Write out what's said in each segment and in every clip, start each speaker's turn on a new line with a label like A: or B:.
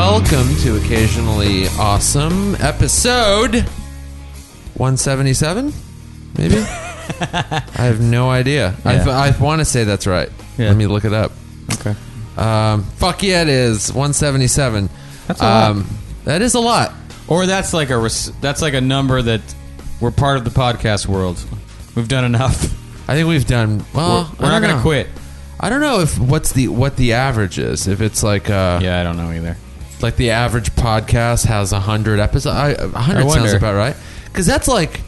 A: to Occasionally Awesome, episode 177, maybe? I have no idea.
B: Yeah.
A: I, want to say that's right.
B: Yeah.
A: Let me look it up.
B: Okay.
A: Um, fuck yeah, it is 177.
B: That's a lot.
A: That is a lot.
B: Or that's like a res- that's like a number that we're part of the podcast world. We've done enough.
A: I think we've done. Well,
B: we're we're
A: I
B: not
A: don't
B: gonna
A: know.
B: quit.
A: I don't know if what's the what the average is. If it's like uh,
B: Yeah, I don't know either.
A: like the average podcast has 100 episodes 100 sounds
B: wonder.
A: about right because that's like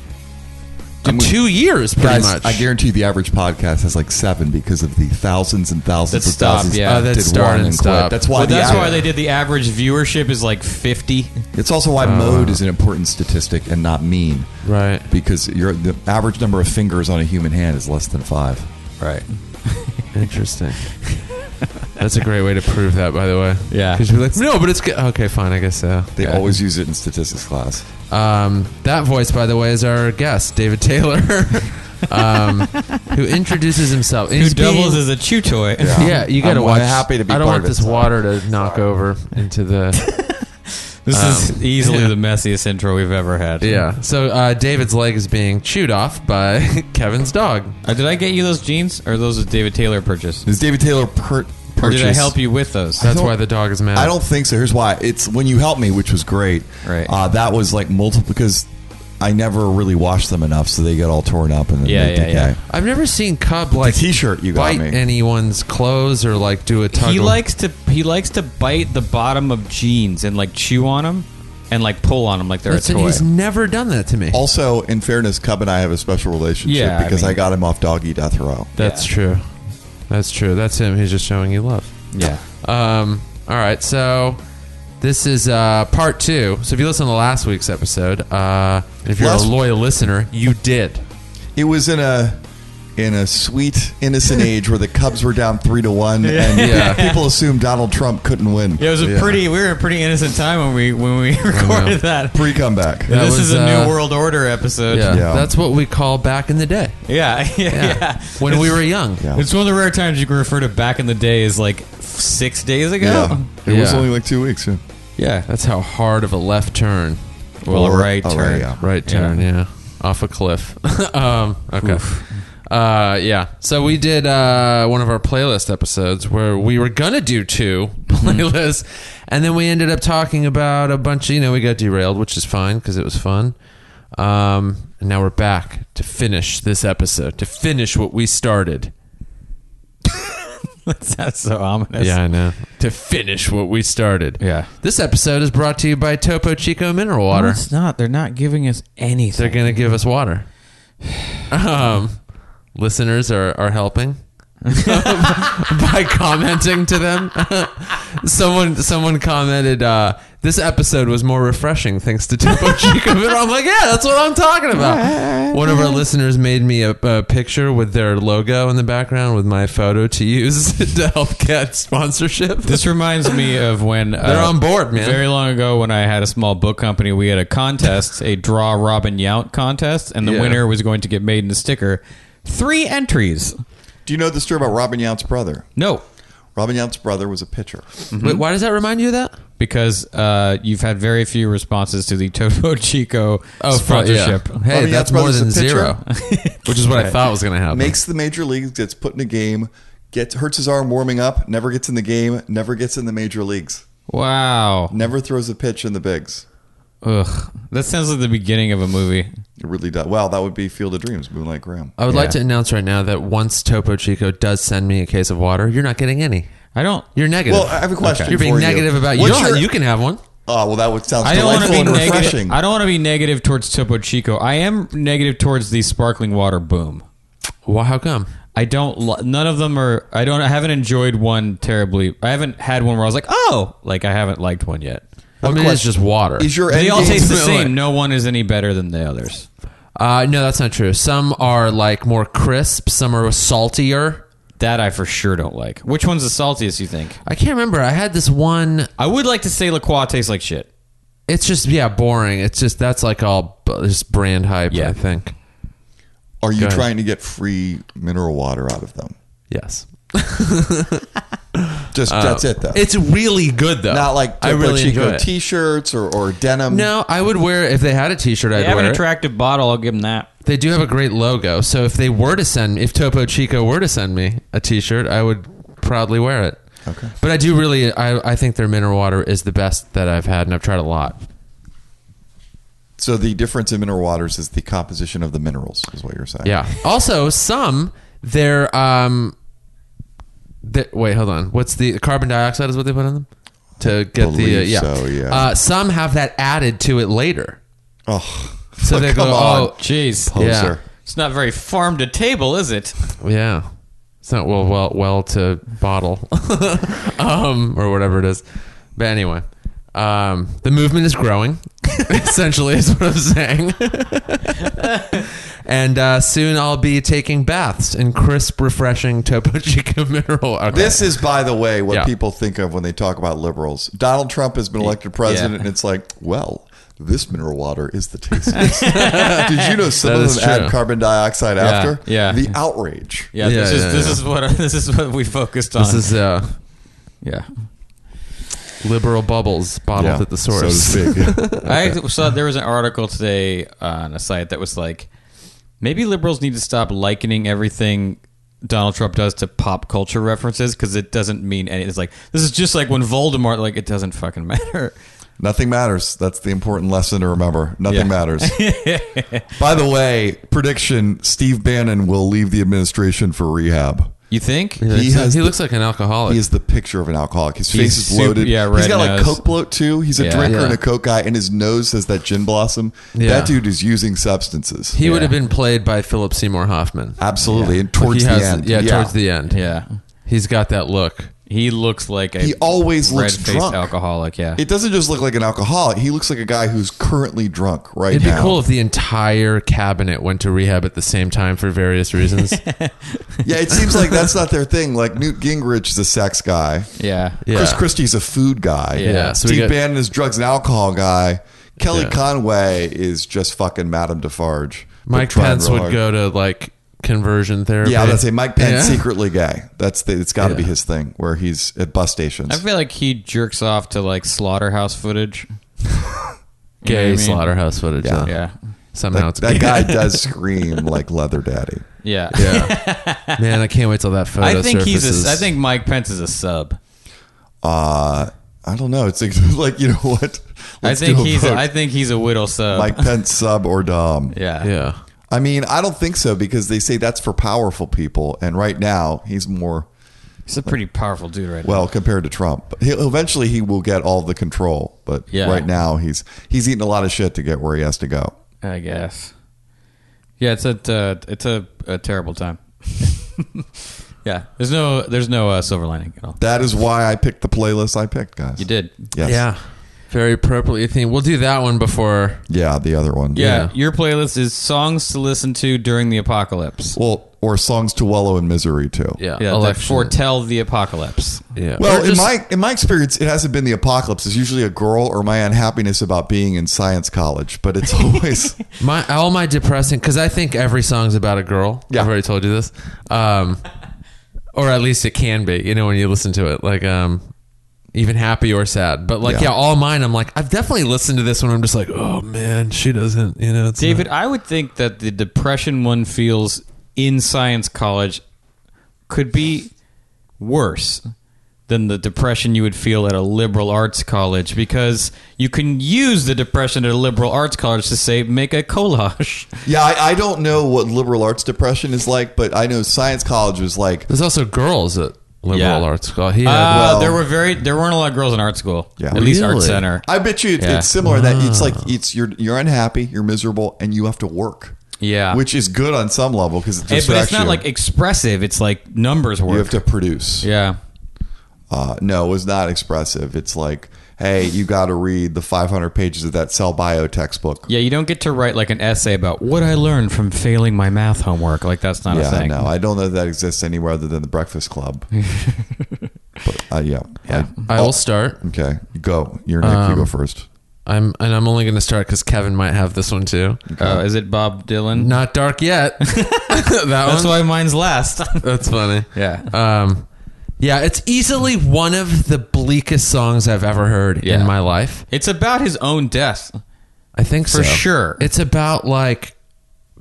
C: I'm gonna-
A: two years pretty
C: Guys,
A: much
C: I guarantee the average podcast has like seven because of the thousands and thousands
B: That
C: of
B: stop,
C: thousands
B: yeah.
C: that
B: Oh, that
C: did
A: start
C: one
A: and
C: and
A: stop.
C: quit. That's why.
B: Well,
C: the
B: that's
C: aver-
B: why they did the average viewership is like fifty.
C: It's also why mode
B: Uh.
C: is an important statistic and not mean,
A: right
C: because your the average number of fingers on a human hand is less than five.
B: Right.
A: interesting that's a great way to prove that by the way
B: Yeah.
A: because you're like no but it's good okay fine i guess so
C: They
B: Okay.
C: always use it in statistics class.
A: um, that voice by the way is our guest david taylor um, who introduces himself
B: Who doubles as a chew toy?
A: yeah, you gotta
C: I'm
A: watch.
C: happy to be
A: I don't
C: part
A: want
C: of it,
A: this
C: so-
A: water to knock over into the.
B: this is easily the messiest intro we've ever had.
A: Yeah. So uh, David's leg is being chewed off by Kevin's dog.
B: Uh, did I get you those jeans, or those that David Taylor purchased?
C: Is David Taylor per-
B: Or did I
C: purchase-
B: help you with those?
A: That's
C: don't-
A: why the dog is mad.
C: I don't think so. Here's why. It's when you helped me, which was great.
B: Right.
C: Uh, that was like multiple because I never really washed them enough, so they got all torn up and then
B: Yeah,
C: they
B: yeah,
C: decay.
B: yeah.
A: I've never seen Cub like
C: t-shirt you got
A: bite
C: me.
A: anyone's clothes or like do a tug.
B: he
A: of-
B: likes to he likes to bite the bottom of jeans and like chew on them and like pull on them like they're
A: Listen,
B: a toy.
A: he's never done that to me.
C: Also, in fairness, Cub and I have a special relationship
B: Yeah, I
C: because I,
B: mean-
C: got him off doggy death row.
A: That's
B: Yeah.
A: true. That's true. That's him. He's just showing you love.
B: yeah.
A: Um. All right. So this is uh, part two. So if you listen to last week's episode, uh, if you're
C: Last-
A: a loyal listener, you did.
C: It was in a in a sweet innocent age where the Cubs were down three to one, and
A: Yeah.
C: people assumed Donald Trump couldn't win.
B: Yeah, it was a pretty. We were a pretty innocent time when we when we recorded that.
C: pre comeback.
A: Oh, That
B: this
A: was,
B: is a
A: uh,
B: new world order episode.
A: Yeah.
C: Yeah.
A: That's what we call back in the day.
B: yeah, yeah.
A: Yeah.
B: yeah.
A: When
B: It's-
A: we were young.
C: Yeah.
B: It's one of the rare times you can refer to back in the day as like six days ago.
C: It was
A: Yeah.
C: only like two weeks. Yeah.
B: Yeah.
A: That's how hard of a left turn.
B: Well, a
C: Or-
B: right
C: oh,
B: turn.
C: yeah.
A: Right
B: Yeah.
A: turn, yeah. Off a cliff. um, okay. Uh, yeah. So we did uh, one of our playlist episodes where we were going to do two
B: Mm-hmm.
A: playlists. And then we ended up talking about a bunch of, you know, we got derailed, which is fine because it was fun. Um, and now we're back to finish this episode, to finish what we started.
B: That's so ominous.
A: yeah, I know. To finish what we started.
B: Yeah.
A: This episode is brought to you by Topo Chico Mineral Water.
B: No, it's not. They're not giving us anything.
A: They're going to give us water. Um, listeners are, are helping by commenting to them. someone someone commented uh, this episode was more refreshing thanks to Topo Chico. And I'm like, yeah, that's what I'm talking about. One of our listeners made me a, a picture with their logo in the background with my photo to use to help get sponsorship.
B: This reminds me of when uh,
A: They're on board, man.
B: Very long ago, when I had a small book company, we had a contest, a draw Robin Yount contest, and the
A: Yeah.
B: winner was going to get made in a sticker. Three entries.
C: Do you know the story about Robin Yount's brother?
B: No,
C: Robin Yount's brother was a pitcher.
B: Mm-hmm.
A: Wait, why does that remind you of that?
B: because uh, you've had very few responses to the Topo Chico
C: Oh,
A: Oh, fuck, yeah.
B: sponsorship. Oh,
A: Hey,
C: Bobby
A: that's
C: Yates
A: more
C: Brothers
A: than
C: is a pitcher.
A: zero, which is what I thought was going to happen.
C: Makes the major leagues, gets put in a game, gets hurts his arm warming up, never gets in the game, never gets in the major leagues,
B: Wow.
C: never throws a pitch in the bigs.
B: Ugh. That sounds like the beginning of a movie.
C: It really does. Wow, that would be Field of Dreams, Moonlight Graham.
A: I would like
B: Yeah.
A: to announce right now that once Topo Chico does send me a case of water, you're not getting any.
B: I don't.
A: You're negative.
C: Well, I have a question
A: You're being
C: for you.
A: negative about you.
C: What's
A: don't-
C: your-
A: you can have one.
C: Oh, well, that would sound
B: I don't want to
C: delightful
B: be
C: and
B: negative.
C: refreshing.
B: I don't want to be negative towards Topo Chico. I am negative towards the sparkling water boom.
A: Well, how come?
B: I don't. lo- None of them are. I don't. I haven't enjoyed one terribly. I haven't had one where I was like, oh, like I haven't liked one yet.
A: I mean, it's just water.
C: Is your
B: They
C: end
B: all
C: game-
B: taste the
A: Really?
B: same. No one is any better than the others.
A: uh, no, that's not true. Some are like more crisp. Some are saltier.
B: That I for sure don't like. Which one's the saltiest? You think?
A: I can't remember. I had this one.
B: I would like to say La Croix tastes like shit.
A: It's just yeah, boring. It's just that's like all b- just brand hype.
B: Yeah.
A: I think.
C: Are you
A: ahead.
C: trying to get free mineral water out of them?
A: Yes.
C: Just that's it though.
A: Uh, It's really good though.
C: not like
A: I
C: Topo
A: really
C: Chico
A: enjoy it.
C: t-shirts or, or denim.
A: no, I would wear if they had a T-shirt. I'd
B: They have
A: wear.
B: an
A: it.
B: attractive bottle. I'll give them that.
A: They do have a great logo. So if they were to send, if Topo Chico were to send me a T-shirt, I would proudly wear it.
C: Okay.
A: But I do really, I, I think their mineral water is the best that I've had, and I've tried a lot.
C: So the difference in mineral waters is the composition of the minerals, is what you're saying.
A: Yeah. Also, some their um, the, wait, hold on. What's the carbon dioxide is what they put in them to get the uh,
C: Believe
A: yeah.
C: so, yeah.
A: Uh, some have that added to it later,
C: Oh,
A: so they
C: come
A: go,
C: on.
A: oh,
B: Jeez.
C: Poser.
B: It's not very farm to table, is it?
A: Yeah. It's not well well well to bottle. um or whatever it is. But anyway. Um the movement is growing, essentially is what I'm saying. and uh, soon I'll be taking baths in crisp, refreshing Topo Chico mineral. Okay.
C: This is, by the way, what
A: Yeah.
C: people think of when they talk about liberals. Donald Trump has been elected president, and it's like, well, this mineral water is the tastiest. Did you know some
A: That
C: of
A: is
C: them
A: true.
C: add carbon dioxide after?
B: yeah.
C: The outrage.
B: Yeah.
A: Yeah,
B: this
A: yeah,
B: is this
A: yeah.
B: is what this is what we focused on.
A: this is uh,
B: yeah.
A: liberal bubbles bottled
C: Yeah,
A: at the source.
C: So to speak. yeah.
B: I saw there was an article today on a site that was like, maybe liberals need to stop likening everything Donald Trump does to pop culture references because it doesn't mean any. It's like this is just like when Voldemort, like it doesn't fucking matter.
C: Nothing matters. That's the important lesson to remember. Nothing
B: Yeah.
C: matters. By the way, prediction Steve Bannon will leave the administration for rehab.
B: You think?
A: He, looks
C: He
A: like-
C: has
A: he
C: the-
A: looks like an alcoholic.
C: He is the picture of an alcoholic. His
B: He's
C: face is
B: super-
C: bloated.
B: yeah,
C: He's
B: red
C: got like
B: nose.
C: coke bloat too. He's a
B: Yeah.
C: drinker
A: Yeah.
C: and a coke guy, and his nose has that gin blossom.
A: Yeah.
C: That dude is using substances.
A: he would
B: Yeah.
A: have been played by Philip Seymour Hoffman.
C: Absolutely, and Uh, towards
A: he
C: the end,
A: Yeah, towards the end.
B: Yeah.
A: He's got that look.
B: He looks like a
C: He always looks
B: red-faced
C: drunk.
B: alcoholic. Yeah.
C: It doesn't just look like an alcoholic. He looks like a guy who's currently drunk right
A: It'd
C: now.
A: be cool if the entire cabinet went to rehab at the same time for various reasons.
C: Yeah, it seems like that's not their thing. Like Newt Gingrich is a sex guy.
B: yeah.
A: Yeah.
C: Chris Christie's a food guy.
A: Yeah, so we
C: Steve
A: got-
C: Bannon is drugs and alcohol guy. Kelly
A: Yeah.
C: Conway is just fucking Madame Defarge. but
A: Mike
C: trying
A: Pence
C: real
A: would
C: hard.
A: go to like conversion therapy.
C: Yeah, that's a Mike Pence
A: Yeah.
C: secretly gay. That's the, it's got to be
A: Yeah.
C: his thing where he's at bus
B: I
C: stations.
B: feel like he jerks off to like slaughterhouse fodage. You know what I
A: Gay
B: mean?
A: slaughterhouse footage.
C: Yeah.
A: huh?
B: Yeah.
A: Somehow
C: That,
A: it's
C: that guy does scream like leather daddy.
B: Yeah.
A: Yeah. Man, I can't wait till that photo
B: I think he's
A: surfaces.
B: a, I think Mike Pence is a sub.
C: Uh, I don't know. It's like, like, you know what? Let's
B: I think
C: do a
B: he's a,
C: vote.
B: I think he's a widow sub.
C: Mike Pence sub or dom.
B: Yeah.
A: Yeah.
C: I mean, I don't think so because they say that's for powerful people, and right now he's more
B: He's a pretty powerful dude right
C: well compared to Trump. But He'll, eventually, he will get all the control, but
B: Yeah.
C: right now he's he's eating a lot of shit to get where he has to go.
B: now. I guess. Yeah, it's a uh, it's a, a terrible time. yeah. There's no there's no uh, silver lining at all.
C: That is why I picked the playlist I picked, guys.
B: You did.
C: Yes.
A: Yeah. Very appropriately themed. We'll do that one before.
C: Yeah, the other one.
B: Yeah, your playlist is songs to listen to during the apocalypse.
C: Well, or songs to wallow in misery too.
A: Yeah.
B: Yeah, that
A: election.
B: foretell the apocalypse.
A: yeah.
C: Well,
B: Or
C: in
B: just-
C: my in my experience, it hasn't been the apocalypse. It's usually a girl or my unhappiness about being in science college, but it's always
A: my all my depressing because I think every song's about a girl.
C: Yeah.
A: I've already told you this, um, or at least it can be. You know, when you listen to it, like um, even happy or sad. But like,
C: Yeah.
A: yeah. all mine. I'm like, I've definitely listened to this one. I'm just like, oh man, she doesn't. You know, it's
B: David, I would think that the depression one feels in science college could be worse than the depression you would feel at a liberal arts college because you can use the depression at a liberal arts college to say make a collage.
C: Yeah, I, I don't know what liberal arts depression is like, but I know science college was like
A: There's also girls at liberal
B: Yeah.
A: arts school. He
B: Uh,
A: had,
C: well-
B: there were very there weren't a lot of girls in art school.
C: Yeah.
B: at least art
A: Really?
B: center.
C: I bet you it,
B: Yeah. Ah.
C: it's similar in that it's like it's you're you're unhappy, you're miserable, and you have to work.
B: Yeah.
C: which is good on some level because it
B: Hey,
C: distracts
B: but it's not
C: you.
B: like expressive. It's like numbers work.
C: you have to produce.
B: yeah.
C: Uh, no, it was not expressive. It's like, hey, you got to read the 500 pages of that cell bio textbook.
B: Yeah, you don't get to write like an essay about what I learned from failing my math homework. Like that's not a
C: Yeah,
B: thing.
C: no, I don't know that exists anywhere other than the Breakfast Club. but uh, yeah, yeah.
A: I Um, will start.
C: okay, go. You're Nick. you go first.
A: I'm and I'm only going to start because Kevin might have this one too.
B: Oh, is it Bob Dylan?
A: Not dark yet. that
B: That's
A: one.
B: why mine's last.
A: That's funny.
B: yeah.
A: Um, Yeah, it's easily one of the bleakest songs I've ever heard
B: Yeah.
A: in my life.
B: It's about his own death.
A: I think so.
B: For sure.
A: It's about like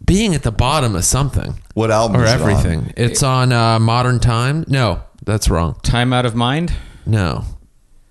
A: being at the bottom of something
C: What album?
A: or
C: is it on?
A: everything. It's on uh, Modern Time. No, that's wrong.
B: Time out of mind.
A: No.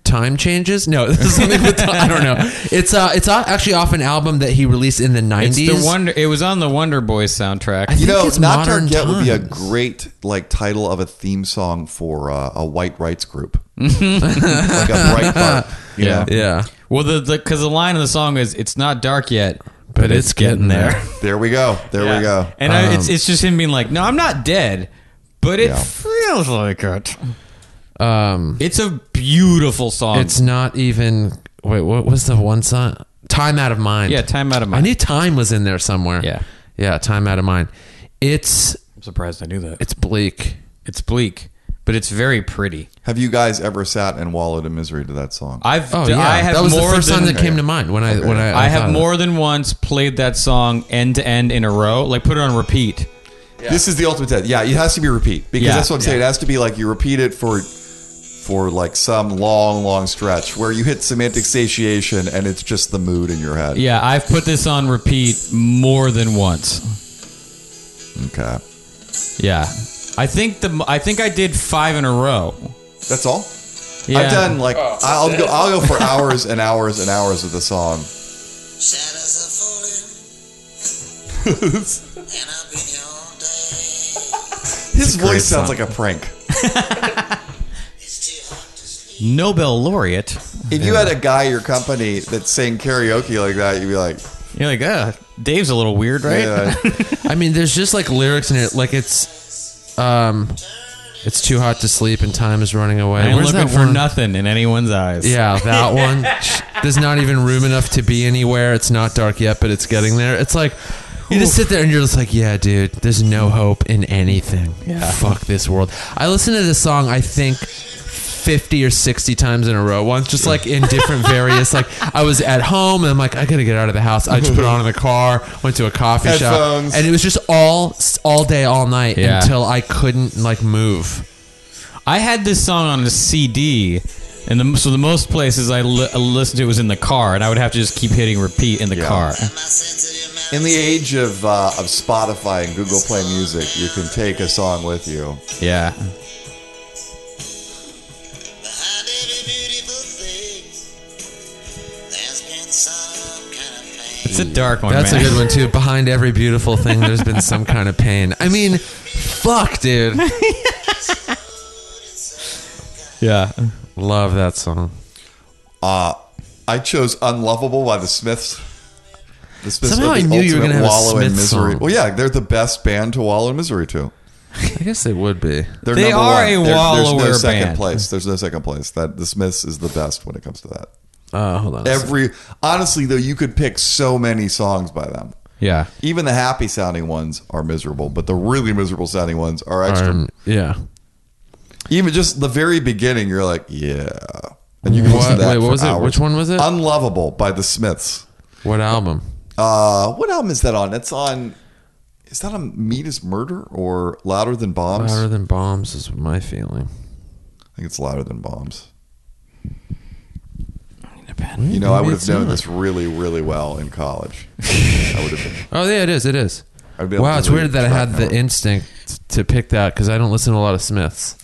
A: Time changes? No, this is something with I don't know. It's uh, it's uh, actually off an album that he released in the
B: It's
A: nineties.
B: the Wonder. It was on the Wonder Boys soundtrack.
A: I
C: You
A: think
C: know,
A: it's
C: not
A: modern
C: Target would be a
A: times.
C: great like title of a theme song for uh, a white rights group, like a Breitbart. You
B: Yeah.
C: know?
A: yeah,
B: Well, the because the, line of the song is "It's not dark yet,
A: But it's getting there." Um,
C: There we go. There
B: Yeah.
C: we go.
B: And I, it's it's just him being like, "No, I'm not dead, but it
C: Yeah.
B: feels like it."
A: um,
B: It's a beautiful song.
A: it's not even. Wait, what was the one song? Time out of mind.
B: yeah, time out of
A: I
B: mind.
A: knew time was in there somewhere.
B: Yeah.
A: yeah, time out of mind. It's
B: I'm surprised I knew that.
A: it's bleak.
B: It's bleak, but it's very pretty.
C: Have you guys ever sat and wallowed in misery to that song?
B: I've
A: Oh
B: d-
A: yeah,
B: I have
A: that was the
B: more
A: first
B: than,
A: time that came to mind when I when I.
B: I
A: thought
B: have
A: of
B: more than once played that song end to end in a row, like put it on repeat.
C: This is the ultimate test. Yeah, it has to be repeat because
B: Yeah.
C: that's what I'm saying. It has to be like you repeat it for for like some long, long stretch where you hit semantic satiation and it's just the mood in your head.
B: Yeah, I've put this on repeat more than once.
C: Okay.
B: Yeah, I think the I think I did five in a row.
C: That's all.
B: Yeah.
C: I've done like I'll go I'll go for hours and hours and hours of the song.
D: Shadows are falling, and I've been here all day.
C: His
B: great
C: voice sounds
B: song.
C: like a prank.
D: It's too hot to sleep.
B: Nobel laureate.
C: If you had a guy at your company that sang karaoke like that, you'd be like,
B: You're like, uh, Dave's a little weird, right?
C: yeah.
A: I mean, there's just like lyrics in it, like it's, um, it's too hot to sleep and time is running away.
B: I'm
A: Where's
B: looking
A: that
B: for
A: one?
B: nothing in anyone's eyes.
A: Yeah, that one. Sh- There's not even room enough to be anywhere. It's not dark yet, but it's getting there. It's like you just sit there and you're just like, yeah, dude. There's no hope in anything.
B: Yeah.
A: Fuck this world. I listened to this song. I think. 50 or 60 times in a row once just like in different various like i was at home and i'm like i gotta get out of the house i just put it on in the car went to a coffee
C: Headphones.
A: shop and it was just all all day all night
B: Yeah.
A: until i couldn't like move
B: I had this song on a CD, and the, so the most places I li- listened to it was in the car, and I would have to just keep hitting repeat in the
C: Yeah.
B: car.
D: My sensitive man
C: In the age of uh, of Spotify and Google Play Music, you can take a song with you.
B: Yeah.
D: behind every beautiful thing. There's been some kind of pain.
B: It's a dark one,
A: That's
B: man.
A: a good one too. Behind every beautiful thing, there's been some kind of pain. I mean, fuck, dude.
B: Yeah.
A: Love that song.
C: Uh, I chose "Unlovable" by the Smiths. The Smiths
A: Somehow
C: are the
A: I knew you were
C: ultimate
A: gonna have a
C: wallow in
A: Smiths
C: misery.
A: song.
C: Well, yeah, they're the best band to wallow in misery to.
A: I guess they would be.
C: They're
B: They
C: number
B: are
C: one.
B: a
C: There- There's no
B: wallower
C: second
B: band.
C: place. There's no second place. That the Smiths is the best when it comes to that.
A: Oh, hold on. a second.
C: Every honestly though, you could pick so many songs by them.
B: Yeah.
C: Even the happy sounding ones are miserable, but the really miserable sounding ones are extra.
A: Um, yeah.
C: Even just the very beginning, you're like, yeah. And you can listen
A: What,
C: to that
A: wait,
C: for
A: what was it?
C: hours. Uh,
A: Which one was it?
C: Unlovable by the Smiths.
A: what album?
C: Uh, what album is that on? That's on. Is that on Meat is Murder or Louder Than Bombs?
A: Louder than bombs is my feeling.
C: I think it's Louder Than Bombs. You know, I
A: Maybe
C: would have
A: it's
C: known
A: not.
C: this really, really well in college. I would have been.
A: Oh yeah, it is. It is.
C: I'd be able
A: Wow,
C: to
A: it's
C: really
A: weird that I
C: track
A: had
C: that
A: the
C: one.
A: instinct to pick that because I don't listen to a lot of Smiths.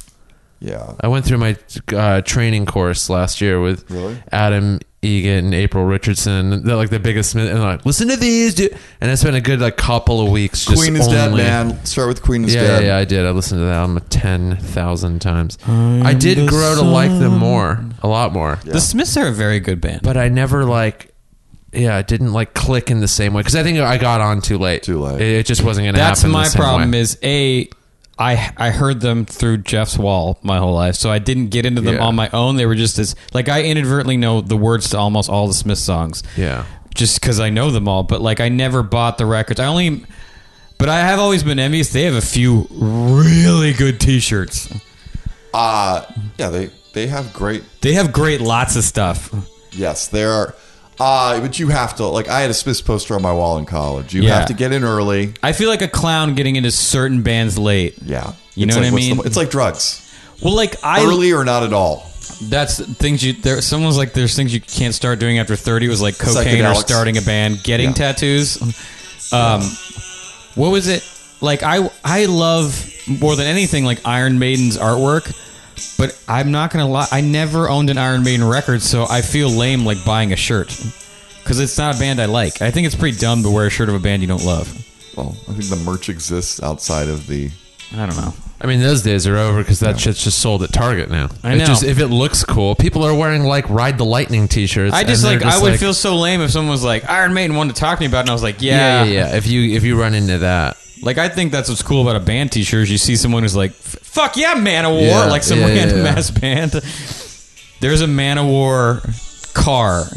C: Yeah.
A: I went through my uh, training course last year with
C: Really?
A: Adam Egan and April Richardson. They're like the biggest Smith, and they're like, listen to these, dude. And I spent a good like couple of weeks. Just
C: Queen is dead,
A: only-
C: man. Start with Queen is
A: Yeah, yeah,
C: dead.
A: yeah, I did. I listened to that album ten thousand times. I did grow to like them more, a lot more.
B: The Smiths are a very good band.
A: But I never like, yeah, I didn't like click in the same way because I think I got on too late.
C: Too late.
A: It, it just wasn't gonna
B: That's
A: happen. the
B: my
A: same
B: problem
A: way.
B: is a I I heard them through Jeff's wall my whole life, so I didn't get into them
A: Yeah.
B: on my own. They were just as like I inadvertently know the words to almost all the Smith songs.
A: Yeah.
B: Just cuz I know them all, but like I never bought the records. I only but I have always been envious. They have a few really good t-shirts.
C: Uh, yeah, they, they have great
B: They have great lots of stuff.
C: Yes, there are. Uh, but you have to like I had a Smiths poster on my wall in college. You
B: Yeah.
C: have to get in early.
B: I feel like a clown getting into certain bands late.
C: Yeah,
B: You
C: It's
B: know what
C: like,
B: I
C: what's the
B: mean?
C: po- it's like drugs.
B: Well, like I
C: Early or not at all.
B: That's things you. There, someone's like, there's things you can't start doing after 30. Was like cocaine or
C: Psychedelics.
B: starting a band, getting
C: Yeah.
B: tattoos. Um, what was it? Like I, I love more than anything like Iron Maiden's artwork, but I'm not gonna lie. I never owned an Iron Maiden record, so I feel lame like buying a shirt because it's not a band I like. I think it's pretty dumb to wear a shirt of a band you don't love.
C: Well, I think the merch exists outside of the.
B: I don't know.
A: I mean, those days are over because that shit's just sold at Target now.
B: I
A: It
B: know.
A: just, if it looks cool, people are wearing like "Ride the Lightning" T-shirts.
B: I just
A: and
B: like
A: they're
B: I would feel so lame if someone was like Iron Maiden wanted to talk to me about, it, and I was like,
A: yeah, yeah, yeah. If you if you run into that,
B: Like I think that's what's cool about a band T-shirt. Is you see someone who's like, "F- "Fuck yeah, Man of War!"
A: Yeah,
B: like some
A: yeah, yeah,
B: random
A: yeah.
B: ass band. There's a Man of War car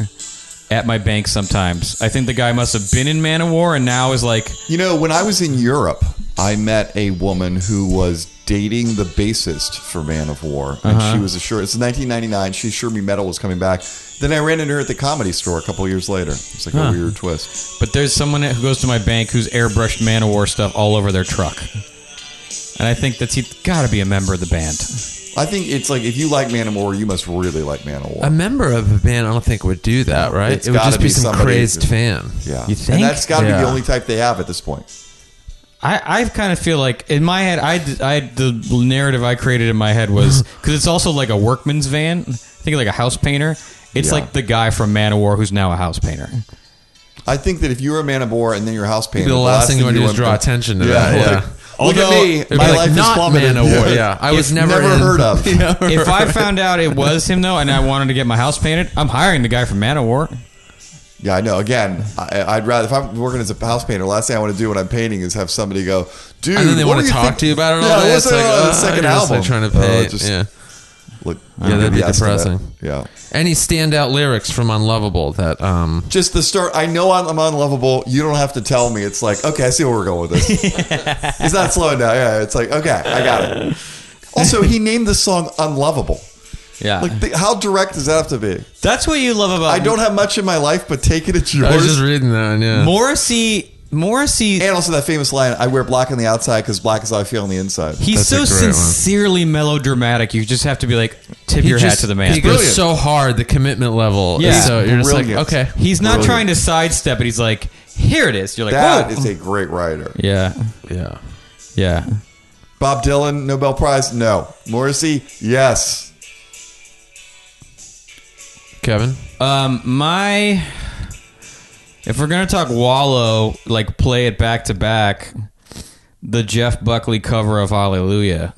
B: at my bank sometimes. I think the guy must have been in Man of War and now is like,
C: You know, when I was in Europe, I met a woman who was dating the bassist for Man of War, and
A: Uh-huh.
C: she was assured it's 1999. She assured me metal was coming back. Then I ran into her at the comedy store a couple years later. It's like a weird twist.
B: but there's someone who goes to my bank who's airbrushed Man of War stuff all over their truck, and I think that's he's got to be a member of the band.
C: I think it's like if you like Man of War, you must really like Man of War.
A: a member of a band, I don't think would do that, right?
C: It's
A: it would
C: gotta
A: just be,
C: be
A: some
C: somebody
A: crazed
C: who-
A: fan.
C: yeah,
B: You think?
C: and that's got to be
A: Yeah.
C: the only type they have at this point.
B: I, I kind of feel like in my head I, d- I- the narrative I created in my head was because it's also like a workman's van. I think like a house painter. It's
C: Yeah.
B: like the guy from Man of War who's now a house painter.
C: I think that if you were a Man of War and then your house painted,
A: The last thing you want to do is
C: want
A: draw attention to that. Yeah.
C: like, look at
A: Although,
C: me,
A: it'd be
C: my
A: like,
C: life is
A: not
C: plummeted.
A: Man of War.
C: Yeah.
A: Yeah, I
B: If
A: was never,
C: never,
A: in-
C: heard of.
A: Never.
B: If I found out it was him though, and I wanted to get my house painted, I'm hiring the guy from Man of War.
C: Yeah, I know. Again, I, I'd rather if I'm working as a house painter, last thing I want to do when I'm painting is have somebody go, dude.
A: and then they
C: what
A: want
C: do
A: to
C: you
A: talk
C: think-
A: to you about it all
C: yeah,
A: day.
C: What's
A: It's like,
C: uh,
A: uh,
C: second
A: you're just,
C: album?
A: like, trying to
C: Uh,
A: paint.
C: just
A: yeah.
C: look,
A: Yeah, that'd
C: give
A: be
C: the estimate.
A: depressing.
C: Yeah.
A: Any standout lyrics from Unlovable that um
C: Just the start. I know I'm, I'm unlovable. You don't have to tell me. It's like, okay, I see where we're going with this. It's not slowing down. Yeah, it's like, okay, I got it. Also, he named the song "Unlovable."
B: Yeah,
C: Like, the, how direct does that have to be?
B: that's what you love about.
C: I don't have much in my life, but take it at yours.
A: I was just reading that one, yeah.
B: Morrissey. Morrissey.
C: and also that famous line, "I wear black on the outside because black is how I feel on the inside."
B: He's
A: That's a
B: so
A: great one.
B: sincerely melodramatic. You just have to be like, tip your hat to the man.
A: He goes so hard, the commitment level.
B: Yeah.
A: Yeah. So you're just like,
C: Brilliant.
A: okay.
B: He's not
C: Brilliant.
B: trying to sidestep it. He's like, here it is. You're like,
C: That
B: "Whoa."
C: is a great writer.
B: yeah,
A: Yeah.
B: yeah.
C: Bob Dylan, Nobel Prize? No. Morrissey? Yes.
A: Kevin?
B: Um, my. If we're gonna talk Wallow, like play it back to back, the Jeff Buckley cover of Hallelujah.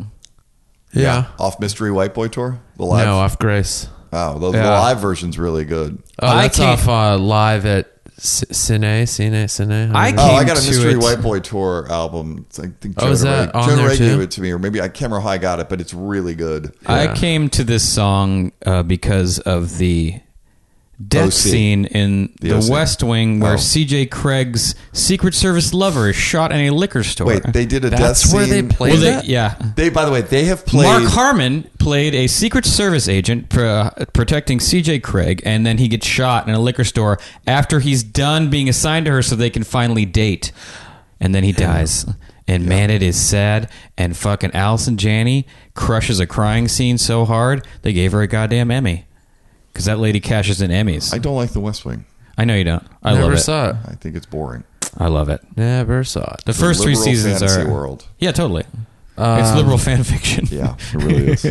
A: Yeah.
C: Off Mystery White Boy Tour? The live.
A: No, off Grace.
C: Oh, the, the
B: Yeah.
C: live version's really good.
A: Oh,
B: I
A: that's
B: can't-
A: off uh, live at C- Cine, Cine, Cine.
B: I
A: don't know.
C: Oh,
B: Came
C: I got a
B: to
C: Mystery
B: it.
C: White Boy Tour album. It's- I think
A: Oh,
C: Joe
A: is that
C: DeRay-
A: on
C: Joe
A: there
C: DeRay
A: too?
C: gave it to me, or maybe I can't remember how I got it, but it's really good.
B: I came to this song uh, because of the death
C: OC.
B: scene in The,
C: The OC.
B: West Wing, where
C: Oh.
B: C.J. Craig's Secret Service lover is shot in a liquor store.
C: Wait, they did a
A: That's
C: death
A: where they
C: scene.
A: played
B: Well, they-
A: that?
B: yeah.
C: They, by the way, they have played.
B: Mark Harmon played a Secret Service agent pr- uh, protecting CJ Craig, and then he gets shot in a liquor store after he's done being assigned to her so they can finally date. And then he dies. And man, it is sad. And fucking Allison Janney crushes a crying scene so hard, they gave her a goddamn Emmy. Because that lady cashes in Emmys.
C: I don't like The West Wing.
B: I, know you don't. I
A: Never
B: love it.
A: saw it.
C: I think it's boring.
B: I love it.
A: Never saw it.
B: The first three
C: liberal
B: seasons
C: fantasy
B: are
C: world.
B: Yeah, totally. Um, it's liberal fan fiction.
C: Yeah, it really is.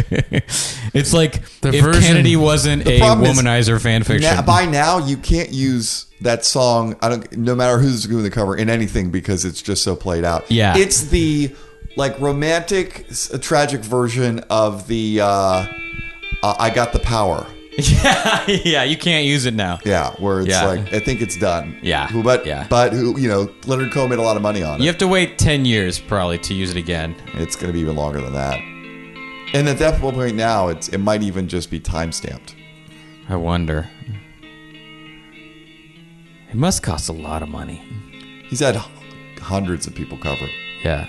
B: it's like
A: The
B: if
A: version-
B: Kennedy wasn't a
C: problem is-
B: womanizer fan fiction.
C: Now, by now, you can't use that song. I don't. No matter who's doing the cover in anything because it's just so played out.
B: Yeah.
C: it's the like romantic, s- tragic version of the uh, uh, "I Got the Power."
B: yeah, yeah, you can't use it now.
C: Yeah, where it's
B: Yeah.
C: like I think it's done.
B: Yeah.
C: Who- but
B: Yeah.
C: but who you know Leonard Cohen made a lot of money on it.
B: You have to wait ten years probably to use it again.
C: It's going to be even longer than that. And at that point now, it's it might even just be time stamped.
B: I wonder. It must cost a lot of money.
C: He's had h- hundreds of people cover. it.
B: Yeah.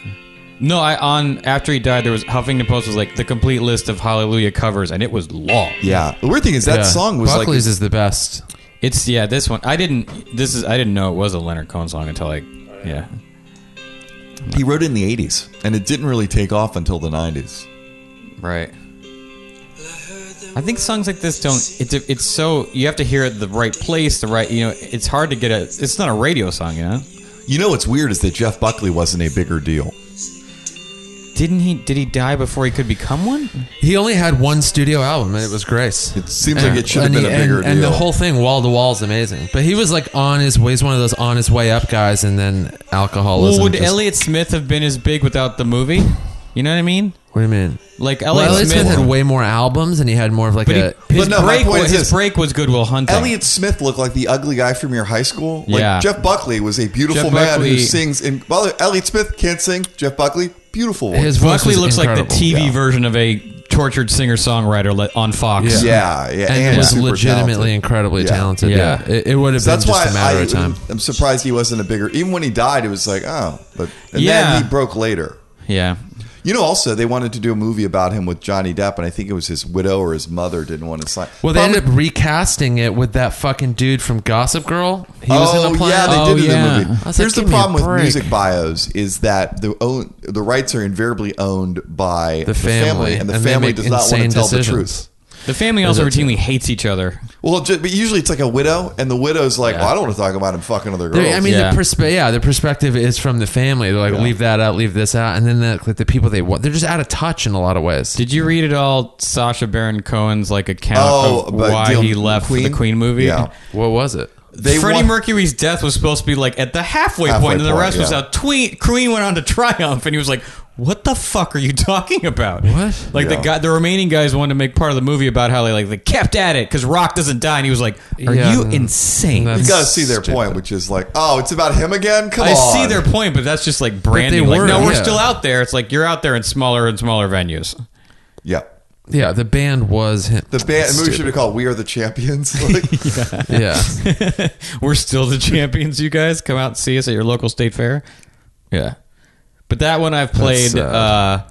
B: No, I on after he died, there was Huffington Post was like the complete list of Hallelujah covers, and it was long.
C: Yeah. The weird thing is that
A: Yeah.
C: song was like
A: Buckley's is the best.
B: It's yeah, this one I didn't. This is I didn't know it was a Leonard Cohen song until like yeah.
C: He wrote it in the 80s, and it didn't really take off until the 90s.
B: Right. I think songs like this don't. It's it's so you have to hear it the right place, the right. You know, it's hard to get a. It's not a radio song, you know.
C: You know what's weird is that Jeff Buckley wasn't a bigger deal.
B: Didn't he? Did he die before he could become one?
A: He only had one studio album, and it was Grace.
C: It seems like it should have
A: and,
C: been
A: he-
C: a bigger
A: and,
C: deal.
A: and the whole thing, wall to wall, is amazing. But he was like on his way. He's one of those on his way up guys, and then alcoholism.
B: Well, would
A: just-
B: Elliott Smith have been as big without the movie? You know what I mean?
A: What do you mean?
B: Like
A: Well,
B: Elliott
A: Elliot
B: Smith,
A: Smith had way more albums, and he had more of like
B: but he,
A: a.
B: his
C: But no, my
B: break
C: point
B: was
C: is
B: his
C: this.
B: break was Goodwill Hunting.
C: Elliot Smith looked like the ugly guy from your high school. Like
B: Yeah.
C: Jeff Buckley was a beautiful
B: Jeff
C: man who
B: Buckley-
C: sings. And well, Elliot Smith can't sing. Jeff Buckley, beautiful. voice.
A: His voice
B: Buckley
A: was
B: looks like the
A: incredible.
B: TV
C: Yeah.
B: version of a tortured singer songwriter le- on Fox.
C: yeah, yeah,
A: and, was
C: super
A: legitimately
C: talented.
A: incredibly
C: Yeah.
A: talented.
B: Yeah.
A: Yeah, It, it would have
C: So
A: been
C: that's why
A: just a matter
C: I,
A: of time.
C: I'm surprised he wasn't a bigger. Even when he died, it was like oh, but and
B: Yeah.
C: then he broke later.
B: yeah.
C: You know, also they wanted to do a movie about him with Johnny Depp, and I think it was his widow or his mother didn't want to sign.
A: Well, they
C: Probably-
A: ended up recasting it with that fucking dude from Gossip Girl. He was
C: oh
A: in the play.
C: yeah, they
B: Oh,
C: did it
B: yeah.
C: in the
A: I
C: movie.
A: was
C: Here's
A: like, give
C: the
A: me a
C: problem with
A: break.
C: music bios is that the own the rights are invariably owned by the,
A: family,
C: and the
A: and they
C: family
A: make
C: does not want to
A: insane
C: tell
A: decisions.
C: the truth.
B: The family also routinely hates each other.
C: Well, ju- but usually it's like a widow, and the widow's like,
B: Yeah.
C: well, I don't want to talk about him fucking other girls.
A: They're- I mean,
B: Yeah.
A: the perspe- yeah, the perspective is from the family. They're like, leave that out, leave this out, and then the, like the people they want, they're just out of touch in a lot of ways.
B: Did you read at all Sasha Baron Cohen's like account
C: Oh,
B: of
C: about
B: why
C: Dylan-
B: he left for the
C: Queen?
B: Queen movie?
C: Yeah.
A: what was it?
C: They
B: Freddie
C: want-
B: Mercury's death was supposed to be like at the halfway, point,
C: Halfway
B: and the
C: point,
B: rest was
C: yeah.
B: out. Tweet Queen went on to triumph, and he was like, "What the fuck are you talking about?"
A: What?
B: Like the
C: Yeah.
B: guy, the remaining guys wanted to make part of the movie about how they like they kept at it because Rock doesn't die, and he was like, "Are
A: Yeah,
B: you
A: mm,
B: insane?"
A: that's-
C: you got to see their
A: Stupid.
C: point, which is like, oh, it's about him again. Come
B: I
C: on,
B: see their point, but that's just like branding.
A: they
B: Like,
A: were,
B: no, we're
A: yeah.
B: still out there. It's like you're out there in smaller and smaller venues.
C: Yeah,
A: Yeah, the band was him.
C: the band the movie should be called "We Are the Champions." Like,
A: yeah.
B: We're still the champions, you guys. Come out and see us at your local state fair. Yeah. But that one I've played
A: sad.
B: uh,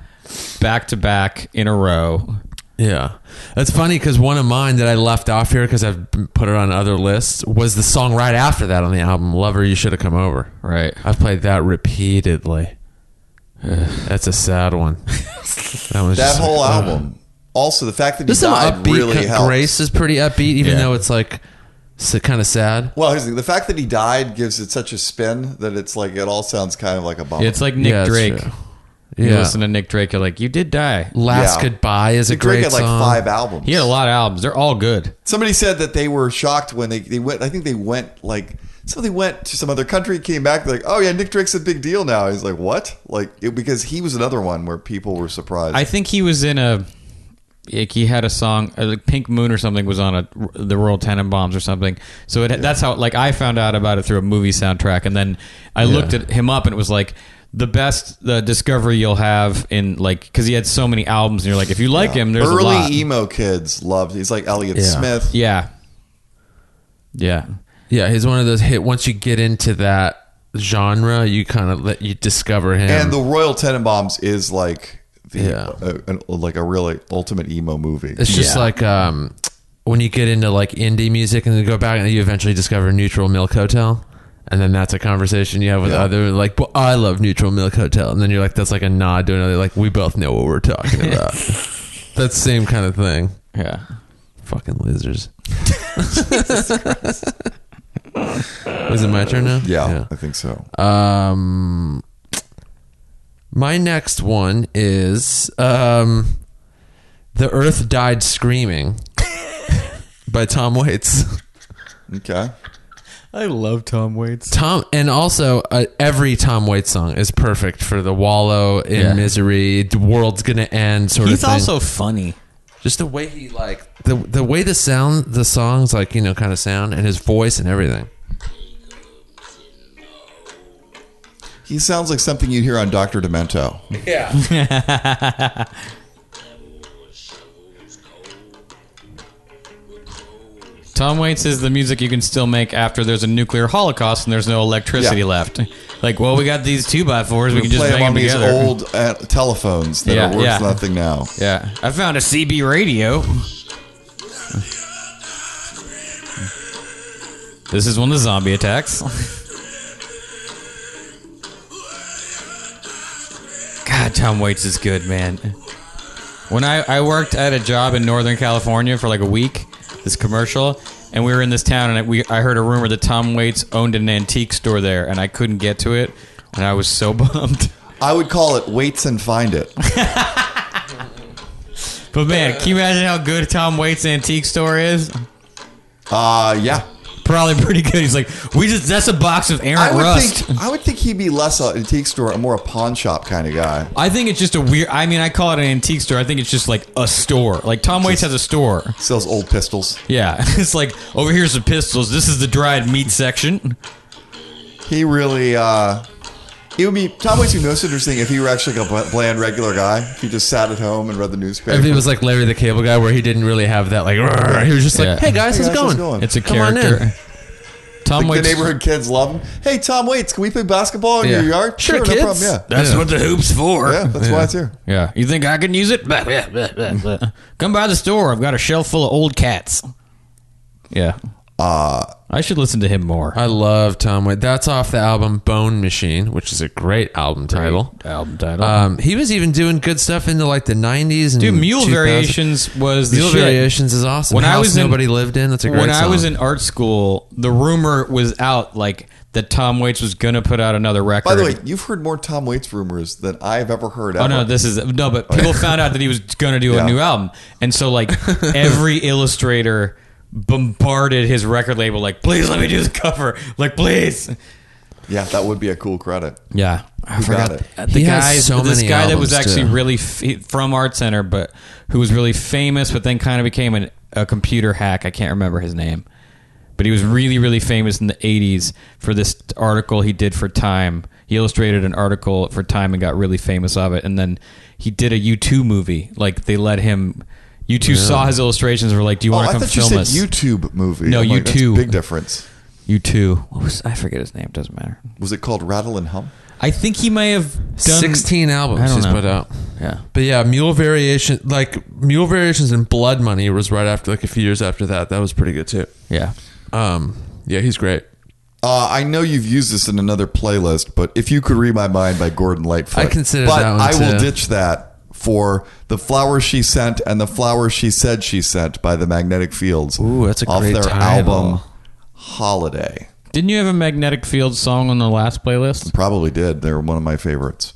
B: back to back in a row.
A: Yeah, that's funny because one of mine that I left off here because I've b- put it on other lists was the song right after that on the album "Lover, You Should Have Come Over."
B: Right.
A: I've played that repeatedly. that's a sad one. That was
C: that
A: just-
C: whole
A: uh,
C: album. Also, the fact that he
A: There's some
C: died
A: upbeat.
C: really
A: kind-
C: helped.
A: Grace is pretty upbeat, even
B: Yeah.
A: though it's like s kind of sad.
C: Well, here's the, thing. the fact that he died gives it such a spin that it's like it all sounds kind of like a bomb.
B: It's like Nick
A: Yeah, it's
B: Drake.
A: true.
B: You
A: Yeah.
B: listen to Nick Drake, you're like, you did die.
A: Last
C: Yeah.
A: Goodbye is a
C: Nick Drake
A: great
C: had like
A: song.
C: five albums.
B: He had a lot of albums. They're all good.
C: Somebody said that they were shocked when they, they went. I think they went like so they went to some other country, came back they're like, oh yeah, Nick Drake's a big deal now. He's like, what? Like it, because he was another one where people were surprised.
B: I think he was in a. Like he had a song, uh, like Pink Moon or something, was on a the Royal Tenenbaums or something. So it, that's how, like, I found out about it through a movie soundtrack, and then I looked at him up, and it was like the best the discovery you'll have in like because he had so many albums, and you're like, if you like him, there's
C: Early
B: a lot.
C: emo kids loved. He's like Elliott
A: Yeah.
C: Smith.
B: yeah, yeah,
A: Yeah, he's one of those hit. Once you get into that genre, you kind of let you discover him.
C: And the Royal Tenenbaums is like the,
A: Yeah.
C: uh, an- like a really ultimate emo movie.
A: It's just
B: Yeah.
A: like um, when you get into like indie music and then go back and you eventually discover Neutral Milk Hotel. And then that's a conversation you have with
C: Yeah.
A: other like, well, I love Neutral Milk Hotel, and then you're like, that's like a nod to another, like we both know what we're talking about. that same kind of thing.
B: yeah.
A: Fucking losers. Was it my turn now?
C: yeah, I think so.
B: Uh,
A: Um, my next one is um, "The Earth Died Screaming" by Tom Waits.
C: Okay.
B: I love Tom Waits.
A: Tom, and also uh, every Tom Waits song is perfect for the wallow in
B: Yeah.
A: misery. The world's gonna end, sort
B: He's
A: of thing.
B: also funny.
A: just the way he like the the way the sound, the songs like you know kind of sound, and his voice and everything.
C: He sounds like something you'd hear on Doctor Demento.
B: Tom Waits is the music you can still make after there's a nuclear holocaust and there's no electricity
C: Yeah.
B: left. Like, well, we got these two by fours, we can just
C: Play
B: bang them
C: him on these
B: together.
C: old uh, telephones that
B: Yeah,
C: are worth
B: yeah.
C: nothing now.
B: yeah, I found a CB radio. this is one of the zombie attacks. God, Tom Waits is good, man. When I, I worked at a job in Northern California for like a week, this commercial, and we were in this town, and I, we, I heard a rumor that Tom Waits owned an antique store there, and I couldn't get to it, and I was so bummed.
C: I would call it waits and find it.
B: But man, can you imagine how good Tom Waits' antique store is?
C: Uh, yeah.
B: Probably pretty good. He's like, we just that's a box of
C: I
B: errant
C: would
B: rust.
C: think I would think he'd be less an antique store and more a pawn shop kind of guy.
B: I think it's just a weird. I mean, I call it an antique store. I think it's just like a store. Like Tom Waits has a store.
C: Sells old pistols.
B: Yeah, it's like over here's the pistols. This is the dried meat section.
C: He really uh it would be Tom Waits would be most interesting if he were actually like a bl- bland regular guy. If he just sat at home and read the newspaper.
A: If it was like Larry the Cable Guy, where he didn't really have that, like, "Rrr," he was just like,
B: Yeah.
A: hey guys,
C: Hey,
A: how's,
C: guys, how's
A: going?
C: it going?
B: It's a
A: Come on in.
B: character. Tom
C: the
B: Waits.
C: neighborhood kids love him. Hey, Tom Waits, can we play basketball in
A: Yeah.
C: your yard?
A: Sure,
C: no
A: kids.
C: problem. Yeah,
B: That's
A: Yeah.
B: what the hoops for.
C: yeah, that's why it's here.
B: Yeah. You think I can use it? Bah, bah, bah, bah, bah. Come by the store. I've got a shelf full of old cats. Yeah. Uh, I should listen to him more.
A: I love Tom Waits. That's off the album Bone Machine, which is a great album title.
B: Album title.
A: Um, he was even doing good stuff into like the '90s and
B: Dude, Mule
A: 2000s.
B: Variations was the
A: Mule
B: shit.
A: Variations is awesome.
B: When I
A: House
B: was in-
A: nobody lived in. That's a great
B: when I was
A: song.
B: in art school, the rumor was out like that Tom Waits was gonna put out another record.
C: By the way, you've heard more Tom Waits rumors than I've ever heard.
B: Oh
C: ever.
B: no, this is no, but people found out that he was gonna do
C: Oh, Yeah.
B: a new album, and so like every illustrator bombarded his record label like, please let me do the cover, like please.
C: yeah, that would be a cool credit.
B: Yeah, I
C: got
B: forgot
C: it.
B: the
A: He has
B: guy.
A: so
B: this
A: many
B: guy that was
A: albums,
B: actually
A: too.
B: really f- from Art Center, but who was really famous, but then kind of became an, a computer hack. I can't remember his name, but he was really, really famous in the '80s for this article he did for Time. He illustrated an article for Time and got really famous of it, and then he did a U2 movie. Like they let him. U2 saw his illustrations and were like, "Do you
C: Oh,
B: want
C: I
B: to come
C: thought you
B: film
C: said
B: us?"
C: YouTube movie.
B: No,
C: I'm like, that's a
B: U2.
C: Big difference.
B: U2. What was I forget his name? Doesn't matter.
C: Was it called Rattle and Hum?
B: I think he may have done
A: 16
B: I
A: albums
B: don't
A: he's
B: know.
A: put out.
B: Yeah.
A: But yeah, Mule Variation, like Mule Variations and Blood Money was right after, like a few years after that. That was pretty good too.
B: Yeah.
A: Um, yeah, he's great.
C: Uh, I know you've used this in another playlist, but if you could read my mind by Gordon Lightfoot,
A: I consider
C: but
A: that one,
C: I will
A: too.
C: ditch that for the flower she sent and the flower she said she sent by the Magnetic Fields.
A: Ooh, that's a
C: off
A: great
C: their
A: title.
C: album Holiday.
B: Didn't you have a magnetic field song on the last playlist?
C: Probably did. They're one of my favorites.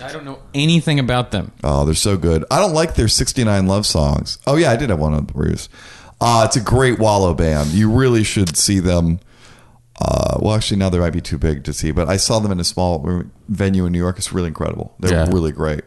B: I don't know anything about them.
C: Oh, they're so good. I don't like their 69 love songs. Oh, yeah, I did have one on the Bruce. Uh, it's a great Wallow band. You really should see them. Uh, well, actually, now they might be too big to see, but I saw them in a small venue in New York. It's really incredible. They're
A: Yeah.
C: really great.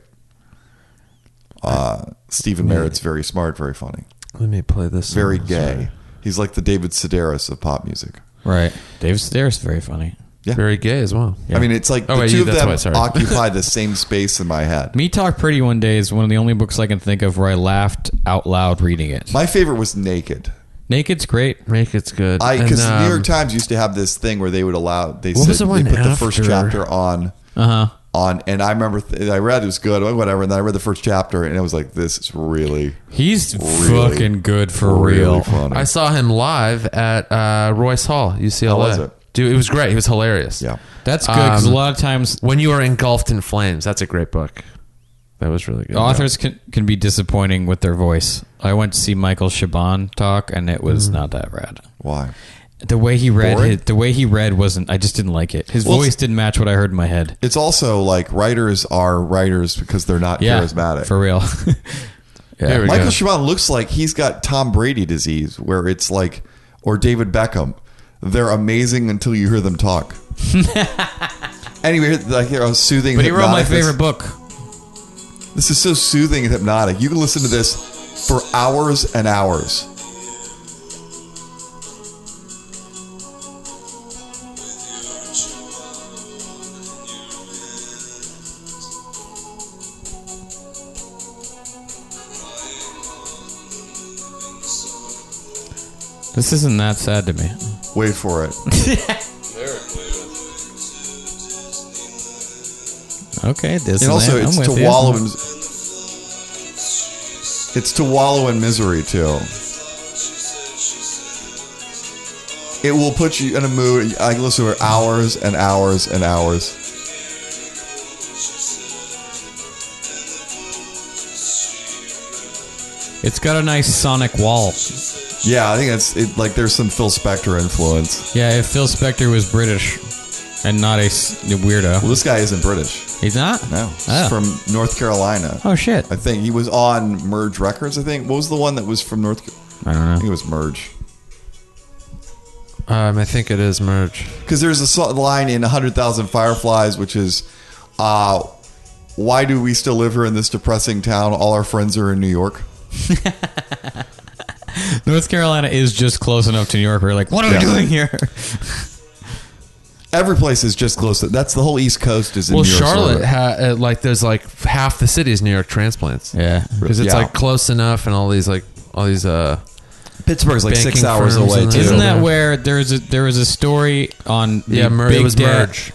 C: Uh, Stephen Merritt's very smart, very funny,
A: Let me play this. song.
C: very gay. He's like the David Sedaris of pop music.
B: Right. Dave Sedaris very funny.
C: Yeah.
A: Very gay as well.
C: I mean, it's like
A: Oh,
C: the
A: wait,
C: two
A: you-
C: of
A: that's
C: them
A: why, sorry.
C: occupy the same space in my head.
B: Me Talk Pretty One Day is one of the only books I can think of where I laughed out loud reading it.
C: My favorite was Naked.
B: Naked's great.
A: Make it's good.
C: I
A: And,
C: because the New
A: um,
C: York Times used to have this thing where they would allow they
A: What
C: said
A: was the one
C: they put the first
A: after?
C: chapter on
B: Uh huh.
C: on and I remember th- I read it was good or whatever and then I read the first chapter and it was like this is really
B: He's
C: Really,
B: fucking good for
C: really
B: real.
C: funny.
A: I saw him live at uh, Royce Hall, UCLA.
C: How was it?
A: Dude, it was great. He was hilarious.
C: yeah,
B: That's good because
A: Um,
B: a lot of times
A: When you are engulfed in flames, that's a great book. That was really good.
B: authors can, can be disappointing with their voice. I went to see Michael Chabon talk and it was not that rad.
C: why?
B: The way he read
C: Boring?
B: his, the way he read wasn't I just didn't like it. His
C: Well,
B: voice
C: it's-
B: didn't match what I heard in my head.
C: It's also like writers are writers because they're not
B: Yeah.
C: charismatic.
B: For real.
A: Here we
C: Michael
A: go.
C: Chabon looks like he's got Tom Brady disease where it's like or David Beckham, they're amazing until you hear them talk. anyway, like I was soothing.
B: But he wrote my
C: hypnotic. This-
B: favorite book.
C: This is so soothing and hypnotic. You can listen to this for hours and hours.
B: This isn't that sad to me.
C: Wait for it.
B: Okay, this is
C: And also,
B: I'm
C: it's
B: with
C: to
B: you.
C: wallow in. It's to wallow in misery too. It will put you in a mood. I can listen to it hours and hours and hours.
B: It's got a nice sonic wall.
C: Yeah, I think that's it. Like, there's some Phil Spector influence.
B: Yeah, if Phil Spector was British and not a s-
C: Well,
B: weirdo,
C: this guy isn't British.
B: he's not.
C: No, he's
B: Oh.
C: from North Carolina.
B: oh shit.
C: I think he was on Merge Records. I think what was the one that was from North? Ca-
B: I don't
C: I
B: know.
C: think it was Merge.
A: Um, I think it is merge.
C: because there's a so- line in 100,000 Fireflies, which is, uh, why do we still live here in this depressing town? All our friends are in New York.
B: North Carolina is just close enough to New York. We're like, what are
C: Yeah.
B: we doing here?
C: Every place is just close. To, that's the whole East Coast is in
A: Well,
C: New York.
A: Charlotte,
C: Sort of.
A: ha- uh, like, there's like half the city is New York transplants.
B: yeah.
A: Because it's
C: Yeah.
A: like close enough, and all these like all these uh,
C: Pittsburgh's like six
A: banking
C: hours
A: firms
C: away
A: and
C: too.
A: Yeah.
B: Isn't that
A: Yeah.
B: where there's a there was a story on the
A: Yeah, Mer- it
B: Big
A: was
B: Dad-
A: Merge.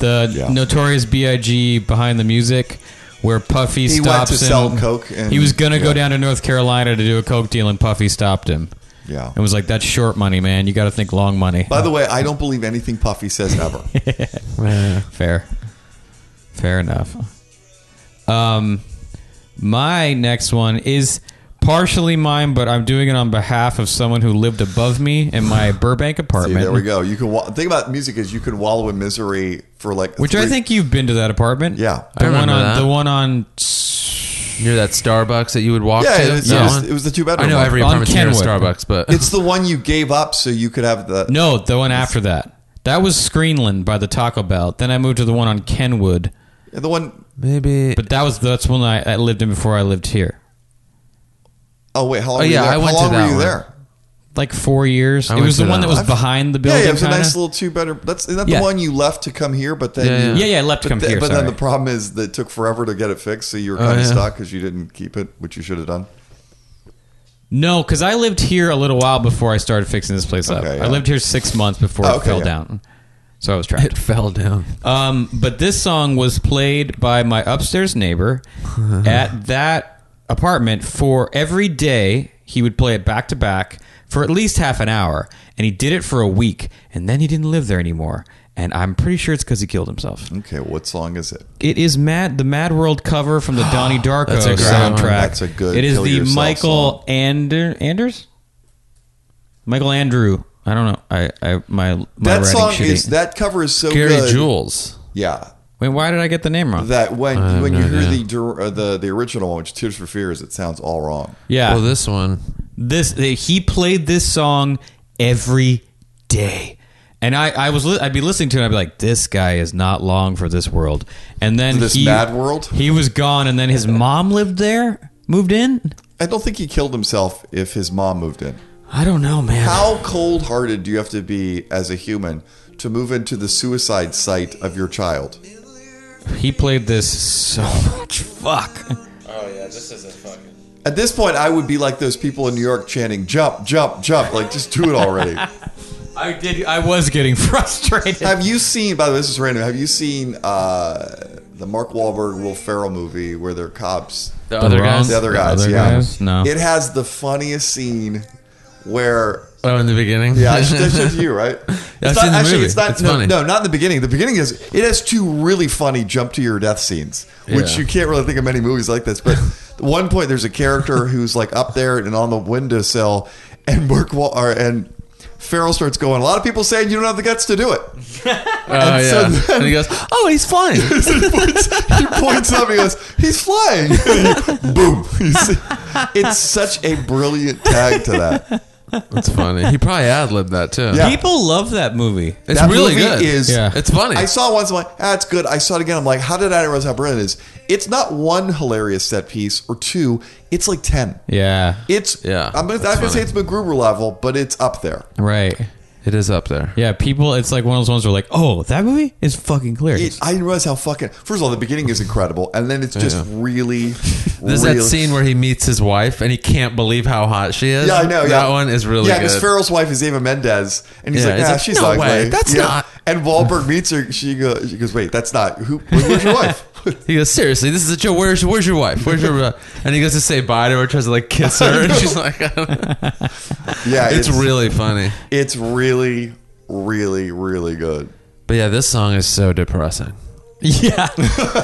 B: the
C: Yeah.
B: notorious B.I.G. behind the music, where Puffy
C: went
B: stops
C: to
B: him.
C: sell coke and-
B: he was gonna
C: yeah.
B: go down to North Carolina to do a coke deal, and Puffy stopped him.
C: Yeah.
B: and was like, "That's short money, man. You got to think long money."
C: By the way, I don't believe anything Puffy says ever.
B: Fair. Fair enough. Um, my next one is partially mine, but I'm doing it on behalf of someone who lived above me in my Burbank
C: See,
B: apartment.
C: there we go. You can wa- think about music is you can wallow in misery for like
B: Which I
C: three-
B: think you've been to that apartment.
C: Yeah.
B: The
A: I
B: one
A: remember
B: on
A: that.
B: the one on
A: near that Starbucks that you would walk
C: Yeah,
A: to.
C: it was-
A: That
C: it was-
A: one?
C: it was the two-bedroom
A: I know
C: one.
A: every
B: On
A: apartment's near a
B: Kenwood.
A: Starbucks, but
C: it's the one you gave up so you could have the
B: No, the one after that. That was Screenland by the Taco Bell. Then I moved to the one on Kenwood.
C: the one
A: maybe.
B: But that was that's one I, I lived in before I lived here.
C: oh wait, how long
A: Oh,
C: were you
A: yeah,
C: there?
A: I went
C: how
A: to
C: long were
A: that
C: you
A: one.
C: there?
B: Like four years.
A: I
B: it
A: went
B: was the
A: to
B: one
A: that
B: that was
A: one.
B: behind the
C: Yeah,
B: building.
C: yeah, it was a nice
B: kinda.
C: little two better. That's is that
B: Yeah.
C: the one you left to come here, but then
A: Yeah,
C: you,
A: yeah.
B: Yeah, yeah, I left to
C: But,
B: come
C: th-
B: here.
C: but then the
B: sorry.
C: problem is that it took forever to get it fixed, so you were
A: Oh,
C: kind of
A: yeah.
C: stuck because you didn't keep it, which you should have done.
B: No, because I lived here a little while before I started fixing this place up.
C: Okay, yeah.
B: I lived here six months before
C: Oh,
B: it
C: okay,
B: fell
C: yeah.
B: down, so I was
A: It
B: trapped.
A: fell down.
B: um, but this song was played by my upstairs neighbor
C: Uh-huh.
B: at that apartment for every day. He would play it back to back for at least half an hour, and he did it for a week, and then he didn't live there anymore. And I'm pretty sure it's because he killed himself.
C: Okay, what song is it?
B: It is Mad the Mad World cover from the Donnie Darko
A: That's a great
B: soundtrack.
A: one.
C: That's a good
B: It is
C: kill
B: the
C: yourself
B: Michael Ander, Anders, Michael Andrew. I don't know. I, I my, my
C: That
B: writing's
C: song
B: shitty.
C: is that cover is so
A: Gary
C: good.
A: Jules.
C: Yeah,
B: Wait, why did I get the name wrong?
C: that when
A: I have
C: when
A: no
C: you hear
A: idea.
C: the, dir- uh, the the original one, which is Tears for Fears, it sounds all wrong.
B: yeah,
A: Well, this one.
B: this he played this song every day. And I, I was li- I'd be listening to it and I'd be like, this guy is not long for this world. And then
C: This
B: he,
C: mad world?
B: He was gone and then his mom lived there, moved in?
C: I don't think he killed himself if his mom moved in.
B: I don't know, man.
C: How cold hearted do you have to be as a human to move into the suicide site of your child?
B: He played this so much. Fuck.
E: Oh yeah, this is a fucking.
C: At this point, I would be like those people in New York chanting "Jump, jump, jump!" Like just do it already.
B: I did. I was getting frustrated.
C: Have you seen? By the way, this is random. Have you seen uh, the Mark Wahlberg, Will Ferrell movie where they're cops?
A: The, other
B: wrong-
A: guys.
C: The other
B: The
C: guys,
B: other
C: yeah.
B: guys? No.
C: It has the funniest scene where.
A: oh, in the beginning. Oh,
C: Yeah, I should- that's just you, right?
A: I've
C: It's
A: seen
C: not,
A: the
C: actually,
A: movie.
C: it's not.
A: It's
C: no,
A: funny.
C: no, not in the beginning. The beginning is it has two really funny jump to your death scenes, which
A: Yeah.
C: you can't really think of many movies like this. But at one point, there's a character who's like up there and on the windowsill, and Mark Wal- or, and Farrell starts going. A lot of people saying you don't have the guts to do it.
A: Oh, yeah.
C: so then-
A: and he goes, "Oh, he's flying."
C: he points up. He goes, "He's flying!" Boom! You see? It's such a brilliant tag to that.
A: That's funny. He probably ad libbed that too.
C: Yeah.
B: People love that movie.
A: It's
C: That
A: really
C: movie
A: good.
C: is-
B: Yeah.
A: It's funny.
C: I saw it once. I'm like, "Ah, it's good." I saw it again. I'm like, "How did I not realize how brilliant it is?" It's not one hilarious set piece or two. It's like ten.
B: Yeah.
C: It's
A: Yeah,
C: I'm gonna, I'm
A: that's
C: gonna say
A: funny.
C: it's MacGruber level, but it's up there.
B: Right.
A: it is up there.
B: Yeah. People. It's like one of those ones where like, oh, that movie is fucking clear.
C: It, I didn't realize how fucking. First of all, the beginning is incredible, and then it's just
A: Yeah.
C: really.
A: There's
C: really,
A: that scene where he meets his wife and he can't believe how hot she is.
C: Yeah, I know.
A: That
C: yeah.
A: one is really
C: yeah.
A: good.
C: Because Farrell's wife is Eva Mendes, and he's
A: Yeah,
C: like,
A: he's
C: "Nah,
A: like,
C: she's
A: "No
C: ugly."
A: way, that's
C: Yeah.
A: not-
C: And Wahlberg meets her. She goes, "She goes, wait, that's not who. Where's your wife?"
A: He goes, seriously, this is a joke. Where's where's your wife? Where's your? uh," And he goes to say bye to her, tries to like kiss her, and she's like,
C: yeah,
A: it's really funny.
C: it's really, really, really good.
A: But yeah, this song is so depressing.
B: Yeah.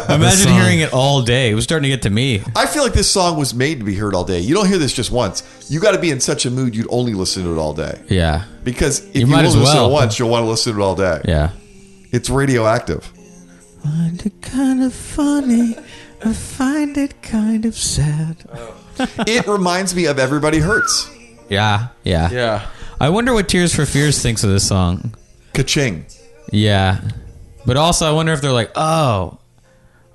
B: Imagine
A: song.
B: hearing it all day. It was starting to get to me.
C: I feel like this song was made to be heard all day. You don't hear this just once. You got to be in such a mood you'd only listen to it all day.
B: Yeah.
C: Because if you,
B: You might
C: only
B: as
C: listen to it
B: well.
C: once, you'll want to listen to it all day.
B: Yeah.
C: It's radioactive.
B: Find it kind of funny. I find it kind of sad.
C: It reminds me of Everybody Hurts.
B: Yeah. Yeah.
A: Yeah.
B: I wonder what Tears for Fears thinks of this song.
C: Ka-ching.
B: Yeah. But also, I wonder if they're like, oh,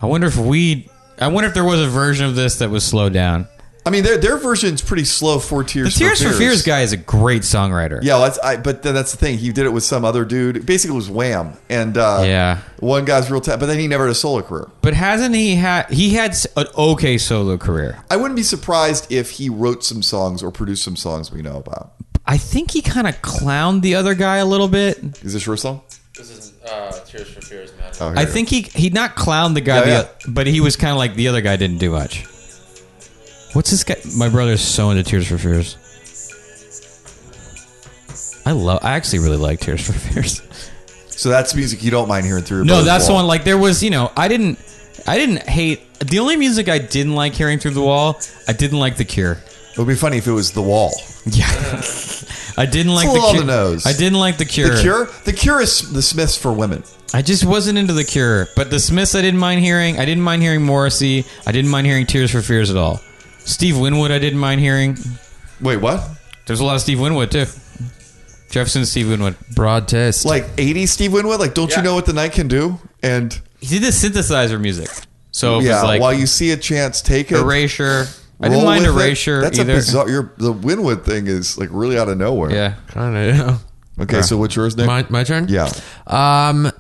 B: I wonder if we. I wonder if there was a version of this that was slowed down.
C: I mean, their their version's pretty slow for
B: The
C: Tears,
B: Tears for Fears,
C: Fears.
B: guy is a great songwriter.
C: Yeah, well, that's I. But then that's the thing. He did it with some other dude. Basically, it was Wham. And uh,
B: Yeah.
C: one guy's real ta But then he never had a solo career.
B: But hasn't he had. He had s- an okay solo career.
C: I wouldn't be surprised if he wrote some songs or produced some songs we know about.
B: I think he kind of clowned the other guy a little bit.
C: Is this your song?
E: This is uh, Tears for Fears, man.
C: Oh, here
B: I
C: you go.
B: think he he not clowned the guy,
C: Yeah,
B: the
C: yeah.
B: oth- but he was kind of like the other guy didn't do much. What's this guy? My brother's so into Tears for Fears. I love. I actually really like Tears for Fears.
C: so. That's music you don't mind hearing through. Your
B: No,
C: brother's
B: that's the
C: wall.
B: one. Like there was, you know, I didn't, I didn't hate. The only music I didn't like hearing through the wall, I didn't like the Cure.
C: It would be funny if it was The Wall.
B: Yeah, I didn't like
C: a
B: the
C: little on
B: Cure.
C: the nose.
B: I didn't like the Cure.
C: The Cure. The Cure is the Smiths for women.
B: I just wasn't into the Cure, but the Smiths I didn't mind hearing. I didn't mind hearing Morrissey. I didn't mind hearing Tears for Fears at all. Steve Winwood I didn't mind hearing.
C: Wait, what?
B: There's a lot of Steve Winwood too. Jefferson Steve Winwood.
A: Broad taste.
C: Like 80s Steve Winwood? Like, don't you
E: Yeah.
C: know what the night can do? And
B: He did the synthesizer music. So it
C: yeah,
B: was Oh, like
C: while you see a chance, take it.
B: Erasure. I
C: roll
B: didn't mind
C: with it.
B: Erasure
C: That's
B: either.
C: a bizarre. Your, the Winwood thing is like really out of nowhere.
B: yeah.
A: kind of. Yeah.
C: Okay, so what's yours, Nick?
A: My, my turn?
C: Yeah.
A: Um,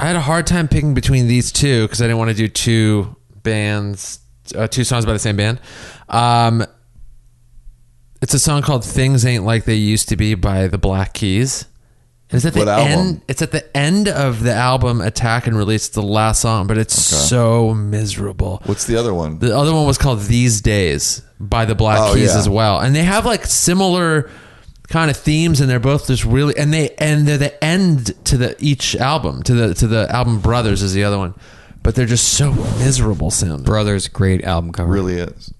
A: I had a hard time picking between these two because I didn't want to do two bands, uh, two songs by the same band. Um, it's a song called "Things Ain't Like They Used to Be" by the Black Keys. And it's at the
C: What
A: end.
C: album?
A: It's at the end of the album "Attack and Release," the last song, but it's so miserable.
C: What's the other one?
A: The other one was called These Days by the Black
C: Oh,
A: Keys
C: yeah.
A: as well. And they have like similar kind of themes and they're both just really and they and they're the end to the each album to the to the album Brothers is the other one. But they're just so miserable sounding.
B: Brothers, great album cover.
C: really is.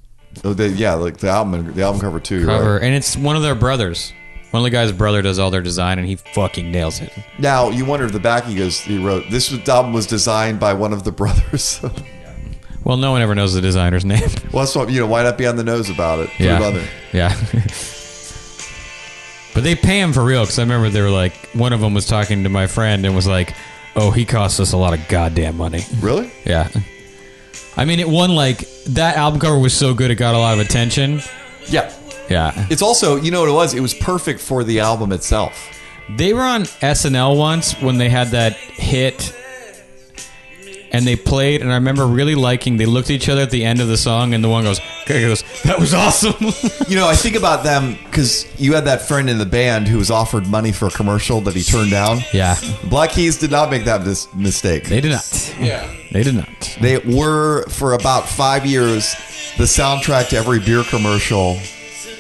C: Oh, they, yeah, like the album, the album cover too.
B: cover.
C: Right?
B: And it's one of their brothers. One of the guy's brother does all their design and he fucking nails it.
C: Now you wonder if the back he goes, he wrote this was- album was designed by one of the brothers. well,
B: Well, no one ever knows the designer's name.
C: that's what you know. Why not be on the nose about it? Put it on there.
B: Yeah. but they pay him for real because I remember they were like, one of them was talking to my friend and was like, oh, he cost us a lot of goddamn money.
C: Really?
B: Yeah. I mean, it won like, that album cover was so good it got a lot of attention.
C: Yeah.
B: Yeah.
C: It's also you know what it was. It was perfect for the album itself.
B: They were on SNL once when they had that hit and they played and I remember really liking they looked at each other at the end of the song and the one goes, "Okay," goes that was awesome.
C: You know, I think about them because you had that friend in the band who was offered money for a commercial that he turned down.
B: yeah.
C: Black Keys did not make that mis- mistake.
B: They did not.
E: Yeah.
B: They did not.
C: They were for about five years the soundtrack to every beer commercial.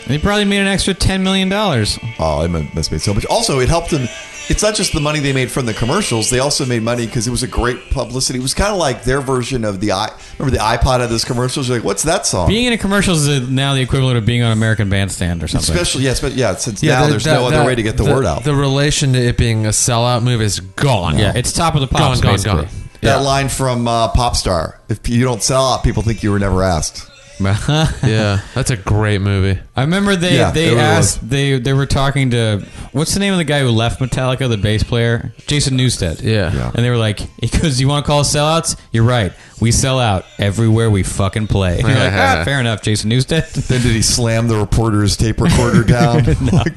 B: They probably made an extra ten million dollars.
C: Oh, it mu- must made so much. Also, it helped them. It's not just the money they made from the commercials; they also made money because it was a great publicity. It was kind of like their version of the i. Remember the iPod had those commercials? You're like, what's that song?
B: Being in a commercial is now the equivalent of being on American Bandstand or something.
C: Especially, yes, but yeah, since now
A: the-
C: there's
A: that-
C: no other
A: that-
C: way to get the, word out.
A: The relation to it being a sellout move is gone.
B: yeah, it's top of the pops.
A: Gone, gone,
B: basically.
A: gone.
C: That line from uh, Popstar: "If you don't sell out, people think you were never asked."
A: yeah. That's a great movie.
B: I remember they
C: Yeah, it
B: they
C: really
B: asked they they were talking to what's the name of the guy who left Metallica, the bass player, Jason Newsted.
A: Yeah. Yeah.
B: and they were like, he goes, "You want to call us sellouts? You're right. We sell out everywhere we fucking play." And you're like, ah, fair enough, Jason Newsted.
C: Then did he slam the reporter's tape recorder down? Like,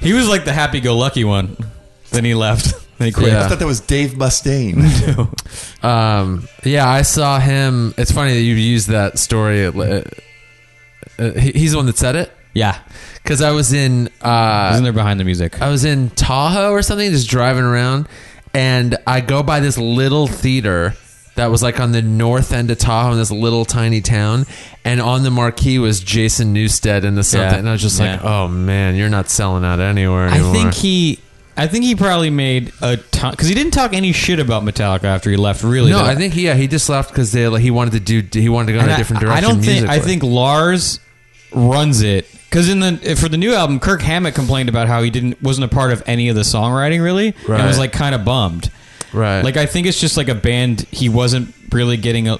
B: he was like the happy-go-lucky one. Then he left. Then he quit.
A: Yeah.
C: I thought that was Dave Mustaine.
A: Um, yeah, I saw him. It's funny that you used that story. Uh, uh, he- he's the one that said it
B: Yeah,
A: because I was in uh,
B: isn't there behind the music?
A: I was in Tahoe or something, just driving around, and I go by this little theater that was like on the north end of Tahoe in this little tiny town, and on the marquee was Jason Newstead and the something,
B: Yeah.
A: and I was just
B: Yeah.
A: like, oh man, you're not selling out anywhere anymore.
B: I think he. I think he probably made a ton because he didn't talk any shit about Metallica after he left. Really,
A: No,
B: did
A: I
B: he?
A: think he, yeah, he just left because they like, he wanted to do he wanted to go in
B: And
A: a different direction.
B: I don't think. I
A: musically.
B: think Lars runs it because in the for the new album, Kirk Hammett complained about how he didn't wasn't a part of any of the songwriting really, and
A: Right.
B: was like kind of bummed.
A: right.
B: Like I think it's just like a band he wasn't really getting a,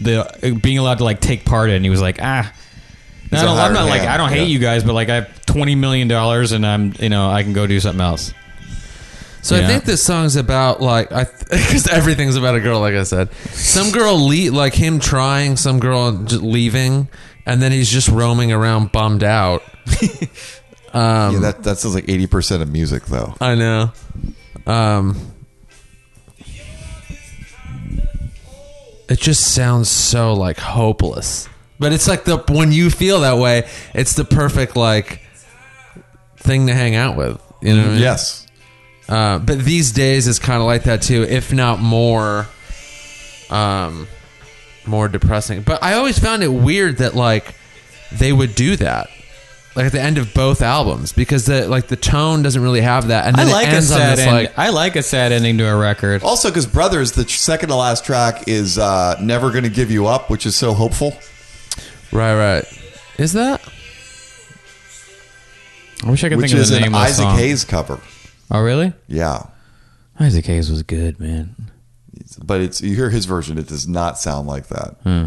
B: the being allowed to like take part in. He was like ah. No, I
C: a
B: don't, I'm
C: hired
B: not like
C: hand,
B: I don't hate
C: yeah.
B: you guys, but like I have twenty million dollars and I'm you know I can go do something else.
A: So
B: Yeah.
A: I think this song's about like I because everything's about a girl. Like I said, some girl le- like him trying, some girl j- leaving, and then he's just roaming around bummed out.
C: yeah,
A: Um,
C: that that sounds like eighty percent of music though.
A: I know. Um, it just sounds so like hopeless, but it's like the when you feel that way, it's the perfect like thing to hang out with. You know? What I mean?
C: Yes.
A: Uh, but these days it's kind of like that too, if not more, um, more depressing. But I always found it weird that like they would do that, like at the end of both albums, because the like the tone doesn't really have that, and
B: I
A: then
B: like
A: it
B: a
A: ends on
B: sad
A: this
B: end.
A: like
B: I like a sad ending to a record.
C: Also, because Brothers, the second to last track is uh, "Never Gonna Give You Up," which is so hopeful.
A: right, right. Is that
B: I wish I could
C: Which
B: think of
C: is
B: the
C: an
B: name of the
C: Isaac
B: song.
C: Hayes cover.
B: Oh really?
C: Yeah,
B: Isaac Hayes was good, man.
C: but it's you hear his version. It does not sound like that.
A: Hmm.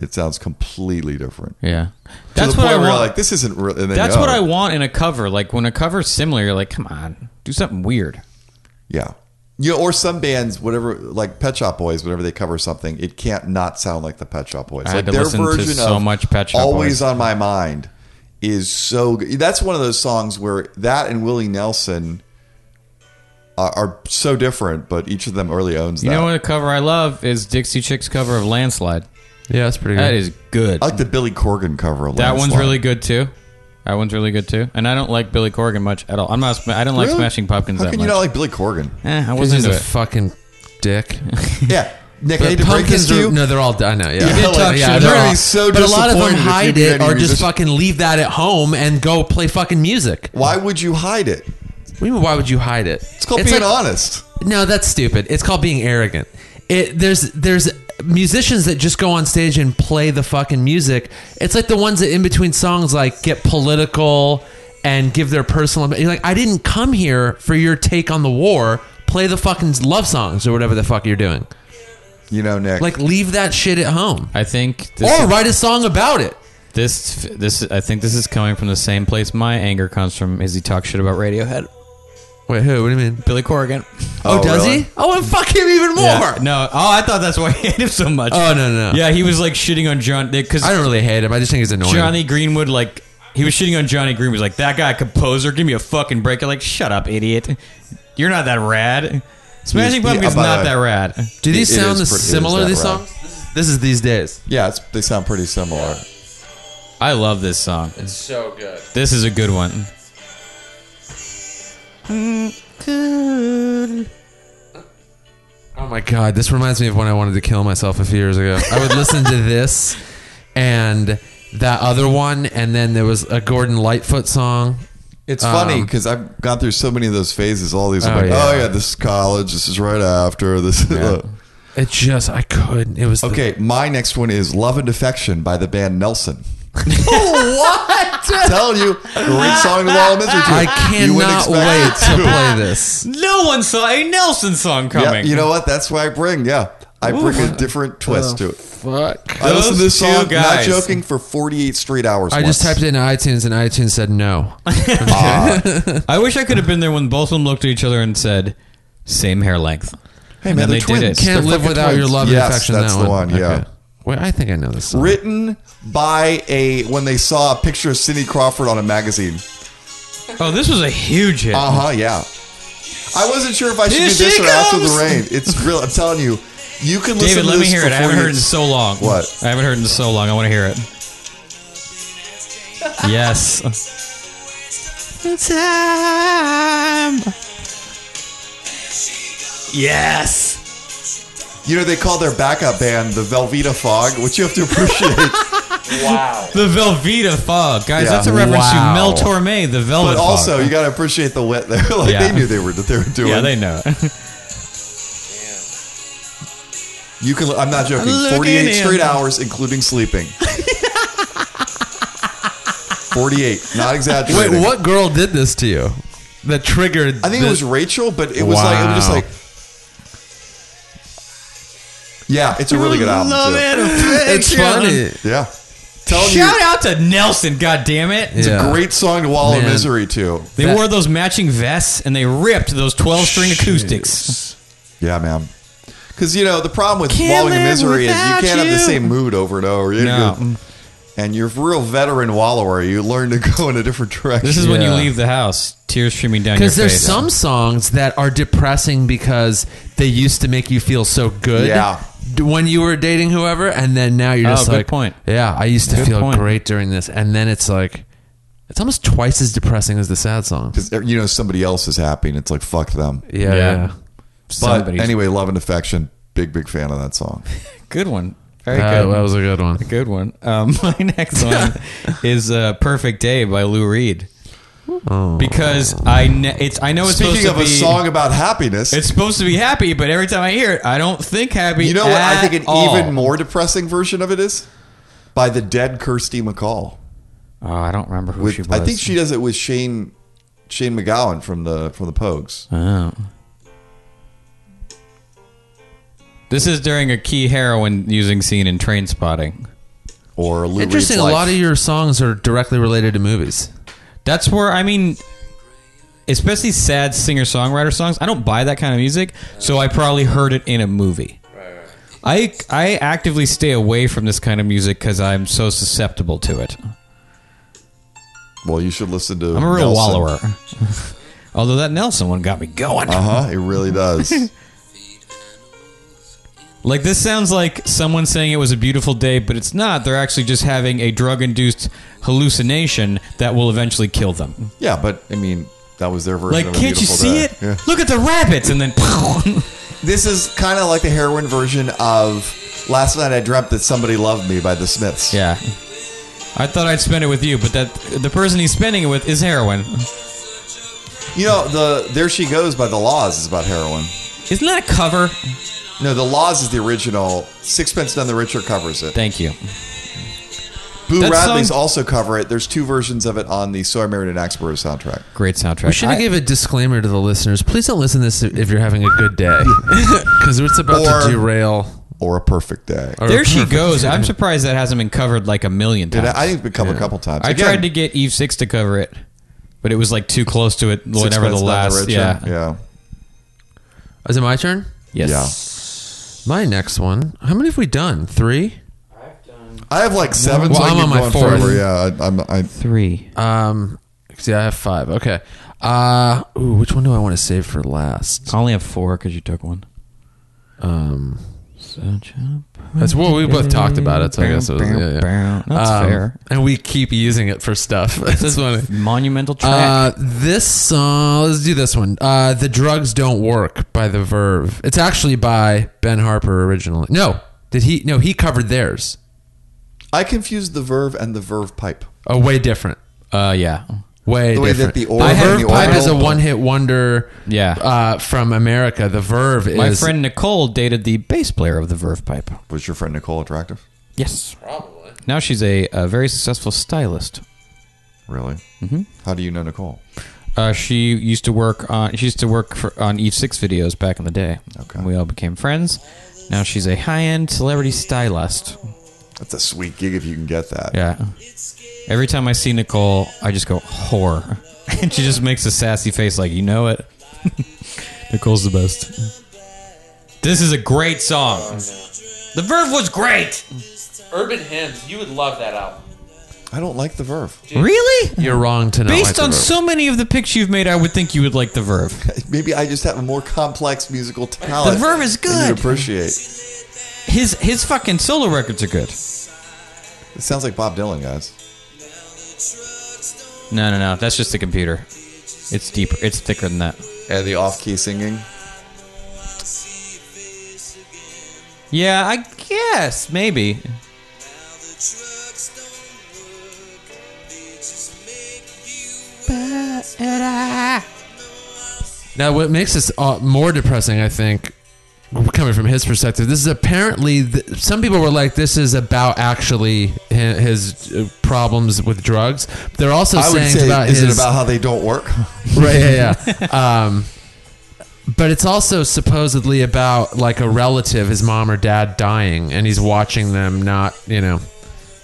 C: It sounds completely different.
B: Yeah,
C: To
B: that's
C: the
B: what
C: point
B: I
C: where
B: want.
C: Like this isn't. Real, and then
B: that's
C: you go,
B: what I
C: "Oh,
B: want in a cover. Like when a cover's similar, you're like, come on, do something weird.
C: Yeah. Yeah, or some bands, whatever, like Pet Shop Boys, whenever they cover something, it can't not sound like the Pet Shop Boys.
B: I had
C: like
B: to listen to so much Pet Shop
C: "Always
B: Boys.
C: on My Mind" is so. good. That's one of those songs where that and Willie Nelson are, are so different, but each of them really owns
B: You
C: that.
B: know what a cover I love is Dixie Chicks cover of Landslide.
A: yeah? That's pretty good.
B: That is good.
C: I like the Billy Corgan cover. Of
B: that one's
C: Landslide.
B: really good too. That one's really good too. And I don't like Billy Corgan much at all. I'm not. I don't like
C: Really?
B: Smashing Pumpkins
C: How
B: that
C: can
B: much.
C: you not like Billy Corgan?
B: Eh, I
A: 'Cause
B: wasn't
A: he's
B: into
A: a
B: it.
A: fucking dick.
C: yeah, Nick, I hate to break this
A: pumpkins
C: to
A: are
C: you.
A: no, they're all. I know. Yeah,
C: You did talk shit
A: they're
C: about
A: all-
C: it. So
A: but a lot of them
C: disappointed if you
A: hide
C: meet
A: it
C: any
A: or just
C: musician-
A: fucking leave that at home and go play fucking music.
C: Why would you hide it?
A: What do you mean, why would you hide it?
C: It's called being
A: like-
C: honest.
A: No, that's stupid. It's called being arrogant. It, there's there's musicians that just go on stage and play the fucking music. It's like the ones that in between songs like get political and give their personal. You're like, I didn't come here for your take on the war. Play the fucking love songs or whatever the fuck you're doing.
C: You know, Nick.
A: Like, leave that shit at home
B: I think this,
C: Oh,
A: or write a song about it.
B: this this I think this is coming from the same place my anger comes from. Is he talk shit about Radiohead?
A: Wait, who? What do you mean?
B: Billy Corgan.
A: Oh,
C: Oh,
A: does
C: really?
A: he? Oh, and fuck him even more.
B: Yeah, No. Oh, I thought that's why I hate him so much.
A: Oh, no, no, no.
B: Yeah, he was like shitting on John because
A: I don't really hate him. I just think he's annoying.
B: Johnny Greenwood like he was shitting on Johnny Greenwood. He was like that guy composer, give me a fucking break. You're like, shut up, idiot. You're not that rad. Smashing
C: Yeah,
B: Pumpkins
C: by the
B: not
C: way-
B: that rad.
A: Do these
C: It- it
A: sound
C: is
A: the
C: pre- it is
A: similar?
C: that
A: These
C: rough.
A: songs. This is, this is these days.
C: yeah, it's, they sound pretty similar.
B: I love this song.
E: It's so good.
B: This is a good one.
A: Oh my god, this reminds me of when I wanted to kill myself a few years ago. I would listen to this and that other one, and then there was a Gordon Lightfoot song.
C: It's funny
A: Um,
C: because I've gone through so many of those phases. All these, I'm
A: Oh,
C: like,
A: yeah.
C: oh yeah, this is college. This is right after this.
A: Yeah. It just I couldn't. It was the-
C: okay, my next one is "Love and Affection" by the band Nelson.
A: what?
C: Telling you, great song of all misery.
A: I
C: You wouldn't
A: cannot
C: expect
A: wait
C: it.
A: to play this.
B: No one saw a Nelson song
C: Yeah,
B: coming.
C: you know what? That's why I bring. Yeah, I bring a different twist to it.
A: Fuck.
C: I listened to this
B: two
C: song,
B: guys.
C: not joking, for 48 straight hours.
A: I just
C: once.
A: typed it in iTunes and iTunes said no.
B: I wish I could have been there when both of them looked at each other and said, same hair length.
C: Hey
B: and
C: man,
B: they
C: they're
B: did
C: twins.
B: it.
A: Can't
C: They're
A: live
C: fucking
A: without
C: twins.
A: your love
C: Yes,
A: and affection.
C: That's
A: that
C: the one. yeah.
A: Okay. Wait, I think I know this song.
C: Written by a when they saw a picture of Cindy Crawford on a magazine.
B: Oh, this was a huge hit.
C: Uh huh. Yeah. I wasn't sure if I should
B: Here
C: do this
B: she
C: or after the
B: comes!
C: rain. It's real. I'm telling you, you can listen.
B: David,
C: to
B: let me
C: this
B: hear it. I
C: before
B: haven't
C: you-
B: heard it in so long.
C: What?
B: I haven't heard it in so long. I want to hear it. yes. Yes.
C: You know they call their backup band the Velveeta Fog, which you have to appreciate.
E: Wow.
B: The Velveeta fog, guys.
C: Yeah.
B: That's a reference
A: Wow.
B: to Mel Torme, the Velvet.
C: But also,
B: fog.
C: you got to appreciate the wet there. like
B: Yeah.
C: they knew they were that they were doing.
B: yeah, they know.
E: Damn.
C: You can. I'm not joking.
B: Look at
C: 48
B: him.
C: straight hours, including sleeping. 48. Not
A: Wait,
C: exaggerating.
A: what girl did this to you? That triggered.
C: I think it was Rachel, but it was
A: Wow.
C: like it was just like. Yeah, it's a really good album.
B: Love
C: too.
B: it.
A: It's funny.
C: Yeah. Telling you,
B: Shout out to Nelson, God damn it!
C: it's
A: Yeah.
C: a great song to wallow in
A: Man.
C: misery too.
B: They
A: That-
B: wore those matching vests and they ripped those 12 string acoustics.
C: Yeah, man. Because you know the problem with
B: Can't
C: wallowing in
B: live
C: misery is you
B: without
C: can't have the
B: you.
C: same mood over and over. You
B: No.
C: go- and you're a real veteran wallower. You learn to go in a different direction.
B: This is when you
A: Yeah.
B: leave the house, tears streaming down your
A: Because
B: face.
A: there's some songs that are depressing because they used to make you feel so good.
C: Yeah.
A: d- When you were dating whoever, and then now you're
B: Oh,
A: just
B: good
A: like,
B: point.
A: yeah, I used to
B: Good
A: feel
B: point.
A: great during this, and then it's like, it's almost twice as depressing as the sad song.
C: because er, you know somebody else is happy, and it's like fuck them.
A: Yeah,
B: Yeah.
A: yeah.
C: But
B: Somebody's-
C: anyway, love and affection. Big big fan of that song.
B: good one. Very
A: Uh,
B: good.
A: that was a good one.
B: good one. Um, my next one is uh, "Perfect Day" by Lou Reed.
A: Oh.
B: Because I ne- it's I know it's
C: Speaking
B: supposed
C: of
B: to
C: a
B: be
C: song about happiness,
B: it's supposed to be happy, but every time I hear it, I don't think happy.
C: you know what? I think an
B: at all.
C: even more depressing version of it is by the dead Kirsty McCall.
B: Oh, I don't remember who she
C: With,
B: was.
C: I think she does it with Shane Shane McGowan from the from the Pogues.
B: Oh. This is during a key heroin using scene in Train Spotting.
C: or Lou
A: Interesting.
C: Reed's
A: A
C: life.
A: lot of your songs are directly related to movies.
B: That's where I mean, especially sad singer songwriter songs. I don't buy that kind of music, so I probably heard it in a movie. I I actively stay away from this kind of music because I'm so susceptible to it.
C: Well, you should listen to.
B: I'm a real
C: Nelson.
B: wallower. Although that Nelson one got me going.
C: Uh huh. It really does.
B: Like this sounds like someone saying it was a beautiful day, but it's not. They're actually just having a drug-induced hallucination that will eventually kill them.
C: yeah, but I mean, that was their version.
B: Like,
C: of a
B: can't you
C: beautiful
B: see
C: day.
B: it?
C: Yeah.
B: Look at the rabbits, and then
C: This is kind of like the heroin version of "Last Night I Dreamt That Somebody Loved Me" by the Smiths.
B: yeah. I thought I'd spend it with you, but that the person he's spending it with is heroin.
C: You know, the "There She Goes" by the Laws is about heroin.
B: Isn't that a cover?
C: No, the Laws is the original. Sixpence None the Richer covers it.
B: Thank you.
C: Boo
B: That
C: Radley's
B: song-
C: also cover it. There's two versions of it on the "So I Married an Axe Murderer" soundtrack.
B: Great soundtrack.
A: We should have
B: I-
A: gave a disclaimer to the listeners. Please don't listen to this if you're having a good day, because it's about
C: Or-
A: to derail.
C: Or a perfect day.
A: our
B: there she
A: perfect-
B: goes. I'm surprised that hasn't been covered like a million
C: Did
B: times.
C: I, I think it's become a couple times.
B: I
C: Again,
B: tried to get Eve Six to cover it, but it was like too close to it.
C: Sixpence
B: Whatever the
C: None
B: last,
C: Richer.
B: yeah,
C: yeah.
A: Is it my turn?
B: yes.
A: My next one. How many have we done? Three.
C: I have like seven.
A: Well,
C: so I
A: I'm
C: keep
A: on my
C: going
A: fourth.
C: forever. Yeah, I, I'm. I,
B: Three.
A: Um, see, I have five. Okay. Uh, ooh, which one do I want to save for last?
B: I only have four because you took one.
A: Um,
B: Such a
A: that's what we both talked about it. So I guess it was, yeah, yeah.
B: That's
A: Um,
B: fair.
A: And we keep using it for stuff. That's funny.
B: monumental track.
A: Uh, this song. Let's do this one. Uh, the drugs don't work by the Verve. It's actually by Ben Harper originally. No, did he? No, he covered theirs.
C: I confused the Verve and the Verve pipe.
A: Oh, way different.
B: uh, yeah,
A: Way
C: The way
A: different.
C: that the
A: the
C: Orville-
A: Verve
C: the
A: Pipe
C: Orville-
A: is a one-hit wonder.
B: Yeah.
A: Uh, from America, the Verve is.
B: my friend Nicole dated the bass player of the Verve Pipe.
C: Was your friend Nicole attractive?
B: Yes.
E: Probably.
B: Now she's a, a very successful stylist.
C: Really? Mm-hmm. How do you know Nicole?
B: Uh, she used to work on she used to work for, on Eve Six videos back in the day.
C: Okay.
B: And we all became friends. Now she's a high end celebrity stylist.
C: That's a sweet gig if you can get that.
B: Yeah. Every time I see Nicole, I just go whore, and she just makes a sassy face like you know it. Nicole's the best. This is a great song. The Verve was great.
E: Urban Hymns. You would love that album.
C: I don't like the Verve.
B: Really?
A: You're wrong to not like
B: Based
A: the
B: on
A: Verve.
B: so many of the picks you've made, I would think you would like the Verve.
C: Maybe I just have a more complex musical talent.
B: The Verve is
C: than you
B: good.
C: appreciate.
B: His his fucking solo records are good.
C: It sounds like Bob Dylan, guys.
B: No, no, no. That's just the computer. It's deeper. It's thicker than that.
C: And the off-key singing.
B: Yeah, I guess maybe.
A: Now, what makes this uh, more depressing, I think, coming from his perspective, this is apparently th- some people were like, "This is about actually hi- his uh, problems with drugs." They're also
C: I
A: saying
C: would
A: it's
C: say,
A: about
C: is
A: his
C: it about how they don't work?
A: right? Yeah, yeah. um, but it's also supposedly about like a relative, his mom or dad, dying, and he's watching them not, you know,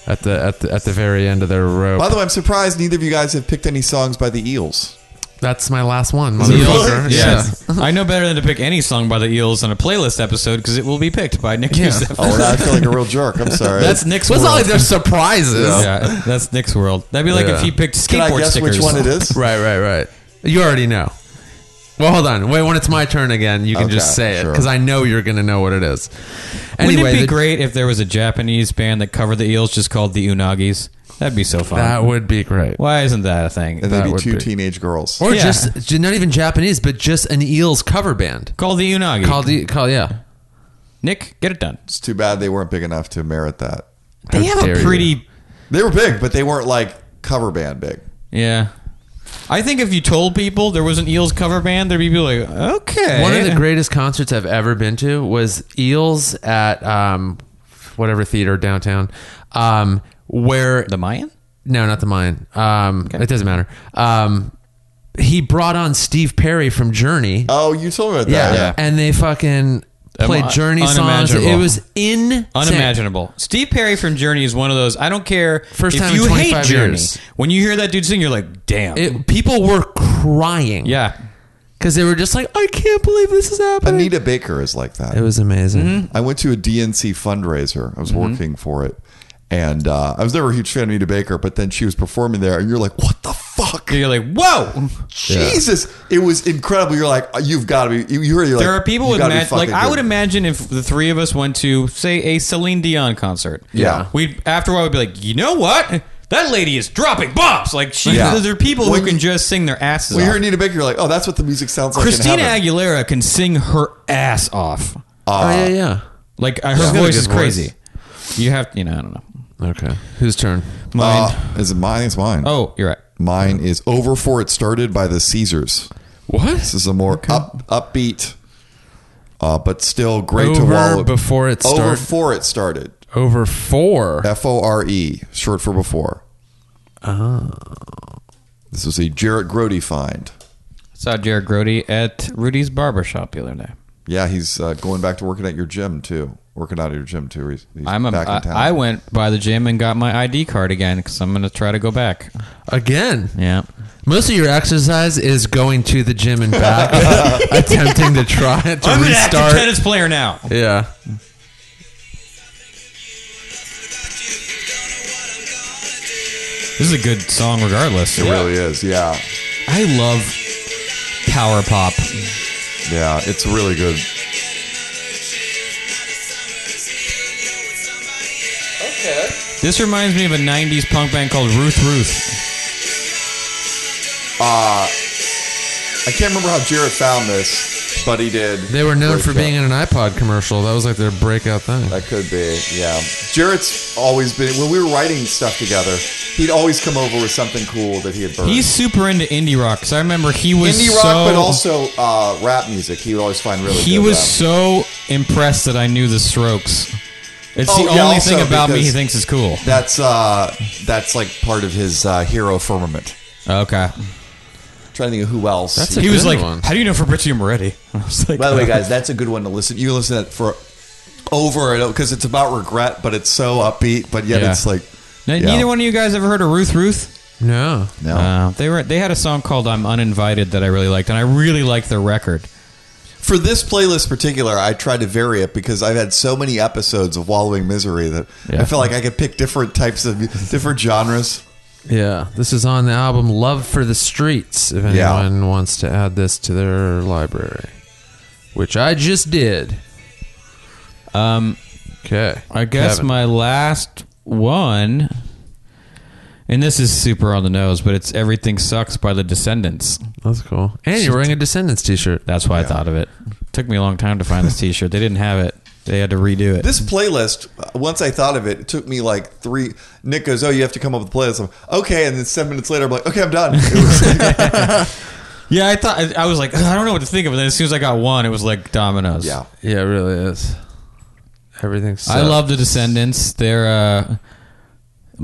A: at the at the, at the very end of their rope.
C: By the way, I'm surprised neither of you guys have picked any songs by the Eels.
A: That's my last one.
B: The
A: motherfucker.
B: Eels. Yes. I know better than to pick any song by the Eels on a playlist episode because it will be picked by Nick Youssef.
C: Oh, now I feel like a real jerk. I'm sorry.
B: That's Nick's
A: Well, it's
B: world.
A: not like there's surprises.
B: yeah, that's Nick's world. That'd be like
A: Yeah.
B: if he picked skateboard
C: Can I guess
B: stickers.
C: which one it is?
A: Right, right, right. You already know. Well, hold on. Wait, when it's my turn again, you can just
C: Okay,
A: say it
C: sure.
A: because I know you're going to know what it is. Anyway,
B: Wouldn't it
A: the-
B: be great if there was a Japanese band that covered the Eels just called the Unagis? That'd be so fun.
A: that would be great.
B: Why isn't that a thing?
C: and
A: that
C: they'd be
A: would
C: two
A: be-
C: teenage girls.
A: Or
B: Yeah.
A: just not even Japanese, but just an Eels cover band.
B: Call the Unagi.
A: Called the call yeah.
B: Nick, get it done.
C: It's too bad they weren't big enough to merit that.
A: How
B: They have
A: dare
B: a
A: you.
B: pretty.
C: They were big, but they weren't like cover band big.
B: Yeah. I think if you told people there was an Eels cover band, there'd be people like, okay.
A: One of the greatest concerts I've ever been to was Eels at um, whatever theater downtown, um, where
B: The Mayan?
A: No, not the mine. Um, It doesn't matter. Um, he brought on Steve Perry from Journey.
C: Oh, you told me about
A: yeah.
C: that.
A: and they fucking played
B: Un-
A: Journey songs. It
B: unimaginable.
A: was in
B: Unimaginable. Steve Perry from Journey is one of those. I don't care
A: First
B: if
A: time in
B: you hate
A: 25
B: Journey.
A: years.
B: When you hear that dude sing, you're like, damn.
A: It, people were crying.
B: yeah.
A: because they were just like, I can't believe this is happening.
C: Anita Mm-hmm. Baker is like
A: it
C: that.
A: was Mm-hmm. amazing.
C: I went to a DNC fundraiser. I was working for it. And uh, I was never a huge fan of Anita Baker, but then she was performing there, and you're like, what the fuck?
B: You're like, whoa.
C: Jesus. It was incredible. You're like, you've got to be. You, you heard it, you're
B: There
C: like,
B: are people
C: you
B: with
C: gotta be
B: mag- like
C: fucking
B: I would
C: kidding.
B: imagine if the three of us went to say a Celine Dion concert.
C: Yeah.
B: We'd after a while we'd be like, you know what? That lady is dropping bombs. Like she
C: Yeah.
B: there are people
C: When
B: who can
C: you-
B: just sing their asses
C: When you
B: off.
C: hear Anita Baker, you're like, oh, that's what the music sounds like. in
B: Christina
C: heaven.
B: Aguilera can sing her ass off.
A: oh yeah, yeah.
B: Like uh, her
A: got a good
B: voice is
A: voice.
B: crazy. You have you know, I don't know.
A: Okay, whose turn?
B: Mine.
C: Uh, is it mine? It's mine.
B: oh, you're right.
C: Mine is Over For It Started by the Caesars.
A: What?
C: This is a more up, upbeat, uh, but still great to
A: Over
C: wallow.
A: Before It
C: Over
A: Start-
C: for it started.
A: Over four.
C: F O R E, short for before.
B: Uh-huh.
C: Oh. This was a Jarrett Grody find.
B: Saw Jared Grody at Rudy's barbershop the other day.
C: Yeah, he's uh, going back to working at your gym too. Working out at your gym too. He's, he's
B: I'm a,
C: back in town.
B: I, I went by the gym and got my ID card again because I'm gonna try to go back.
A: Again.
B: Yeah.
A: Most of your exercise is going to the gym and back, attempting to try to
B: I'm an active
A: restart.
B: tennis player now.
A: Yeah.
B: This is a good song, regardless.
C: It really is. Yeah,
B: I love power pop.
C: yeah. It's really good.
E: Okay.
B: This reminds me of a '90s punk band called Ruth Ruth.
C: I can't remember how Jarrett found this, but he did.
A: They were known for
C: Breakout.
A: being in an iPod commercial. That was like their breakout thing.
C: That could be, yeah. Jarrett's always been when we were writing stuff together. He'd always come over with something cool that he had burned.
B: He's super into indie rock because I remember he was
C: indie
B: so,
C: rock, but also uh, rap music. He would always find really.
B: he
C: good
B: was so
C: rap.
B: impressed that I knew the Strokes. It's
C: Oh,
B: the
C: yeah,
B: only
C: also
B: thing about me he
C: because-
B: thinks is cool.
C: That's uh, that's like part of his uh, hero firmament.
B: Okay,
C: trying to think of who else.
A: That's a-
B: he was
A: good
B: like,
A: one.
B: "How do you know Fabrizio Moretti?" I was like, uh,
C: By the way, guys, that's a good one to listen. You listen to that for over and because it's about regret, but it's so upbeat. But yet
B: Yeah.
C: it's like
B: Now,
C: yeah.
B: Neither one of you guys ever heard of Ruth Ruth?
A: No.
C: no.
B: Uh, they were they had a song called "I'm Uninvited" that I really liked, and I really liked their record.
C: For this playlist particular, I tried to vary it because I've had so many episodes of wallowing misery that I
A: Yeah.
C: feel like I could pick different types of different genres.
A: Yeah. This is on the album Love for the Streets, if anyone
C: Yeah.
A: wants to add this to their library, which I just did.
B: Um,
A: Okay.
B: I guess
A: Kevin.
B: my last one, and this is super on the nose, but it's "Everything Sucks" by the Descendants.
A: That's cool. And you're wearing a Descendants t shirt.
B: That's why I thought of it. Took me a long time to find this T-shirt. They didn't have it. They had to redo it.
C: This playlist, uh, once I thought of it, it took me like three. Nick goes, "Oh, you have to come up with a playlist." I'm, okay, and then seven minutes later, I'm like, "Okay, I'm done." It was like-
B: yeah, I thought I, I was like, "Ugh, I don't know what to think of. And then as soon as I got one, it was like dominoes.
C: yeah,
A: Yeah, it really is. Everything's.
B: I love the Descendants. They're uh,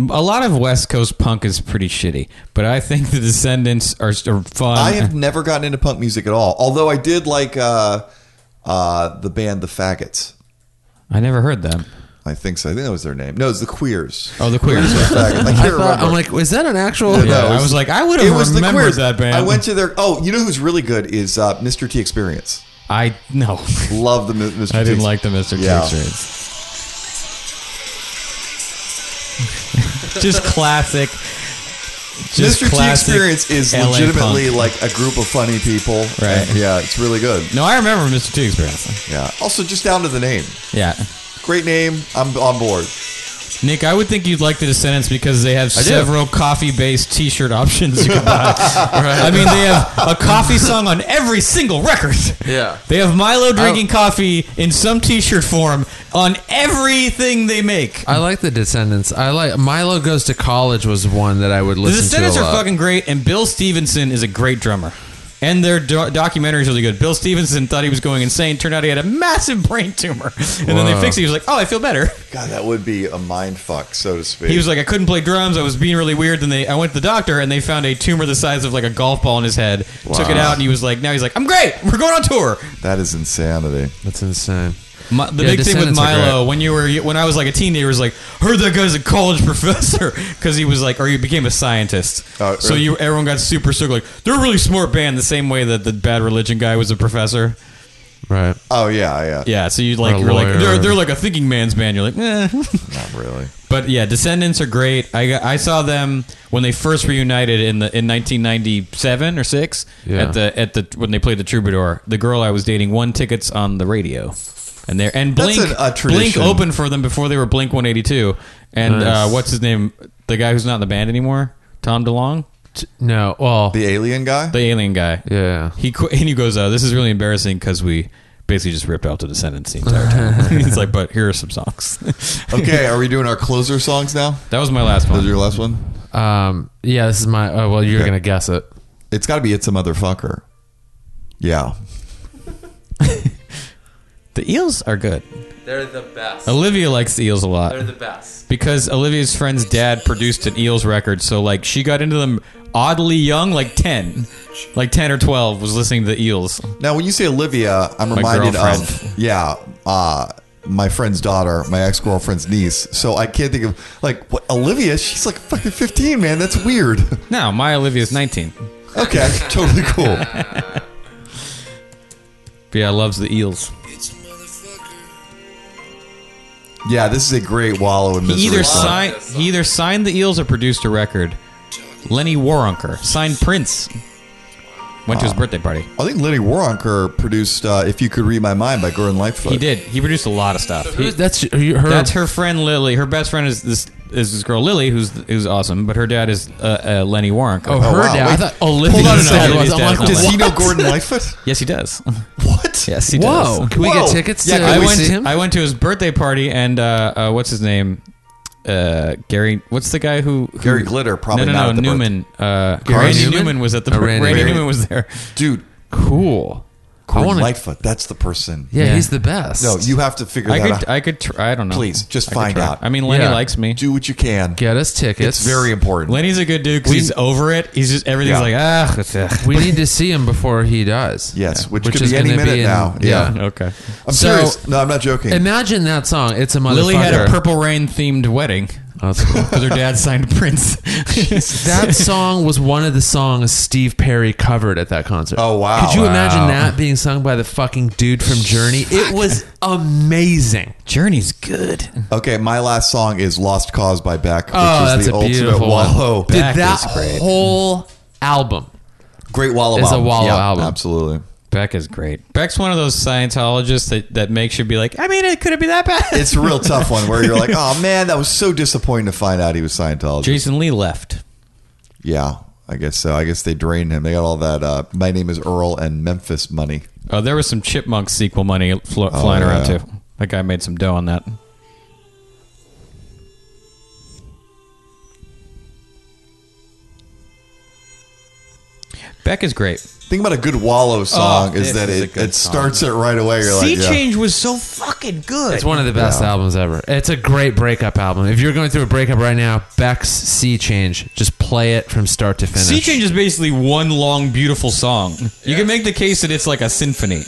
B: a lot of West Coast punk is pretty shitty, but I think the Descendants are, are fun.
C: I have never gotten into punk music at all. Although I did like uh, uh, the band The Faggots.
B: I never heard them.
C: I think so. I think that was their name. No, it's the Queers.
B: Oh, the Queers.
C: The Faggots. I can't remember.
A: I'm like, was that an actual?
C: Yeah,
B: Yeah,
C: No, it
B: I
C: was-
B: was like, I would
C: it
B: have
C: was the
B: remembered
C: Queers.
B: that band.
C: I went to their. Oh, you know who's really good is uh, Mr. T Experience.
B: I no,
C: Love the Mi- Mr.
B: I didn't
C: T.
B: like the Mr.
C: Yeah.
B: Yeah. T-shirts. just classic. Just
C: Mr. T
B: classic
C: Experience is
B: LA
C: legitimately
B: punk.
C: like a group of funny people.
B: Right.
C: And, yeah, it's really good.
B: No, I remember Mr. T Experience.
C: Yeah. Also, just down to the name.
B: Yeah,
C: Great name. I'm on board.
B: Nick, I would think you'd like the Descendants because they have
A: do.
B: several coffee-based T-shirt options you can buy. I mean, they have a coffee song on every single record.
A: Yeah.
B: They have Milo drinking coffee in some T-shirt form on everything they make.
A: I like the Descendants. I like Milo goes to college was one that I would
B: The
A: listen
B: Descendants
A: to a
B: are
A: lot.
B: fucking great, and Bill Stevenson is a great drummer. And their do- documentary is really good. Bill Stevenson thought he was going insane. Turned out he had a massive brain tumor. And then they
A: Whoa.
B: fixed it. He was like, oh, I feel better.
C: God, that would be a mind fuck, so to speak.
B: He was like, I couldn't play drums. I was being really weird. Then they, I went to the doctor, and they found a tumor the size of like a golf ball in his head. Took it out, and he was like, now he's like, I'm great. We're going on tour.
C: that is insanity.
A: That's insane.
B: My, the
A: Yeah,
B: big thing with
A: Descendants are
B: Milo when you were when I was like a teenager was like heard that guy's a college professor because he was like or he became a scientist.
C: Oh,
B: so
C: really?
B: you everyone got super circle like they're a really smart band the same way that the Bad Religion guy was a professor.
A: Right.
C: Oh, yeah, yeah.
B: Yeah, so you like
A: a
B: you're like
A: lawyer.
B: they're, they're like a thinking man's band. You're like, eh.
C: Not really.
B: but yeah, Descendants are great. I got, I saw them when they first reunited in the in 1997 or six
A: Yeah.
B: at the at the when they played the Troubadour. The girl I was dating won tickets on the radio, and there and
C: That's
B: Blink
C: an- a
B: Blink
C: tradition.
B: opened for them before they were Blink 182. And
A: Nice.
B: uh, what's his name? The guy who's not in the band anymore, Tom DeLong,
A: T- No. Well.
C: The alien guy?
B: the alien guy.
A: yeah.
B: He qu- and he goes, uh, "This is really embarrassing because we." Basically, just ripped out the Descendants the entire time. He's like, but here are some songs.
C: okay, are we doing our closer songs now?
B: that was my last
C: Those
B: one.
C: your last one?
A: Um. Yeah. This is my. Oh, well, you're gonna guess it.
C: It's got to be It's a Motherfucker. Yeah.
B: The Eels are good.
E: They're the best.
B: Olivia likes the Eels a
E: They're the
B: lot
E: best.
B: because Olivia's friend's dad produced an Eels record, so like she got into them oddly young, like ten, like ten or twelve, was listening to the Eels.
C: Now, when you say Olivia, I'm reminded
B: girlfriend.
C: of yeah, uh, my friend's daughter, my ex girlfriend's niece. So I can't think of like what, Olivia. She's like fucking 15, man. That's weird.
B: No, my Olivia's nineteen.
C: Okay, totally cool.
B: But yeah, loves the Eels.
D: It's a motherfucker.
C: Yeah, this is a great wallow in misery.
B: He either
C: song.
B: signed, he either signed the Eels or produced a record. Lenny Waronker signed Prince. Went to his birthday party.
C: I think Lenny Waronker produced uh, "If You Could Read My Mind" by Gordon Lightfoot.
B: He did. He produced a lot of stuff. He-
A: Who's- that's you- her.
B: That's her friend Lily. Her best friend is this is this girl Lily, who's who's awesome. But her dad is uh, uh, Lenny Waronker.
A: Oh, her
C: wow.
A: dad. I
C: Wait,
A: thought
C: hold
A: Olivia's
B: on a
A: dad
B: second.
A: was. I'm
B: Olivia's
A: like,
B: dad's
C: Does
A: what?
C: he know Gordon Lightfoot?
B: Yes, he does.
C: What?
B: Yes, he does.
A: Whoa! Can we get
C: Whoa.
A: tickets?
C: Yeah,
A: to
C: can
B: I
C: we
B: went.
C: see
A: him?
B: I went to his birthday party, and uh, uh, what's his name? Uh, Gary. What's the guy who, who-
C: Gary Glitter, probably
B: No, no,
C: not
B: no.
C: at the
B: Newman. Uh,
A: Gary
B: Randy
A: Newman?
B: Newman? was at the.
A: Oh, Randy
B: Randy,
A: Newman.
B: Newman was there.
C: dude.
A: cool.
C: Gordon
A: I wanna-
C: Lightfoot. That's the person.
A: Yeah,
B: Yeah.
A: he's the best.
C: No, you have to figure
B: I
C: that
B: could.
C: out.
B: I could. Try, I don't know.
C: Please,
B: I
C: just
B: could
C: find
B: try.
C: out.
B: I mean, Lenny
A: Yeah.
B: likes me.
C: Do what you can.
A: get us tickets.
C: It's very important.
B: Lenny's a good dude because he's over it. He's just everything's
C: Yeah.
B: like ah. it's, uh,
A: We need to see him before he dies.
C: Yes, which could
A: is
C: be any
A: gonna
C: minute now. Yeah.
B: Okay.
C: I'm
A: So-
C: serious. No, I'm not joking.
A: Imagine that song. It's a motherfucker.
B: Lily had a Purple Rain themed wedding
A: Oh, that's cool.
B: because her dad signed Prince.
A: that song was one of the songs Steve Perry covered at that concert.
C: Oh, wow.
A: Could you imagine
B: Wow.
A: that being sung by the fucking dude from Journey? It was amazing.
B: Journey's good.
C: okay, my last song is "Lost Cause" by Beck, which
A: Oh,
C: is
A: that's
C: the
A: a
C: ultimate
A: beautiful one.
C: wallow.
A: Did
B: Beck
A: that
B: is great.
A: whole album?
C: Great wallow.
A: It's a
C: album.
A: wallow
C: Yeah,
A: album.
C: Absolutely.
B: Beck is great. Beck's one of those Scientologists that, that makes you be like, I mean, it could it be that bad?
C: It's a real tough one where you're like, oh man, that was so disappointing to find out he was Scientology.
B: Jason Lee left.
C: Yeah, I guess so. I guess they drained him. They got all that. Uh, my name is Earl and Memphis money.
B: Oh, there was some Chipmunk sequel money flo-
C: Oh,
B: flying around
C: yeah.
B: too. That guy made some dough on that. Beck is great.
C: Thing about a good Wallow song
B: Oh, this
C: is that
B: is a
C: it,
B: good
C: it
B: song.
C: starts it right away. You're
B: Sea
C: like, yeah.
B: Change was so fucking good.
A: It's one of the best albums ever. It's a great breakup album. If you're going through a breakup right now, Beck's Sea Change. Just play it from start to finish.
B: Sea Change is basically one long, beautiful song. You can make the case that it's like a symphony.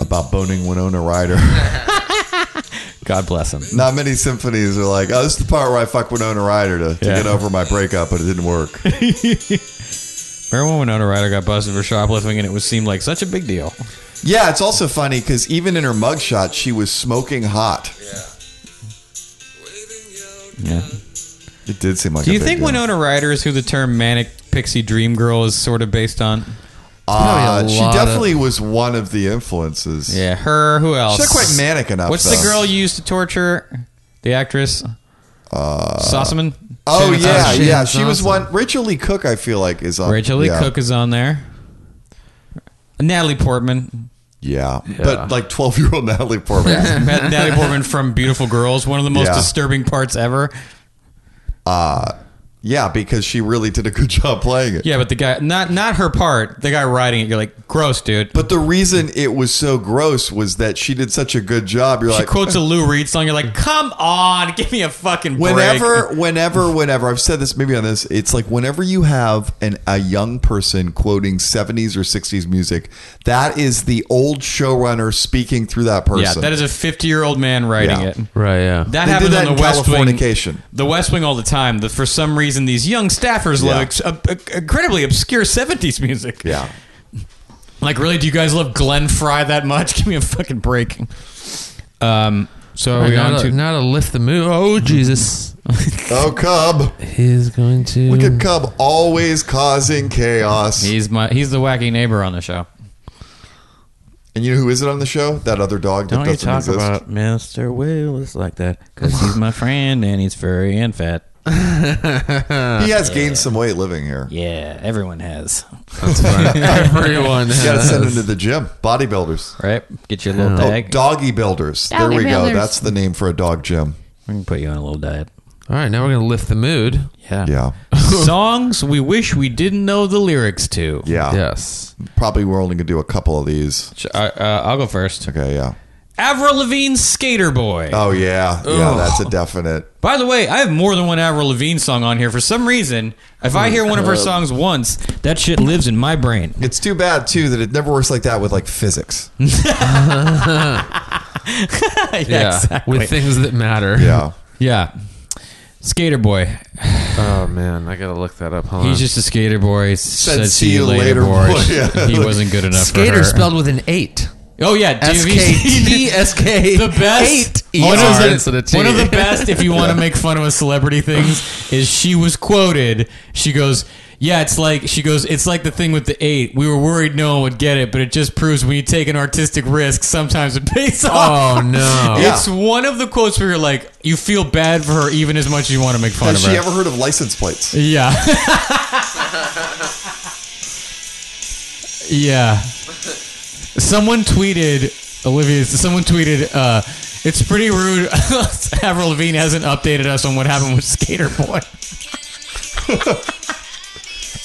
C: about boning Winona Ryder.
B: God bless him.
C: Not many symphonies are like, oh, this is the part where I fuck Winona Ryder to, to
B: Yeah.
C: get over my breakup, but it didn't work.
B: Remember when Winona Ryder got busted for shoplifting and it was seemed like such a big deal?
C: yeah, it's also funny because even in her mugshot, she was smoking hot.
B: Yeah.
C: It did seem like.
B: Do
C: a
B: you
C: big
B: think
C: deal.
B: Winona Ryder is who the term manic pixie dream girl is sort of based on?
C: Uh,
A: Probably a
C: she
A: lot
C: definitely was one of the influences.
B: Yeah, her. Who else?
C: She's not quite manic enough.
B: What's
C: though.
B: the girl you used to torture? The actress. Uh, Sossaman.
C: Oh
B: Shannon
C: yeah,
B: Sossaman.
C: yeah. She was
A: Johnson.
C: one. Rachel Lee Cook, I feel like, is on.
B: Rachel Lee
C: yeah.
B: Cook is on there. Natalie Portman.
C: Yeah, but like twelve-year-old Natalie Portman.
B: Met Natalie Portman from Beautiful Girls. One of the most
C: Yeah.
B: disturbing parts ever.
C: yeah, because she really did a good job playing it.
B: Yeah, but the guy, not not her part. The guy writing it. You're like, gross, dude.
C: But the reason it was so gross was that she did such a good job. You're
B: she
C: like,
B: quotes a Lou Reed song. You're like, come on, give me a fucking break.
C: whenever whenever whenever i've said this maybe on this it's like whenever you have an a young person quoting 70s or 60s music that is the old showrunner speaking through that person
B: Yeah, that is a 50 year old man writing
C: Yeah.
B: it.
A: right, yeah.
B: That
C: They
B: happens
C: did that
B: on
C: in
B: the West
C: Californication.
B: Wing. The West Wing all the time. That for some reason these young staffers love
C: Yeah.
B: ex- ob- ob- incredibly obscure 70s music.
C: yeah
B: Like, really, do you guys love Glenn Fry that much? Give me a fucking break. Um, so are we
A: not,
B: on
A: a,
B: to
A: not a lift the move. Oh Jesus,
C: oh cub
A: he's going to.
C: look at cub always causing chaos
B: He's my he's the wacky neighbor on the show.
C: and you know who is it on the show that other dog that
B: Don't you
C: doesn't
B: talk
C: exist
B: about Mr. Willis like that because he's my friend and he's furry and fat.
C: he has gained some weight living here
B: Yeah, everyone has.
A: everyone.
C: you gotta
A: has-
C: send him to the gym bodybuilders
B: Right? Get your little
C: Oh,
B: tag.
C: doggy builders. there we go. That's the name for a dog gym.
B: we can put you on a little diet.
A: All right, now we're gonna lift the mood.
B: Yeah.
C: Yeah.
B: Songs we wish we didn't know the lyrics to.
A: Ah.
C: Yeah.
A: Yes.
C: Probably we're only going to do a couple of these.
B: Sh- Uh, uh, I'll go first.
C: Okay. Yeah.
B: Avril Lavigne's Skater Boy.
C: Oh yeah, yeah, that's a definite.
B: By the way, I have more than one Avril Lavigne song on here. For some reason, if I hear one of her songs once, that shit lives in my brain.
C: It's too bad too that it never works like that with like physics.
B: yeah,
A: Yeah. With things that matter.
C: Yeah,
B: yeah. Skater Boy.
A: Oh man, I gotta look that up. Hold
B: He's just a skater boy. Said,
C: see you later, boy." Yeah.
B: He wasn't good enough for her.
A: skater spelled with an eight.
B: Oh yeah,
A: S K T E S K.
B: the best
A: Eight
B: one,
A: ER
B: of
A: instead
B: the,
A: of T.
B: one of the best if you want to make fun of a celebrity things is she was quoted she goes yeah it's like she goes it's like the thing with the eight we were worried no one would get it but it just proves when you take an artistic risk sometimes it pays off
A: Oh no.
C: Yeah.
B: it's one of the quotes where you're like you feel bad for her even as much as you want to make fun
C: has
B: of
C: she
B: her
C: ever heard of license plates?
B: yeah yeah someone tweeted Olivia. Someone tweeted, uh, "It's pretty rude." Avril Lavigne hasn't updated us on what happened with Skater Boy.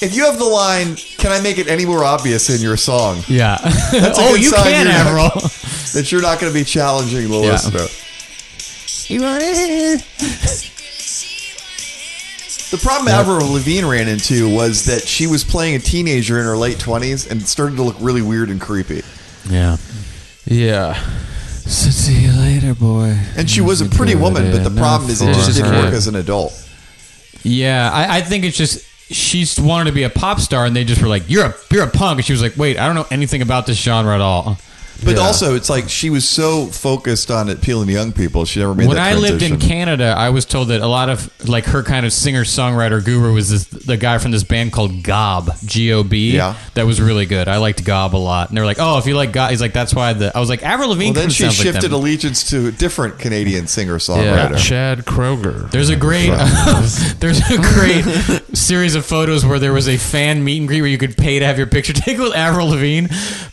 C: If you have the line, "Can I make it any more obvious in your song?"
B: Yeah.
C: a
B: oh,
C: good
B: you
C: sign
B: can,
C: you're not-
B: Avril.
C: that you're not going to be challenging the listener.
B: You want it?
C: The problem Avril Lavigne ran into was that she was playing a teenager in her late twenties and it started to look really weird and creepy.
B: Yeah.
A: Yeah.
B: So see you later, boy.
C: And she was a pretty woman, but the problem is it just didn't
A: her.
C: work as an adult.
B: Yeah, I, I think it's just she's wanted to be a pop star, and they just were like, "You're a you're a punk," and she was like, "Wait, I don't know anything about this genre at all."
C: But
A: Yeah.
C: also, it's like she was so focused on appealing to young people, she never made
B: when
C: that
B: I lived in
C: transition.
B: Canada, I was told that a lot of like her kind of singer songwriter guru was this the guy from this band called Gob G O B.
C: Yeah.
B: that was really good. I liked Gob a lot, and they were like, "Oh, if you like Gob," he's like, "That's why the." I was like, "Avril Lavigne."
C: Well, then
B: kinda
C: she
B: sounds like
C: shifted
B: them.
C: allegiance to a different Canadian singer
A: Yeah.
C: songwriter.
A: Chad Kroger.
B: There's a great, there's a great series of photos where there was a fan meet and greet where you could pay to have your picture taken with Avril Lavigne,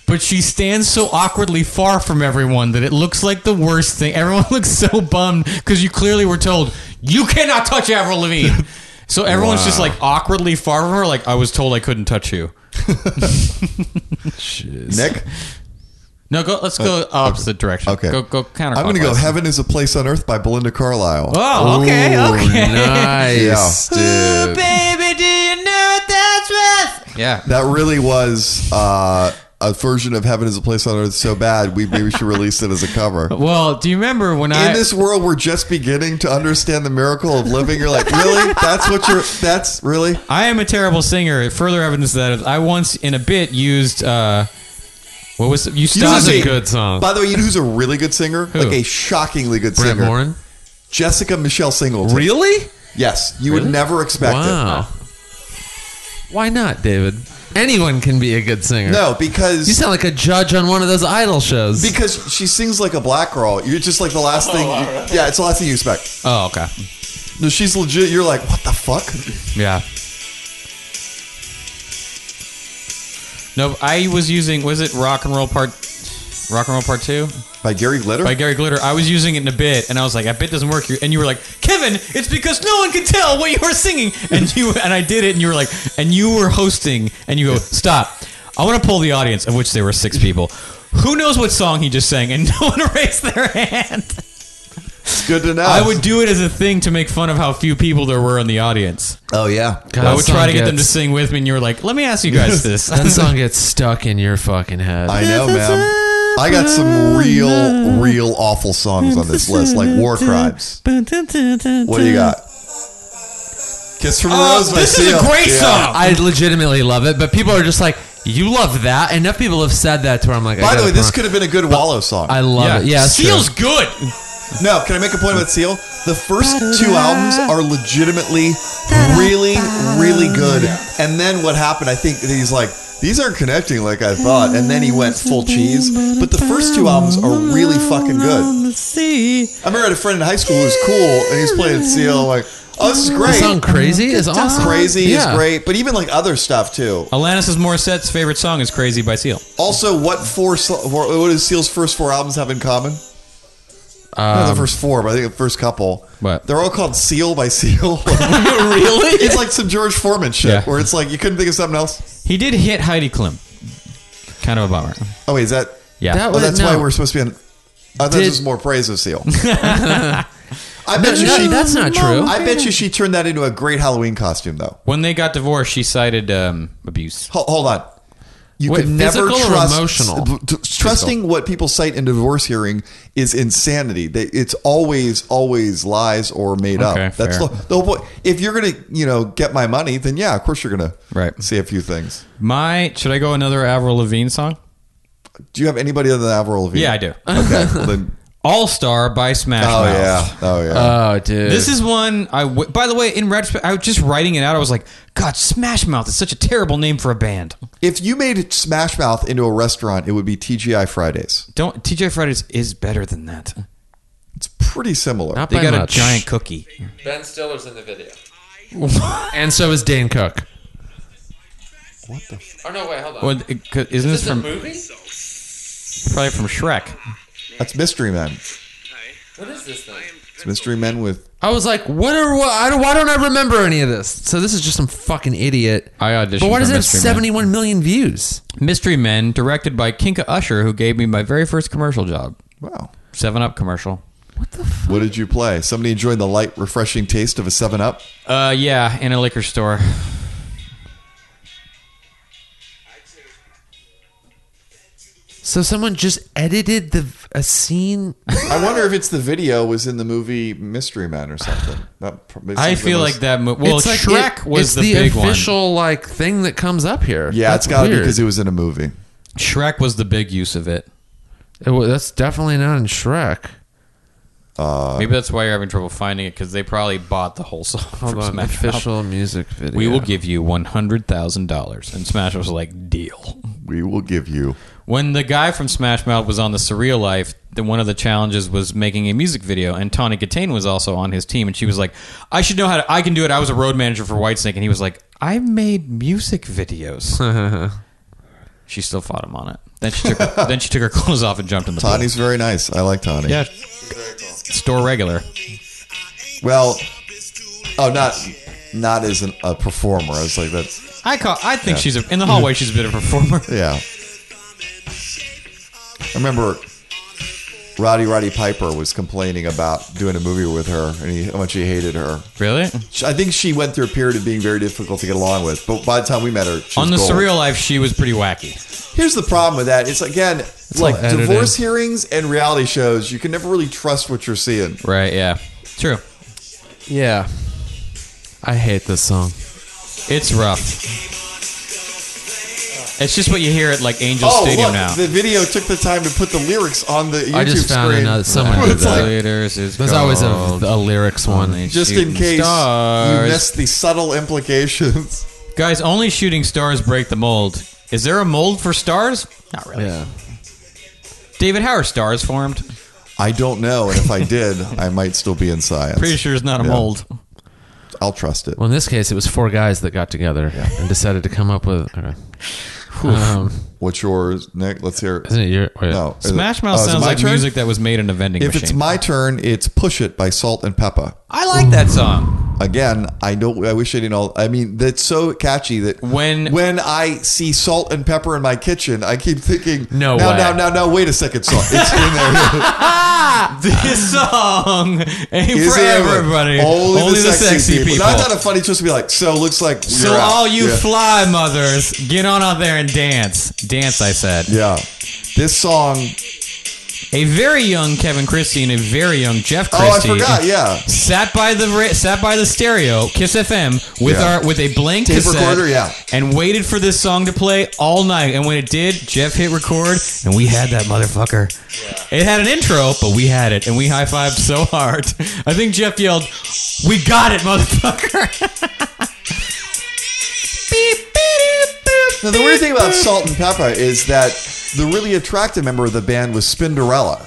B: but she stands so awkwardly far from everyone that it looks like the worst thing. Everyone looks so bummed because you clearly were told you cannot touch Avril Lavigne. So everyone's just like awkwardly far from her. Like I was told I couldn't touch you.
C: Nick,
B: No, go. Let's go opposite direction.
C: okay.
B: Go go counterclockwise.
C: I'm going to go Heaven is a Place on Earth by Belinda Carlisle.
B: Oh, okay, okay.
A: Nice,
C: Yeah.
A: dude.
B: Baby, do you know what that's worth? Yeah.
C: That really was uh, a version of Heaven is a Place on Earth so bad, we maybe should release it as a cover.
B: Well, do you remember when I
C: In this world, we're just beginning to understand the miracle of living. You're like, really? That's what you're. That's really.
B: I am a terrible singer. Further evidence of that is I once in a bit used uh what was it? You
A: That's
B: started
A: a good song.
C: By the way, you know who's a really good singer? Like a shockingly good
A: Brett
C: singer.
A: Morin.
C: Jessica Michelle Singleton.
A: Really?
C: Yes, you would
A: Really?
C: never expect it.
A: Wow. Why not, David? Anyone can be a good singer.
C: No, because
A: You sound like a judge on one of those idol shows.
C: because she sings like a black girl. You're just like the last thing. Yeah, it's the last thing you expect.
B: Oh, okay.
C: No, she's legit. You're like, what the fuck?
B: Yeah. No, I was using was it rock and roll part rock and roll part 2
C: By Gary Glitter.
B: by Gary Glitter. I was using it in a bit and I was like, "That bit doesn't work." And you were like, "Kevin, it's because no one could tell what you were singing." And you and I did it and you were like, and you were hosting and you go, "Stop. I want to pull the audience of which there were 6 people. Who knows what song he just sang and no one raised their hand."
C: it's good to know.
B: I would do it as a thing to make fun of how few people there were in the audience.
C: Oh yeah.
A: God,
B: I
A: that
B: would try
A: song
B: to get them to
A: gets-
B: sing with me, and you were like, "Let me ask you guys this."
A: That song gets stuck in your fucking head.
C: I know, ma'am. I got some real, real awful songs on this list, like War Crimes. What do you got? Kiss from a
B: Oh,
C: Rose by
B: this is a
C: Seal.
B: great
C: Yeah.
B: song.
A: I legitimately love it, but people are just like, you love that. Enough people have said that to where I'm like, I
C: By the
A: gotta
C: way, this
A: put
C: could have been a good Wallow song.
A: on- I love it. Yeah, it's true.
B: Seal's good.
C: No, can I make a point about Seal? The first two albums are legitimately really, really good. And then what happened, I think that he's like, these aren't connecting like I thought. And then he went full cheese. But the first two albums are really fucking good. I remember I had a friend in high school who was cool and he's playing Seal. I'm like, oh, this is
A: The
C: great.
A: song "Crazy" is awesome.
C: Crazy
A: Yeah.
C: is great, but even like other stuff too.
B: Alanis Morissette's favorite song is "Crazy" by Seal.
C: Also, what four? sl- What does Seal's first four albums have in common? Not
A: Um,
C: the first four, but I think the first couple.
B: What?
C: They're all called Seal by Seal.
B: really?
C: it's like some George Foreman shit,
B: Yeah.
C: where it's like you couldn't think of something else.
B: He did hit Heidi Klum. Kind of a bummer.
C: Oh wait, is that?
B: Yeah.
A: That
C: Oh,
A: was-
C: that's
A: no.
C: why we're supposed to be on. I thought
A: Did-
C: this was more praise of Seal. I bet you
A: No,
C: she.
A: that's not true.
C: I bet you she turned that into a great Halloween costume, though.
B: when they got divorced, she cited um, abuse.
C: Hold, hold on. You
A: Wait,
C: can never
A: physical or
C: trust
A: emotional?
C: t- t- trusting what people cite in divorce hearing is insanity. They, it's always always lies or made
B: Okay,
C: up. That's
B: fair.
C: the, the whole point. If you're gonna you know get my money, then yeah, of course you're gonna
B: Right.
C: say a few things.
B: My should I go another Avril Lavigne song?
C: Do you have anybody other than Avril Lavigne?
B: Yeah, I do.
C: Okay, well then.
B: All Star by Smash
C: Oh
B: Mouth.
C: yeah, oh yeah.
B: Uh,
A: Oh, dude.
B: This is one I. W- by the way, in retrospect, I was just writing it out. I was like, God, Smash Mouth is such a terrible name for a band.
C: if you made Smash Mouth into a restaurant, it would be TGI Fridays.
B: Don't TJ Fridays is better than that.
C: It's pretty similar.
A: not
B: They
A: by
B: got
A: much.
B: a giant cookie.
E: Ben Stiller's in the video.
A: and so is Dane Cook.
E: Oh no, wait, hold on.
B: Well, it- 'cause isn't this
E: Is this a
B: from
E: movie?
B: probably from Shrek?
C: That's Mystery Men.
E: What is this thing?
C: It's Mystery Men with
A: I was like, what are what, I don't, why don't I remember any of this? So this is just some fucking idiot.
B: I auditioned.
A: But why does
B: for
A: it have
B: Mystery Men.
A: 71 million views?
B: Mystery Men, directed by Kinka Usher, who gave me my very first commercial job.
C: wow.
B: Seven Up commercial.
C: What did you play? Somebody enjoying the light, refreshing taste of a Seven Up.
B: Uh, yeah, in a liquor store.
A: So someone just edited the a scene.
C: I wonder if it's the video was in the movie Mystery Man or something. That probably
B: I
C: seems the
B: feel
C: most-
B: like that. Mo- well,
A: It's like
B: Shrek
A: it- it's
B: was the, big one.
A: official like thing that comes up here.
C: Yeah,
A: that's
C: it's got to be
A: weird.
C: because it was in a movie.
B: Shrek was the big use of it.
A: It wa- that's definitely not in Shrek. Uh,
B: Maybe that's why you're having trouble finding it because they probably bought the whole song
A: Hold
B: from
A: on,
B: Smash Mouth.
A: official music video.
B: We will give you one hundred thousand dollars, and Smash was like, "Deal."
C: We will give you.
B: When the guy from Smash Mouth was on the Surreal Life, then one of the challenges was making a music video, and Tawny Katane was also on his team, and she was like, "I should know how to. I can do it. I was a road manager for Whitesnake," and he was like, "I made music videos." she still fought him on it. Then she took her, then she took her clothes off and jumped in the pool.
C: Tani's very nice. I like Tani.
B: Yeah, store regular.
C: Well, oh, not not as an, a performer. I was like that.
B: I call. I think she's a, in the hallway. She's a bit of a performer.
C: Yeah. I remember Roddy Roddy Piper was complaining about doing a movie with her and he, how much he hated her.
B: Really?
C: She- I think she went through a period of being very difficult to get along with, but by the time we met her, she was
B: On the
C: gold.
B: Surreal Life, she was pretty wacky.
C: Here's the problem with that. It's again like
A: all edited.
C: divorce hearings and reality shows. You can never really trust what you're seeing.
B: Right? Yeah. True.
A: Yeah. I hate this song.
B: It's rough. It's just what you hear at like Angel
C: oh,
B: Stadium
C: look,
B: now.
C: the video took the time to put the lyrics on the YouTube
A: I just found
C: screen.
A: another- someone
C: It's
A: did that.
C: like,
B: Leaders is
A: There's always a,
B: gold.
A: a lyrics one.
C: just in
B: Shooting
C: case
B: stars.
C: you missed the subtle implications.
B: guys. Only shooting stars break the mold. Is there a mold for stars? Not really.
A: Yeah.
B: David, how are stars formed?
C: I don't know, and if I did, I might still be in science.
B: Pretty sure it's not a
C: Yeah.
B: mold.
C: I'll trust it.
A: Well, in this case, it was four guys that got together and decided to come up with. Okay. Um,
C: What's yours, Nick? Let's hear. it.
A: isn't it your wait.
C: No, is it-
B: Smash
C: oh,
B: Mouth
C: is it
B: sounds
C: my
B: like
C: turn?
B: music that was made in a vending
C: If
B: machine.
C: it's my turn, it's "Push It" by Salt and Peppa.
B: I like that song.
C: Again, I don't. I wish I didn't. All, I mean, that's so catchy that
B: When-
C: when I see salt and pepper in my kitchen, I keep thinking,
A: No
C: no,
A: way.
C: no, no, no. Wait a second, salt. It's in there.
B: This song ain't
C: Is
B: for
C: it ever?
B: everybody.
C: Only, the, sexy people.
B: people.
C: No, I thought a funny twist would be like, so it looks like.
B: So
C: you're out.
B: all you
C: yeah.
B: fly mothers, get on out there and dance. Dance, I said.
C: yeah, this song.
B: A very young Kevin Christie and a very young Jeff
C: Oh, I
B: Christie
C: forgot. Yeah.
B: sat by the ra- sat by the stereo, Kiss FM, with
C: Yeah.
B: our with a blank
C: Tape
B: cassette,
C: recorder, yeah.
B: and waited for this song to play all night. And when it did, Jeff hit record, and we had that motherfucker. It had an intro, but we had it, and we high fived so hard. I think Jeff yelled, "We got it, motherfucker!" beep, beep, beep, beep,
C: Now, the weird thing about Salt and Pepper is that the really attractive member of the band was Spinderella.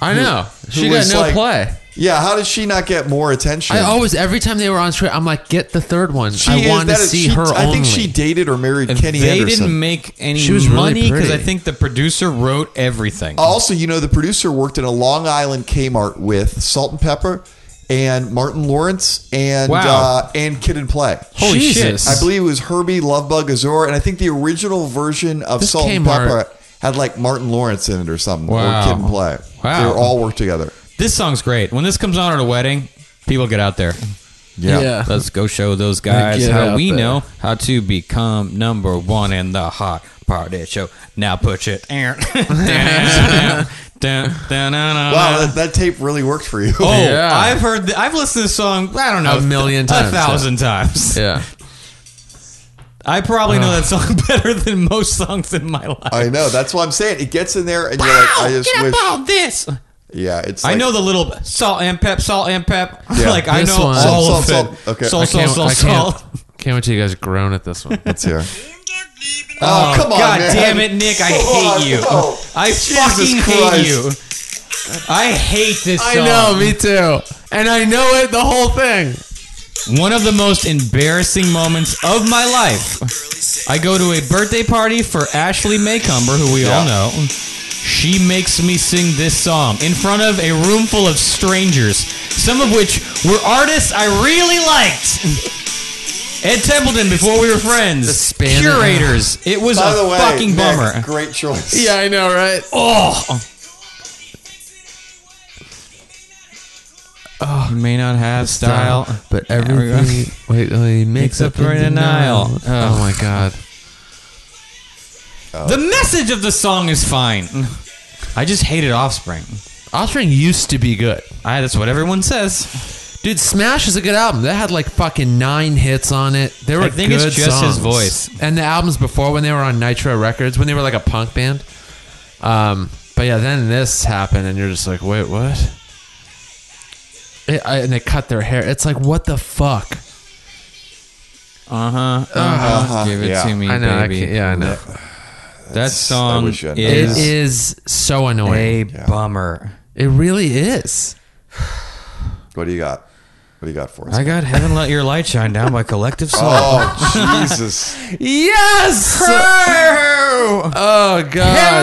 A: I know she got
C: was
A: no
C: like-
A: play.
C: Yeah, how did she not get more attention?
A: I always every time they were on screen, I'm like, get the third one. I
C: is-
A: want to
C: that is-
A: see
C: she-
A: her
C: I think
A: only.
C: she dated or married Kenny
B: they
C: Anderson.
B: didn't make any
A: She was really
B: money because I
A: pretty.
B: think the producer wrote everything.
C: also, you know, the producer worked in a Long Island Kmart with Salt and Pepper and Martin Lawrence and
B: Wow.
C: uh, and Kid and Play.
B: Holy
A: Jesus.
C: I believe it was Herbie Lovebug Azor, and I think the original version of
A: This
C: Salt and
A: Kmart-
C: Pepper had like Martin Lawrence in it or something,
B: Wow.
C: or Kid and Play.
B: Wow.
C: They were all worked together.
B: This song's great. When this comes on at a wedding, people get out there.
A: Yeah.
B: Let's go show those guys
A: Get
B: how
A: out
B: we
A: there.
B: know how to become number one in the hot party show. Now put it. Wow,
C: Wow, that, that tape really worked for you.
B: Oh,
A: Yeah.
B: I've heard. Th- I've listened to this song. I don't know,
A: A million times,
B: a
A: yeah.
B: thousand times.
A: yeah. Uh.
B: I probably know that song better than most songs in my life.
C: I know. That's what I'm saying. It gets in there, and you're like, I just
B: get
C: wish.
B: up on this.
C: Yeah, it's.
B: I
C: like-
B: know the little salt and pep, salt and pep.
C: Yeah.
B: like I
A: This
B: know
A: one.
B: all
C: Salt,
B: of
C: salt,
B: it.
C: salt. Okay.
B: Salt,
C: I
B: salt, salt,
A: I can't,
B: salt.
A: can't wait till you guys groan at this one.
C: It's here.
B: Oh,
C: come on,
B: God
C: man.
B: damn it, Nick! I
C: Come
B: hate
C: on,
B: you.
C: no.
B: I fucking hate
C: Christ.
B: you. I hate this song.
A: I know, me too. And I know it the whole thing.
B: One of the most embarrassing moments of my life. I go to a birthday party for Ashley Maycumber, who we all
C: Yeah.
B: know. She makes me sing this song in front of a room full of strangers, some of which were artists I really liked. Ed Templeton, before we were friends,
A: The span-
B: curators. It was
C: By the
B: a
C: way,
B: fucking
C: Nick,
B: bummer.
C: Great choice.
A: Yeah, I know, right?
B: Oh. you may not have style.
A: But
B: we go.
A: everything wait, till he
B: Makes
A: makes up
B: up for
A: in
B: it in
A: denial.
B: Nile.
A: Oh my god.
B: The message of the song is fine. I just hated Offspring.
A: Offspring used to be good.
B: I, that's what everyone says.
A: Dude, Smash is a good album. That had like fucking nine hits on it. They were
B: I think it's
A: good
B: just his
A: songs.
B: voice.
A: And the albums before when they were on Nitro Records, when they were like a punk band. Um, but yeah, then this happened, and you're just like, wait, what? It, I, and they cut their hair. It's like, what the fuck?
B: Uh huh. Uh huh.
C: Uh-huh,
B: Give it
C: yeah.
B: to me,
A: Uh-huh. I know. I
B: baby.
A: can't, yeah, I know.
B: That song
C: wish I
B: is,
C: knew.
A: It is so annoying.
B: a bummer.
A: It really is.
C: What do you got? What do you got for us?
B: I got "Heaven Let Your Light Shine Down" by Collective Soul.
C: Oh Jesus!
A: Yes. Oh God.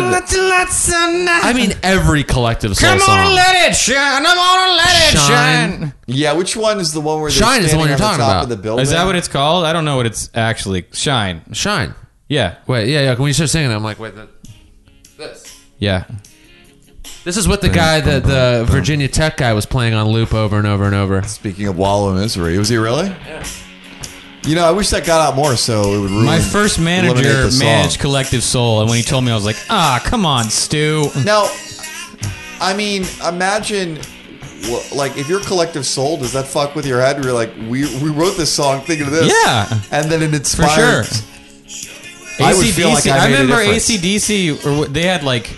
B: your light shine down.
A: I mean, every collective soul song.
B: let it shine. I'm gonna let
A: it Shine. shine.
C: Yeah, which one is the one where they're
A: Shine is the one
C: standing
A: you're talking
C: on the top
A: about.
C: of the building?
B: Is that what it's called? I don't know what it's actually. Shine.
A: Shine.
B: Yeah.
A: Wait, yeah, yeah. When you start singing, I'm like, wait, that, this.
B: Yeah.
A: This is what the guy that the Virginia Tech guy was playing on loop over and over and over.
C: Speaking of Wallow in Misery, was he really? Yeah. You know, I wish that got out more so it would ruin
B: My first manager
C: eliminate the song.
B: managed Collective Soul, and when he told me, I was like, ah, come on, Stu.
C: Now, I mean, imagine, well, like, if your collective soul does that fuck with your head? You're like, we we wrote this song thinking of this,
B: Yeah.
C: and then it
B: For sure.
C: inspired. I would
B: ACDC.
C: feel
B: I,
C: like I made a
B: remember
C: difference.
B: ACDC, or what- they had like,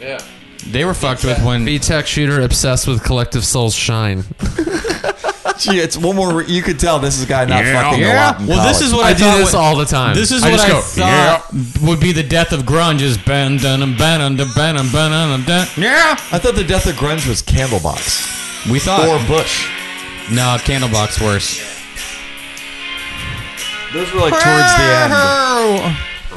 E: Yeah.
B: they were fucked with when.
A: VTech shooter obsessed with collective souls shine.
C: Gee, it's one more. You could tell this is a guy not fucking a lot. in
B: Well, this
C: college.
B: is what I,
A: I do
B: thought
A: this
B: wa-
A: all the time.
B: This is
A: I
B: what
A: just
B: I
A: go,
B: thought would be the death of grunge is ben dun dun ben dun dun ben dun ben dun dun dun. Yeah.
C: I thought the death of grunge was Candlebox
B: We thought
C: or Bush.
B: no Candlebox worse.
C: Those were like towards the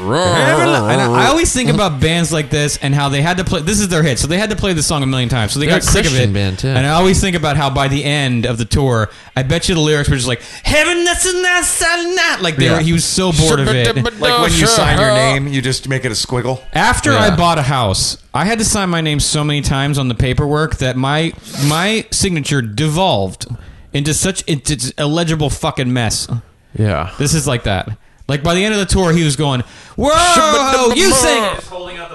B: And I, I always think about bands like this and how they had to play. This is their hit, so they had to play this song a million times. So they
A: They're
B: got
A: a
B: sick of
A: Christian
B: it.
A: band, too.
B: And I always think about how by the end of the tour, I bet you the lyrics were just like "Heaven, that's a nice, a nice." Like they
A: Yeah.
B: were, he was so bored of it.
C: end. Like when you sign your name, you just make it a squiggle.
B: After
A: Yeah.
B: I bought a house, I had to sign my name so many times on the paperwork that my my signature devolved into such into illegible fucking mess.
A: Yeah.
B: This is like that. Like by the end of the tour, he was going, "Whoa, you sing it."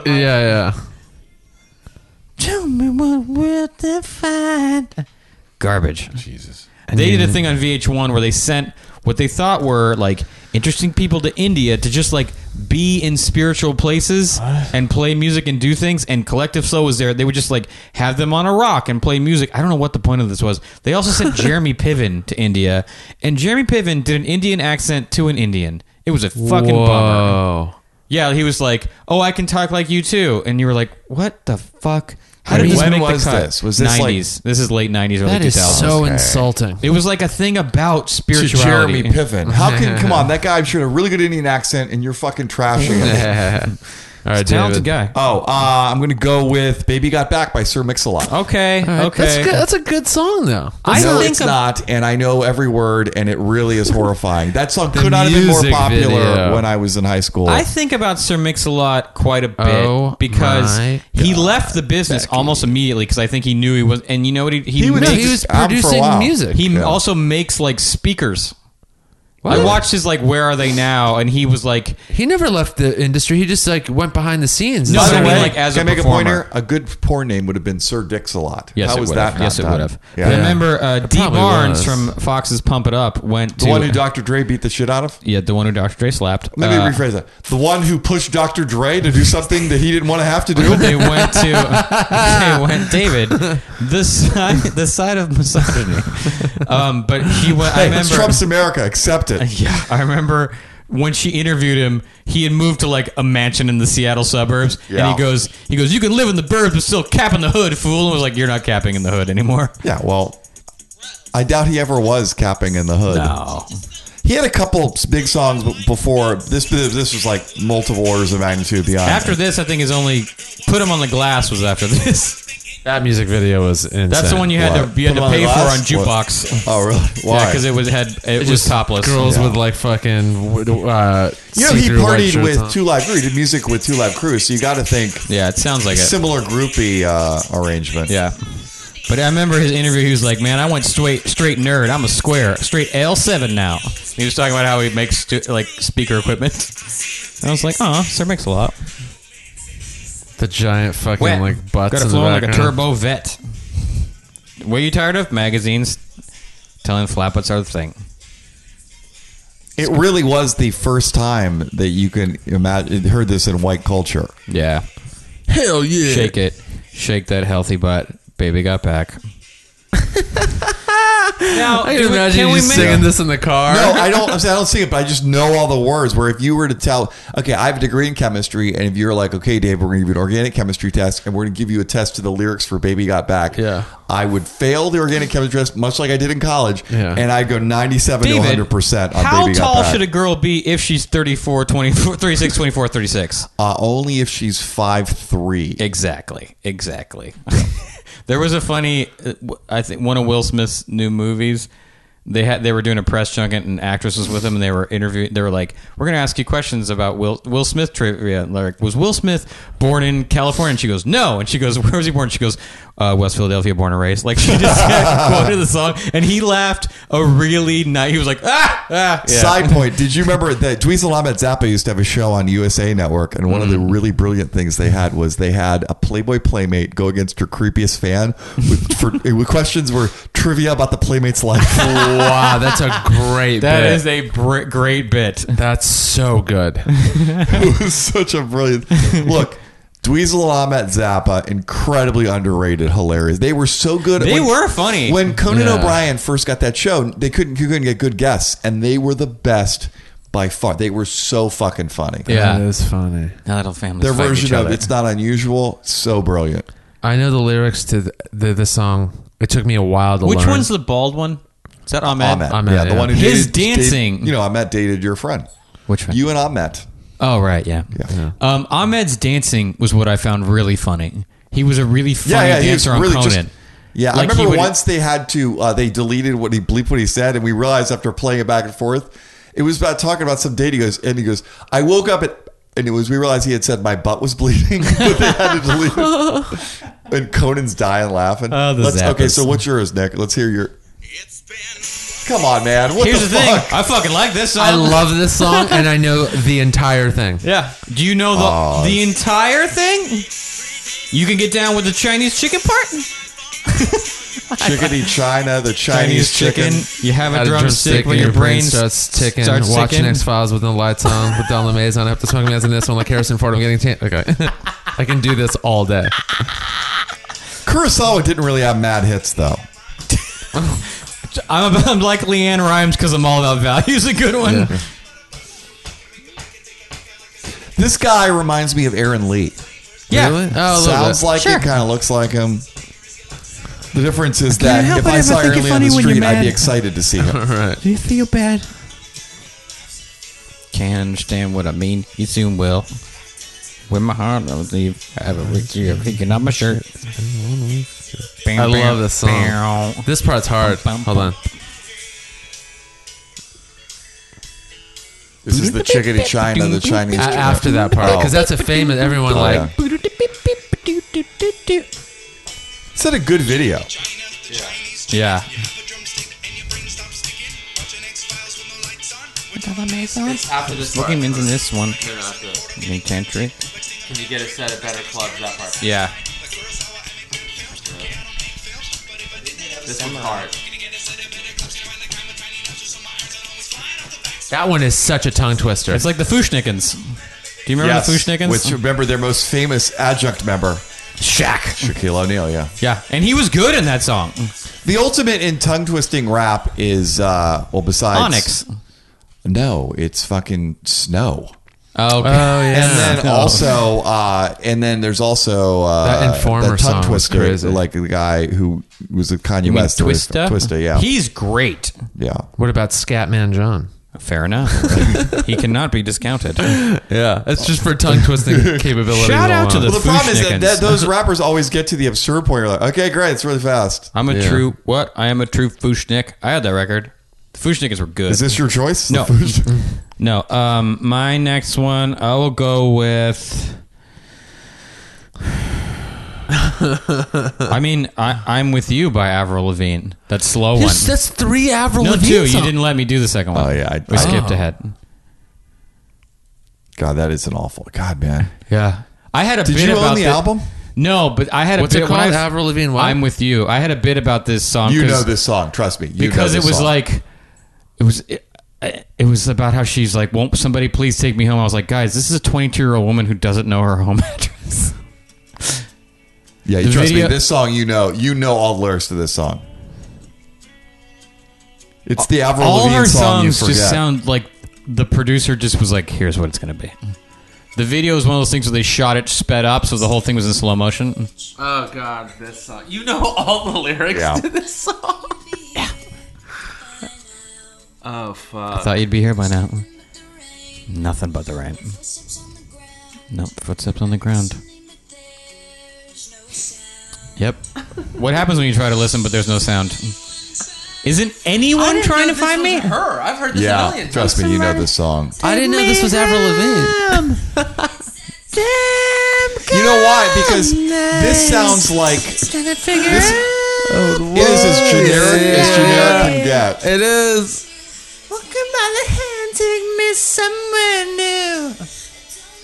A: Yeah, yeah.
B: Tell me what will define garbage.
F: Jesus.
B: They did a thing on VH1 where they sent what they thought were like interesting people to India to just like be in spiritual places and play music and do things. And Collective Soul was there. They would just like have them on a rock and play music. I don't know what the point of this was. They also sent Jeremy Piven to India, and Jeremy Piven did an Indian accent to an Indian. It was a fucking bummer.
A: Whoa.
B: Yeah, he was like, "Oh, I can talk like you too," and you were like, "What the fuck? How
A: When
C: was this? Was this, like-
B: nineties? this is late nineties, early
A: That
B: two
A: is so
B: thousands.
A: insulting.
B: it was like a thing about
C: To
B: spirituality.
C: Jeremy Piven. How can come on? That guy sure had a really good Indian accent, and you're fucking trashing him.
A: All right,
B: talented
A: David.
B: guy.
C: Oh, uh, I'm gonna go with "Baby Got Back" by Sir Mix-a-Lot.
B: Okay,
A: All right,
B: okay.
A: That's, good. that's a good song, though.
B: Oh, I
C: no,
B: think
C: it's
B: of-
C: not, and I know every word, and it really is horrifying. That song could not have been more
A: music
C: popular
A: video.
C: when I was in high school.
B: I think about Sir Mix-a-Lot quite a bit
A: Oh
B: because
A: my
B: he left the business almost immediately because I think he knew he was. And you know what? He he,
C: He would
A: No,
B: makes,
C: make
A: he was
C: this album for a
A: producing
C: while.
A: music.
B: He
C: Yeah.
B: also makes like speakers.
A: What?
B: I watched his like "Where Are They Now," and he was like,
A: he never left the industry. He just like went behind the scenes.
B: No,
A: and
B: I
A: started,
B: mean,
A: like,
B: like, as
C: can
B: a
C: I make
B: performer.
C: a pointer? A good porn name would have been Sir Dix-a-Lot.
B: Yes,
C: How
B: it
C: was
B: would
C: that?
B: have. Yes,
C: not
B: it would
C: done?
B: have.
C: Yeah.
B: I remember uh, D.
A: probably was.
B: Barnes from Fox's Pump It Up went to
C: The one who Dr. Dre beat the shit out of.
B: yeah the one who Dr. Dre slapped.
C: Let me
B: Uh,
C: rephrase that. The one who pushed Dr. Dre to do something that he didn't want to have to do.
B: they went to they went David the side the side of misogyny. Um, but he went. I
C: Hey,
B: remember
C: it's Trump's America. Accept it.
B: Yeah, I remember when she interviewed him, he had moved to like a mansion in the Seattle suburbs, and
C: Yeah.
B: he goes, he goes, you can live in the burbs but still cap in the hood, fool. And was like, you're not capping in the hood anymore.
C: Yeah, well, I doubt he ever was capping in the hood.
B: No,
C: He had a couple big songs b- before this. This was like multiple orders of magnitude beyond.
B: after this, I think his only put him on the glass was after this.
A: that music video was insane.
B: That's the one you had
C: What?
B: to you had
C: Put
B: to
C: him on
B: pay
C: the
B: for on
C: glass? What?
B: jukebox.
C: oh really? Why?
B: Yeah, because it was had it was topless.
A: Girls
C: Yeah.
A: with like fucking. Uh,
C: you know he
A: see-through white
C: partied
A: shirts
C: with
A: on.
C: Two Live Crew. He did music with Two Live Crew, so you got to think
B: Yeah, it sounds like it.
C: similar groupie uh, arrangement.
B: Yeah. But I remember his interview. He was like, "Man, I went straight, straight nerd. I'm a square, straight L7 now." He was talking about how he makes stu- like speaker equipment. And I was like, "Oh, sir makes a lot."
A: the giant fucking
B: Wet.
A: like butts
B: Got
A: in
B: it
A: the
B: flowing like a
A: background.
B: turbo vet. What are you tired of? Magazines telling flapouts are the thing.
C: It really was the first time that you can imagine heard this in white culture.
B: Yeah.
A: Hell yeah!
B: Shake it, shake that healthy butt, baby got back. Now,
A: I
B: do
A: can
B: we-
A: imagine
B: can
A: you
B: we
A: just
B: make-
A: singing this in the car.
C: No, I don't. I'm saying I don't see it, but I just know all the words. Where if you were to tell, okay, I have a degree in chemistry, and if you're like, okay, Dave, we're gonna give you an organic chemistry test, and we're gonna give you a test to the lyrics for "Baby Got Back."
A: Yeah.
C: I would fail the organic chemistry test, much like I did in college,
A: Yeah.
C: and I would go 97 to 100 percent on
B: how
C: "Baby
B: tall
C: Got Back."
B: should a girl be if she's 34, 24, 36, 24, 36?
C: uh, only if she's five three.
B: Exactly. Exactly. there was a funny, uh, w- I think one of Will Smith's new movies. They had they were doing a press junket and actresses with him and they were interviewing. They were like, "We're going to ask you questions about Will Will Smith trivia." And Like, was Will Smith born in California? And she goes, "No." And she goes, "Where was he born?" And she goes, uh, "West Philadelphia, born and raised." Like she just quoted the song, and he laughed a really nice. He was like, "Ah, ah." Yeah.
C: Side point: Did you remember that Dweezil Ahmed Zappa used to have a show on USA Network, and one of
B: Mm.
C: the really brilliant things they had was they had a Playboy playmate go against her creepiest fan with, for, with questions were trivia about the playmate's life.
A: wow, that's a great
B: That
A: bit.
B: is a br- great bit.
A: that's so good.
C: it was such a brilliant look. Dweezil Ahmed Zappa, incredibly underrated, hilarious. They were so good.
B: They were funny.
C: when Conan
A: Yeah.
C: O'Brien first got that show. They couldn't you couldn't get good guests, and they were the best by far. They were so fucking funny.
B: Yeah.
A: That is funny.
B: Now that family.
C: Their version of "It's Not Unusual" so brilliant.
A: I know the lyrics to the the, the song. It took me a while to
B: Which
A: learn.
B: one's the bald one? Is that Ahmed?
C: Ahmed,
A: Ahmed,
C: yeah, the
A: yeah.
C: one who
B: His
C: dated-
B: dancing.
C: dated- you know, Ahmed dated your friend.
B: Which one?
C: You and Ahmed.
B: oh, right, yeah.
C: Yeah.
B: Um, Ahmed's dancing was what I found really funny. He was a really funny
C: he was
B: dancer on Conan.
C: Just, yeah,
B: Like,
C: I
B: he
C: remember
B: would-
C: once they had to uh, they deleted what he bleeped what he said, and we realized after playing it back and forth, it was about talking about some date. He goes and he goes, I woke up at and it was we realized he had said my butt was bleeding, but they had to delete it. and Conan's dying laughing.
B: Oh, the
C: Let's- okay,
B: Zappas.
C: so what's yours, Nick? Let's hear your.
D: It's been
C: Come on, man. What
B: Here's the,
C: the,
B: thing.
C: fuck?
B: I fucking like this song.
A: I love this song, and I know the entire thing.
B: Yeah. Do you know the the entire thing? You can get down with the Chinese chicken part.
C: Chickadee China, the Chinese, chicken.
B: You have a
A: Had
B: drumstick
A: when
B: when your brain
A: starts ticking. watching
B: ticking.
A: X Files with the lights on, with Don LeMay's on. I have to smoke man's in this one like Harrison Ford. I'm getting tan. Okay, I can do this all day.
C: Kurosawa didn't really have mad hits though.
B: I'm, I'm like Leanne Rhymes because I'm all about values. A good one.
A: Yeah.
C: This guy reminds me of Aaron Lee.
B: Yeah.
A: Really? Oh, a little
C: Sounds
A: bit.
C: like
B: Sure.
C: it, kind of looks like him. The difference is that
B: help
C: if
B: but
C: I
B: ever
C: saw
B: think it
C: Early on
B: funny
C: the
B: when you're
C: street, I'd
B: mad?
C: be excited to see him.
A: right.
B: Do you feel bad? Can't understand what I mean. You soon will. With my heart, I'll leave. I have a week here, picking up my shirt.
A: I love this song. This part's hard. Hold on.
C: This is the chickadee China, the Chinese
A: A-
C: chicken.
A: after that part,
C: Oh.
A: because that's a famous. Everyone
C: Oh,
A: like.
C: yeah. Is that a good video?
B: Yeah.
E: After this
B: Looking into this one.
E: Can
B: Main country.
E: you get a set of better clubs that part?
B: Yeah.
E: This one's hard.
A: That one is such a tongue twister.
B: It's like the Fushnikins. Do you remember the Fushnikins?
C: Which remember their most famous adjunct member,
B: Shaq.
C: Shaquille O'Neal. Yeah.
B: Yeah. And he was good in that song.
C: The ultimate in tongue twisting rap is uh well besides
B: Onyx.
C: No, it's fucking snow.
B: Oh, okay.
A: oh yeah.
C: And then also, uh, and then there's also uh,
A: That Informer
C: that
A: song
C: tongue
A: was
C: twister,
A: crazy.
C: like the guy who was a Kanye West
B: Twista.
C: Twista, yeah,
B: He's great.
C: yeah.
A: what about Scatman John?
B: Fair enough. he cannot be discounted.
A: Yeah, it's just for tongue twisting capability.
B: Shout out to
A: alone.
B: the-
C: Well, the problem is that,
B: Fushnikins.
C: that those rappers always get to the absurd point. You're like, okay, great, it's really fast.
B: I'm a
A: Yeah.
B: true what? I am a true Fushnik. I had that record. The Fushnikins were good.
C: Is this your choice?
B: No.
C: The first-
B: no. Um, my next one, I will go with. I mean, I, I'm with you by Avril Lavigne. That slow one.
A: There's- That's three Avril
B: no,
A: Lavigne
B: two. You
A: songs.
B: didn't let me do the second one.
C: Oh, yeah, I-
B: we
C: I-
B: skipped
A: Oh.
B: ahead.
C: God, that is an awful. God, man,
B: Yeah, I had a
C: did
B: bit
C: you
B: about
C: own the
B: thi-
C: album?
B: No, but I had a
A: What's
B: bit
A: it called?
B: when I,
A: Avril Lavigne. What?
B: I'm with you. I had a bit about this song.
C: You
B: 'cause-
C: know this song, trust me. You know
B: because it
C: this
B: was
C: song.
B: like it was it, it was about how she's like won't somebody please take me home i was like guys this is a 22 year old woman who doesn't know her home address
C: yeah,
B: the
C: trust
B: video-
C: me. This song, you know, you know all the lyrics to this song. It's the Avril
B: all
C: Lavigne
B: her
C: song you
B: songs
C: forget.
B: just sound like the producer just was like, "Here's what it's gonna be." The video is one of those things where they shot it sped up, so the whole thing was in slow motion.
A: Oh God, this song. You know all the lyrics
C: Yeah.
A: to this song. Oh fuck.
B: Thought you'd be here by now. Nothing but the rain. Nope, footsteps on the ground. Yep. what happens when you try to listen but there's no sound? Isn't anyone trying to find me?
A: Her. I've heard this
C: yeah, trust me, you know this song.
A: I didn't know this was Avril Lavigne.
C: You know why? Because this sounds like this, it is as generic as generic can get.
A: It is.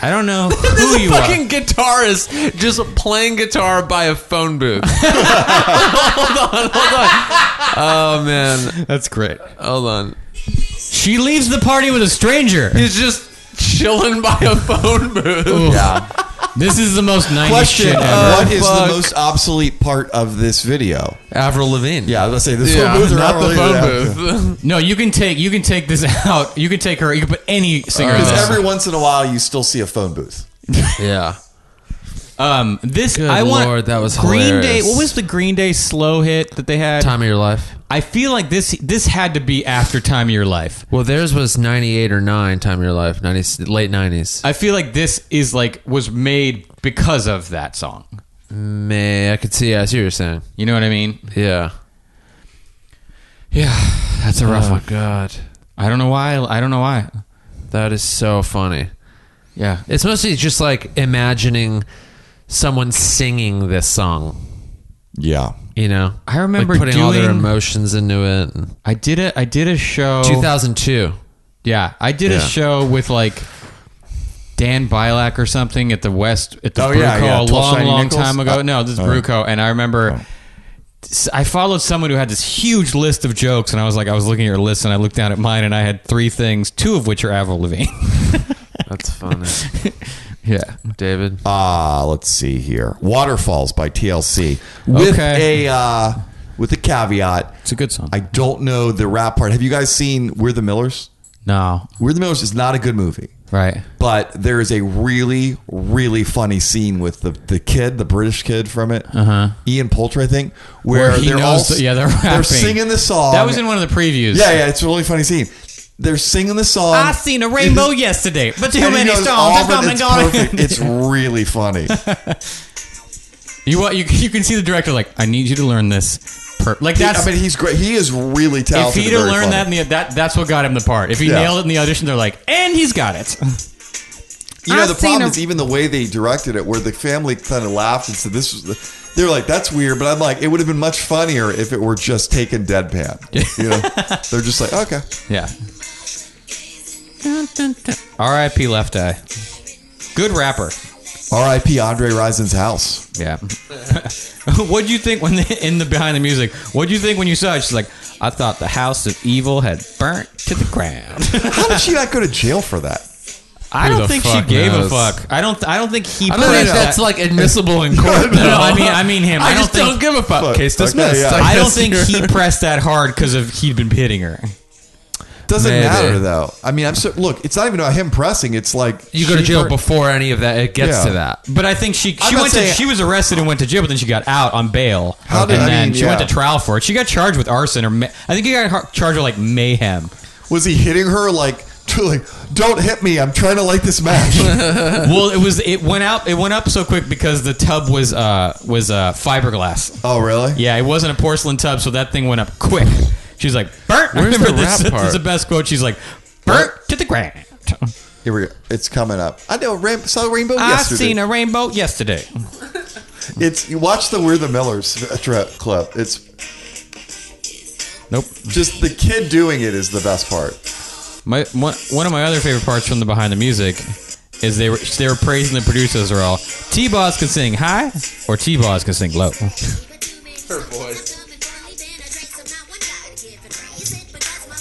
B: I don't know who
A: This
B: you
A: fucking
B: are.
A: guitarist just playing guitar by a phone booth. hold on, hold on. Oh man,
B: That's great.
A: hold on.
B: She leaves the party with a stranger.
A: He's just chilling by a phone booth.
C: Yeah.
B: This is the most 90s
C: Question:
B: shit ever.
A: uh,
C: What is
A: fuck.
C: the most obsolete part of this video?
A: Avril Lavigne.
C: Yeah, let's say this
A: Yeah,
C: phone booth or
A: not the
C: Avril Lavigne.
A: phone booth.
B: No, you can take you can take this out. You can take her. You can put any singer. in
C: Because
B: this.
C: every once in a while, you still see a phone booth.
A: yeah.
B: um, this
A: Good
B: I want.
A: Lord, that was
B: Green
A: hilarious.
B: Day. What was the Green Day slow hit that they had?
A: Time of your life.
B: I feel like this this had to be after Time of Your Life.
A: Well, theirs was 98 or 9, time of your life, 90, late 90s.
B: I feel like this is like was made because of that song.
A: May I could see, I see what you're saying.
B: You know what I mean?
A: Yeah.
B: Yeah, that's a rough
A: oh,
B: one.
A: God.
B: I don't know why. I don't know why.
A: That is so funny.
B: Yeah,
A: It's mostly just like imagining someone singing this song,
C: Yeah.
A: you know?
B: I remember
A: Like putting all their
B: doing-
A: emotions into it. and-
B: I did a I did a show.
A: 2002.
B: Yeah, I did a
A: Yeah.
B: show with like Dan Bilak or something at the West at the
C: Oh,
B: Bruco
C: yeah, yeah,
B: a
C: Tall
B: long,
C: Shiny
B: long
C: Nickels?
B: time ago.
C: Uh,
B: no, this is
C: oh.
B: Bruco, and I remember. s- I followed someone who had this huge list of jokes, and I was like, I was looking at your list, and I looked down at mine, and I had three things, two of which are Avril Lavigne.
A: That's funny.
B: yeah,
A: David.
C: Ah, let's see here. Waterfalls by TLC with
B: Okay.
C: a uh, with a caveat.
B: it's a good song.
C: I don't know the rap part. Have you guys seen We're the Millers?
B: no,
C: We're the Millers is not a good movie,
B: right?
C: but there is a really, really funny scene with the, the kid, the British kid from it, uh-huh. Ian Poulter, I think, where,
B: Where he
C: they're
B: knows
C: all
B: that- yeah, they're rapping.
C: they're singing the song.
B: That was in one of the previews.
C: Yeah, yeah, it's a really funny scene. They're singing the song.
B: I seen a rainbow yesterday, but too
C: And he
B: many
C: knows
B: stones.
C: all
B: That's
C: of it.
B: not going.
C: It's perfect. It's really funny.
B: You want you, you can see the director like, I need you to learn this. Per-. Like that's
C: I mean, he's great. He is really
B: if
C: talented.
B: he'd
C: and
B: have
C: very
B: learned that in
C: funny.
B: the that that's what got him the part. If he
C: Yeah.
B: nailed it in the audition, they're like, and he's got it.
C: you know,
B: I've
C: the
B: seen
C: problem
B: him-
C: is even the way they directed it, where the family kind of laughed and said, "This was." The, they were like, "That's weird," but I'm like, it would have been much funnier if it were just taken deadpan. You know, they're just like, "Okay,
B: yeah. R.I.P. Left Eye. Good rapper.
C: R.I.P. Andre Risen's house."
B: Yeah. what'd you think when they, in the behind the music? What'd you think when you saw it? She's like, I thought the house of evil had burnt to the ground.
C: How did she not go to jail for that?
B: I
A: Who
B: don't
A: the
B: think she
A: fuck
B: gave
A: knows?
B: a fuck. I don't. I don't think he.
A: I don't think
B: pressed
A: that's
B: that-
A: like admissible in court.
B: No,
A: though.
B: I mean, I mean him. I,
A: I,
B: don't
A: just
B: think.
A: don't give a fuck.
C: Fuck.
A: Case
C: Okay,
A: dismissed.
C: yeah.
B: I don't
A: guess
B: think
A: you're-
B: he pressed that hard because of he'd been hitting her.
C: Doesn't
A: Maybe.
C: matter though. I mean, I'm so look. It's not even about him pressing. It's like
A: You go to
C: she
A: jail
C: per-
A: before any of that. It gets
C: Yeah.
A: to that.
B: But I think she she
C: not
B: went to,
C: saying-
B: she was arrested and went to jail, but then she got out on bail.
C: How did-
B: and
C: I
B: then
C: mean,
B: she went
C: yeah.
B: to trial for it. She got charged with arson or ma- I think she got har- charged with like mayhem.
C: Was he hitting her like, like, don't hit me? I'm trying to light this match.
B: well, it was it went out it went up so quick because the tub was uh was uh fiberglass.
C: oh, really?
B: Yeah, it wasn't a porcelain tub, so that thing went up quick. She's like, "Burnt." I
A: Where's
B: remember
A: the
B: this,
A: rap
B: this is
A: part?
B: the best quote. She's like, "Burnt to the ground."
C: Here we go. It's coming up. I know. Ram- saw Rainbow
B: I
C: yesterday.
B: seen a rainbow yesterday.
C: It's you watch the We're the Millers tra- clip. It's
B: Nope.
C: just the kid doing it is the best part.
B: My one, one of my other favorite parts from the behind the music is they were they were praising the producers are all T Boss can sing high or T Boss can sing low.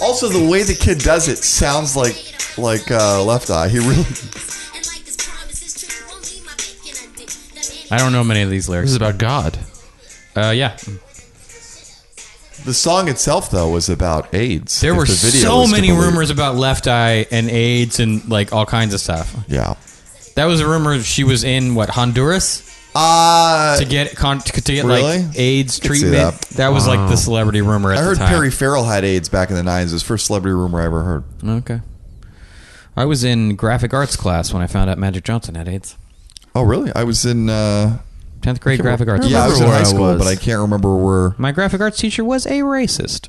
C: Also, the way the kid does it sounds like like uh, Left Eye. He really.
B: I don't know many of these
A: This
B: lyrics.
A: is about God.
B: Uh, yeah,
C: The song itself, though, was about AIDS.
B: There
C: if
B: were
C: the video
B: so
C: is to
B: many
C: believe.
B: rumors about Left Eye and AIDS and like all kinds of stuff.
C: Yeah.
B: That was a rumor she was in what Honduras
C: Uh,
B: to get con- to get
C: Really?
B: like AIDS
C: Could see
B: treatment.
C: that.
B: That, was like the celebrity rumor at
C: I
B: the
C: heard
B: time.
C: Perry Farrell had AIDS back in the 90s. It was the first celebrity rumor I ever heard.
B: Okay. I was in graphic arts class when I found out Magic Johnson had AIDS.
C: Oh, really? I was in. Uh,
B: 10th grade graphic arts
C: yeah, I
B: class.
C: was in
A: where
C: high
A: I
C: school,
A: was.
C: but I can't remember where.
B: My graphic arts teacher was a racist.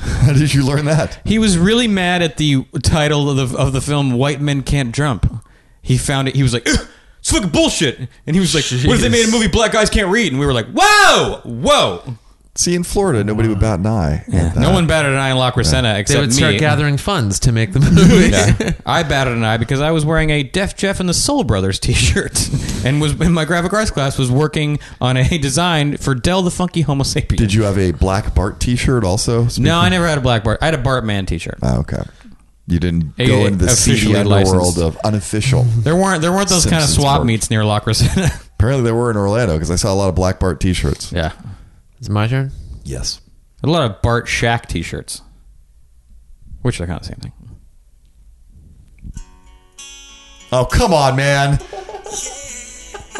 C: How did you learn that?
B: He was really mad at the title of the of the film "White Men Can't Jump." He found it. He was like, "Ugh, "It's fucking bullshit," and he was like, "What if they
A: Jeez.
B: made a movie Black Guys Can't Read?" And we were like, "Whoa, whoa!"
C: See, in Florida, nobody would bat an eye. uh, at that.
B: No one batted an eye in La Crescenta
A: They
B: except
A: would start
B: me.
A: gathering funds to make the movie.
B: Yeah. I batted an eye because I was wearing a Def Jeff and the Soul Brothers T-shirt, and was in my graphic arts class was working on a design for Dell the Funky Homo Sapien.
C: Did you have a Black Bart t shirt also?
B: No, I never had a black Bart. I had a Bartman T-shirt.
C: Ah, okay. You didn't
B: A-
C: go into the seedy
B: officially
C: underworld
B: licensed.
C: of unofficial.
B: There weren't there weren't those kind of
C: Simpsons
B: swap
C: work.
B: meets near La Crescenta.
C: Apparently, they were in Orlando because I saw a lot of Black Bart t shirts.
B: yeah,
A: It's my turn.
C: Yes.
B: a lot of Bart Shack T-shirts, which are kind of the same thing.
C: Oh, come on, man.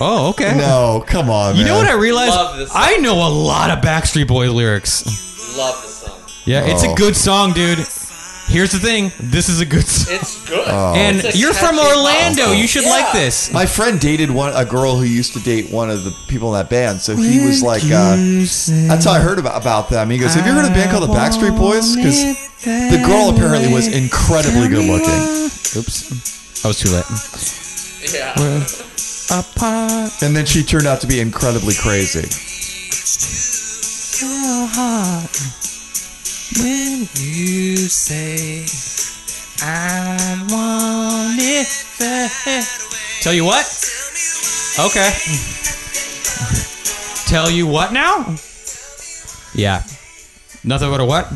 B: Oh, okay.
C: No, come on,
B: You
C: man.
B: know what I realized?
E: Love this song.
B: I know a lot of Backstreet Boy lyrics.
E: Love this song.
B: Yeah, it's
C: Oh.
B: a good song, dude. Here's the thing: this is a good song.
E: It's good.
C: Oh,
B: and
E: It's a
B: you're from
E: catchy
B: Orlando.
E: song.
B: You should
E: Yeah.
B: like this.
C: My friend dated one a girl who used to date one of the people in that band, so he was like, uh, "That's how I heard about, about them." He goes, "Have you ever heard of a band called the Backstreet Boys?" Because the girl apparently was incredibly good looking,
B: Oops, I was too late.
E: Yeah.
B: Apart.
C: and then she turned out to be incredibly crazy.
B: When you say I want it bad. Tell you what? Okay. Tell you what now? Yeah. Nothing but a what?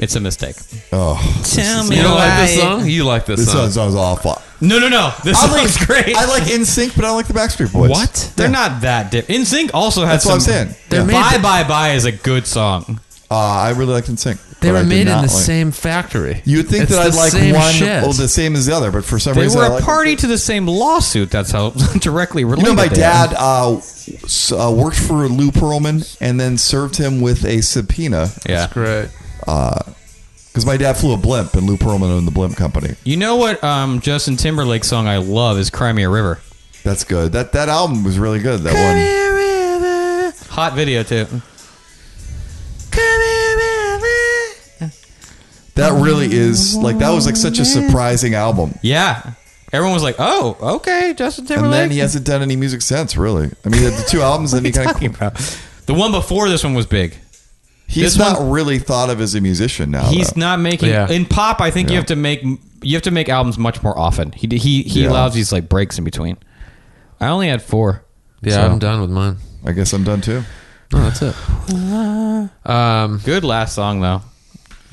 B: It's a mistake.
C: Oh,
B: Tell me
A: You don't like this song? You like this,
C: this
A: song.
C: song sounds awful.
B: No, no, no. This
C: I
B: song's
C: like
B: great.
C: I like In Sync, but I don't like the Backstreet Boys.
B: what? They're not that different. NSYNC also has
C: That's what I'm
B: some-
C: saying.
A: They're
C: Yeah.
A: made-
B: Bye, bye, bye is a good song.
C: Uh, I really liked In Sync.
A: They
C: but I
A: were
C: did
A: made in the
C: not like-
A: same factory.
C: You would think
A: It's
C: that I'd
A: the
C: like
A: same
C: one
A: shit.
C: well, the same as the other, but for some
B: They
C: reason
B: were
C: I
B: a
C: like
B: party to the same lawsuit. That's how directly
C: You
B: related.
C: know, my
B: they are.
C: dad uh, s- uh, worked for Lou Pearlman and then served him with a subpoena
B: Yeah.
A: Great.
C: because my dad flew a blimp and Lou Pearlman owned the blimp company.
B: You know what um, Justin Timberlake song I love is Cry Me a River.
C: That's good. That that album was really good. That one.
B: Hot video too.
C: That really is like that was like such a surprising album.
B: Yeah. Everyone was like, "Oh, okay, Justin
C: And
B: Timberlake."
C: then he hasn't done any music since, really. I mean, the two albums that he kind
B: talking
C: of
B: about. The one before this one was big. This
C: he's not really thought of as a musician now.
B: He's
C: though.
B: not making
A: Yeah.
B: in pop. I think you
C: Oh, Yeah.
B: have to make you have to make albums much more often. He he he
C: Yeah.
B: allows these like breaks in between. I only had four.
A: Yeah,
B: So,
A: I'm done with mine.
C: I guess I'm done too.
A: No, that's it. Um,
B: Good last song though.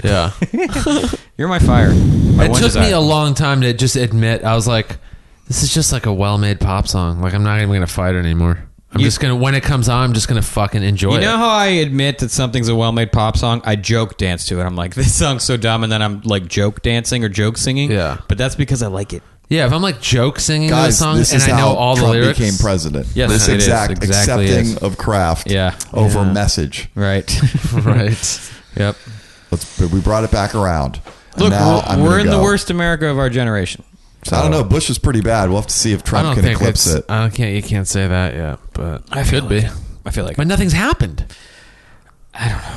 A: yeah.
B: You're my fire. My
A: it
B: one
A: took me
B: desire.
A: a long time to just admit I was like, this is just like a well-made pop song. Like I'm not even gonna fight it anymore. I'm
B: You-
A: just gonna when it comes on, I'm just gonna fucking enjoy
B: You know
A: it.
B: how I admit that something's a well-made pop song? I joke dance to it. I'm like, this song's so dumb, and then I'm like joke dancing or joke singing.
A: Yeah.
B: but that's because I like it.
A: Yeah, if I'm like joke singing to the
C: Guys,
A: song
C: this
A: and
C: is
A: I know
C: how
A: all
C: Trump
A: the lyrics,
C: became president.
B: Yes,
C: this
B: it is.
C: exact
B: Exactly
C: accepting
B: is.
C: of craft
B: Yeah.
C: over
B: Yeah.
C: message.
B: Right.
A: right?
B: yep.
C: Let's, but we brought it back around. And
B: Look,
C: now I'm
B: we're, we're
C: gonna
B: in the
C: go.
B: worst America of our generation.
C: I don't know. Bush is pretty bad. We'll have to see if
A: I
C: Trump
A: don't
C: can
A: think
C: eclipse
A: it's.
C: it.
A: I can't. You can't say that yet, but I
B: feel
A: could be.
B: like- I feel like
A: But nothing's happened.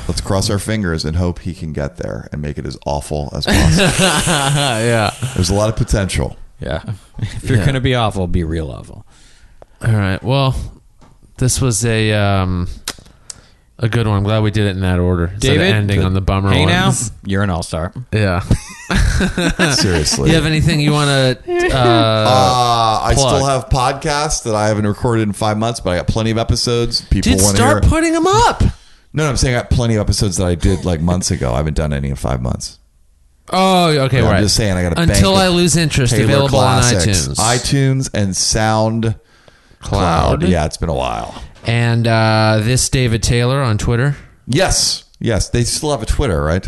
C: Let's cross our fingers and hope he can get there and make it as awful as possible.
A: yeah.
C: There's a lot of potential.
B: yeah. if you're
A: Yeah.
B: gonna be awful, be real awful.
A: All right. Well, this was a um, a good one. I'm glad we did it in that order. instead of
B: David,
A: ending
B: the-
A: on the bummer.
B: hey now,
A: ones.
B: you're an all-star.
A: Yeah.
C: Seriously.
A: you have anything you want to? Uh,
C: uh, I
A: Plug.
C: still have podcasts that I haven't recorded in five months, but I got plenty of episodes. People
A: dude,
C: want to hear.
A: start putting them up.
C: no, no, I'm saying I got plenty of episodes that I did like months ago. I haven't done any in five months.
A: Oh, okay,
C: Yeah, I'm
A: right.
C: just saying I got a bank
A: until
C: of
A: I lose interest.
C: Taylor
A: available
C: Classics,
A: on iTunes,
C: iTunes and SoundCloud.
A: Cloud.
C: Yeah, it's been a while.
A: and uh, this David Taylor on Twitter.
C: Yes. Yes, they still have a Twitter, right?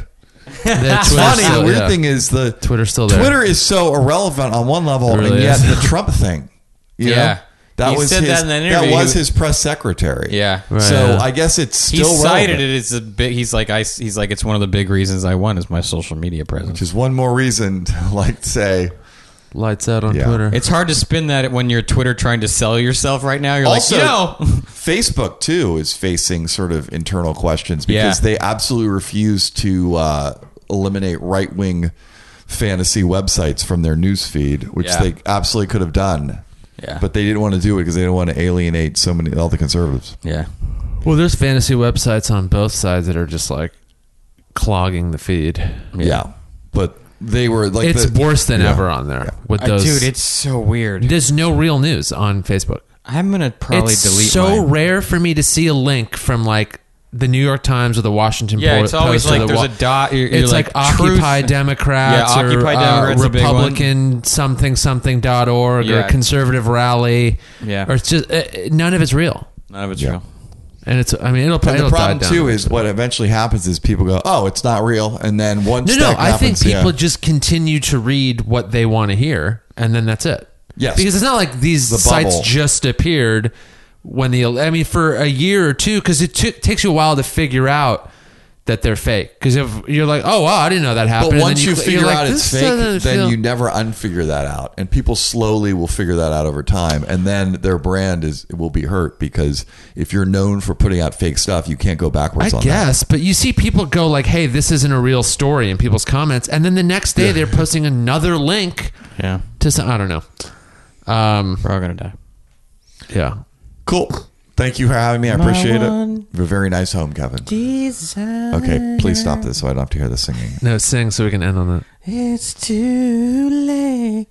A: That's
C: Funny. the weird thing is the
A: Twitter's still there.
C: Twitter is so irrelevant on one level,
A: It really
C: and yet
A: is.
C: the Trump thing. You
B: Yeah.
C: know? that
B: He
C: was
B: said
C: his.
B: that in an interview.
C: was his press secretary.
B: Yeah.
A: Right.
C: So I guess it's
B: He
C: still
B: cited
C: relevant,
B: it as a big. He's like, I. He's like, it's one of the big reasons I won is my social media
C: which
B: presence.
C: is one more reason to like say.
A: Lights out on
C: Yeah.
A: Twitter.
B: It's hard to spin that when you're Twitter trying to sell yourself right now. You're
C: Also-
B: like, you know,
C: Facebook too is facing sort of internal questions because
B: Yeah.
C: they absolutely refuse to uh, eliminate right wing fantasy websites from their news feed, which
B: Yeah.
C: they absolutely could have done.
B: Yeah.
C: But they didn't want to do it because they didn't want to alienate so many all the conservatives.
B: yeah,
A: well, there's fantasy websites on both sides that are just like clogging the feed.
C: Yeah. But they were like
A: it's
C: the-
A: worse than
C: yeah.
A: ever on there with
B: Uh,
A: those.
B: dude, it's so weird.
A: there's no real news on Facebook.
B: I'm gonna probably
A: it's
B: delete.
A: so
B: mine.
A: rare for me to see a link from like the New York Times or the Washington
B: Yeah,
A: Po-
B: it's always
A: Post or
B: like
A: the
B: there's
A: Wa-
B: a dot. You're, you're
A: it's like,
B: truth-
A: Occupy Democrats
B: Yeah,
A: or
B: Occupy Democrats
A: uh,
B: a big one.
A: Republican something something dot org
B: Yeah.
A: or conservative rally.
B: Yeah.
A: or it's just uh, uh, none of it's real.
B: None of it's
C: Yeah.
B: real.
A: And it's I mean it'll
C: And
A: probably
C: the problem too is what eventually happens is people go, "Oh, it's not real," and then once
A: no no
C: that
A: I think
C: happens, yeah.
A: people just continue to read what they want to hear and then that's it.
C: Yes.
A: because it's not like these
C: The
A: sites
C: bubble.
A: just appeared when the I mean for a year or two because it took takes you a while to figure out. That they're fake because if you're like, oh wow, I didn't know that happened.
C: But
A: and then
C: once you,
A: cl- you're
C: figure
A: like,
C: out it's
A: this
C: fake, then
A: doesn't feel-
C: you never unfigure that out, and people slowly will figure that out over time, and then their brand is will be hurt because if you're known for putting out fake stuff, you can't go backwards.
A: I
C: on
A: guess, but you see people go like, "Hey, this isn't a real story," in people's comments, and then the next day they're posting another link
B: Yeah,
A: to some. I don't know. Um,
B: we're all gonna die.
A: yeah,
C: that. Cool. Thank you for having me. I appreciate it. You're a very nice home, Kevin. Okay, please stop this so I don't have to hear the singing.
A: no, sing so we can end on that.
B: It's too late.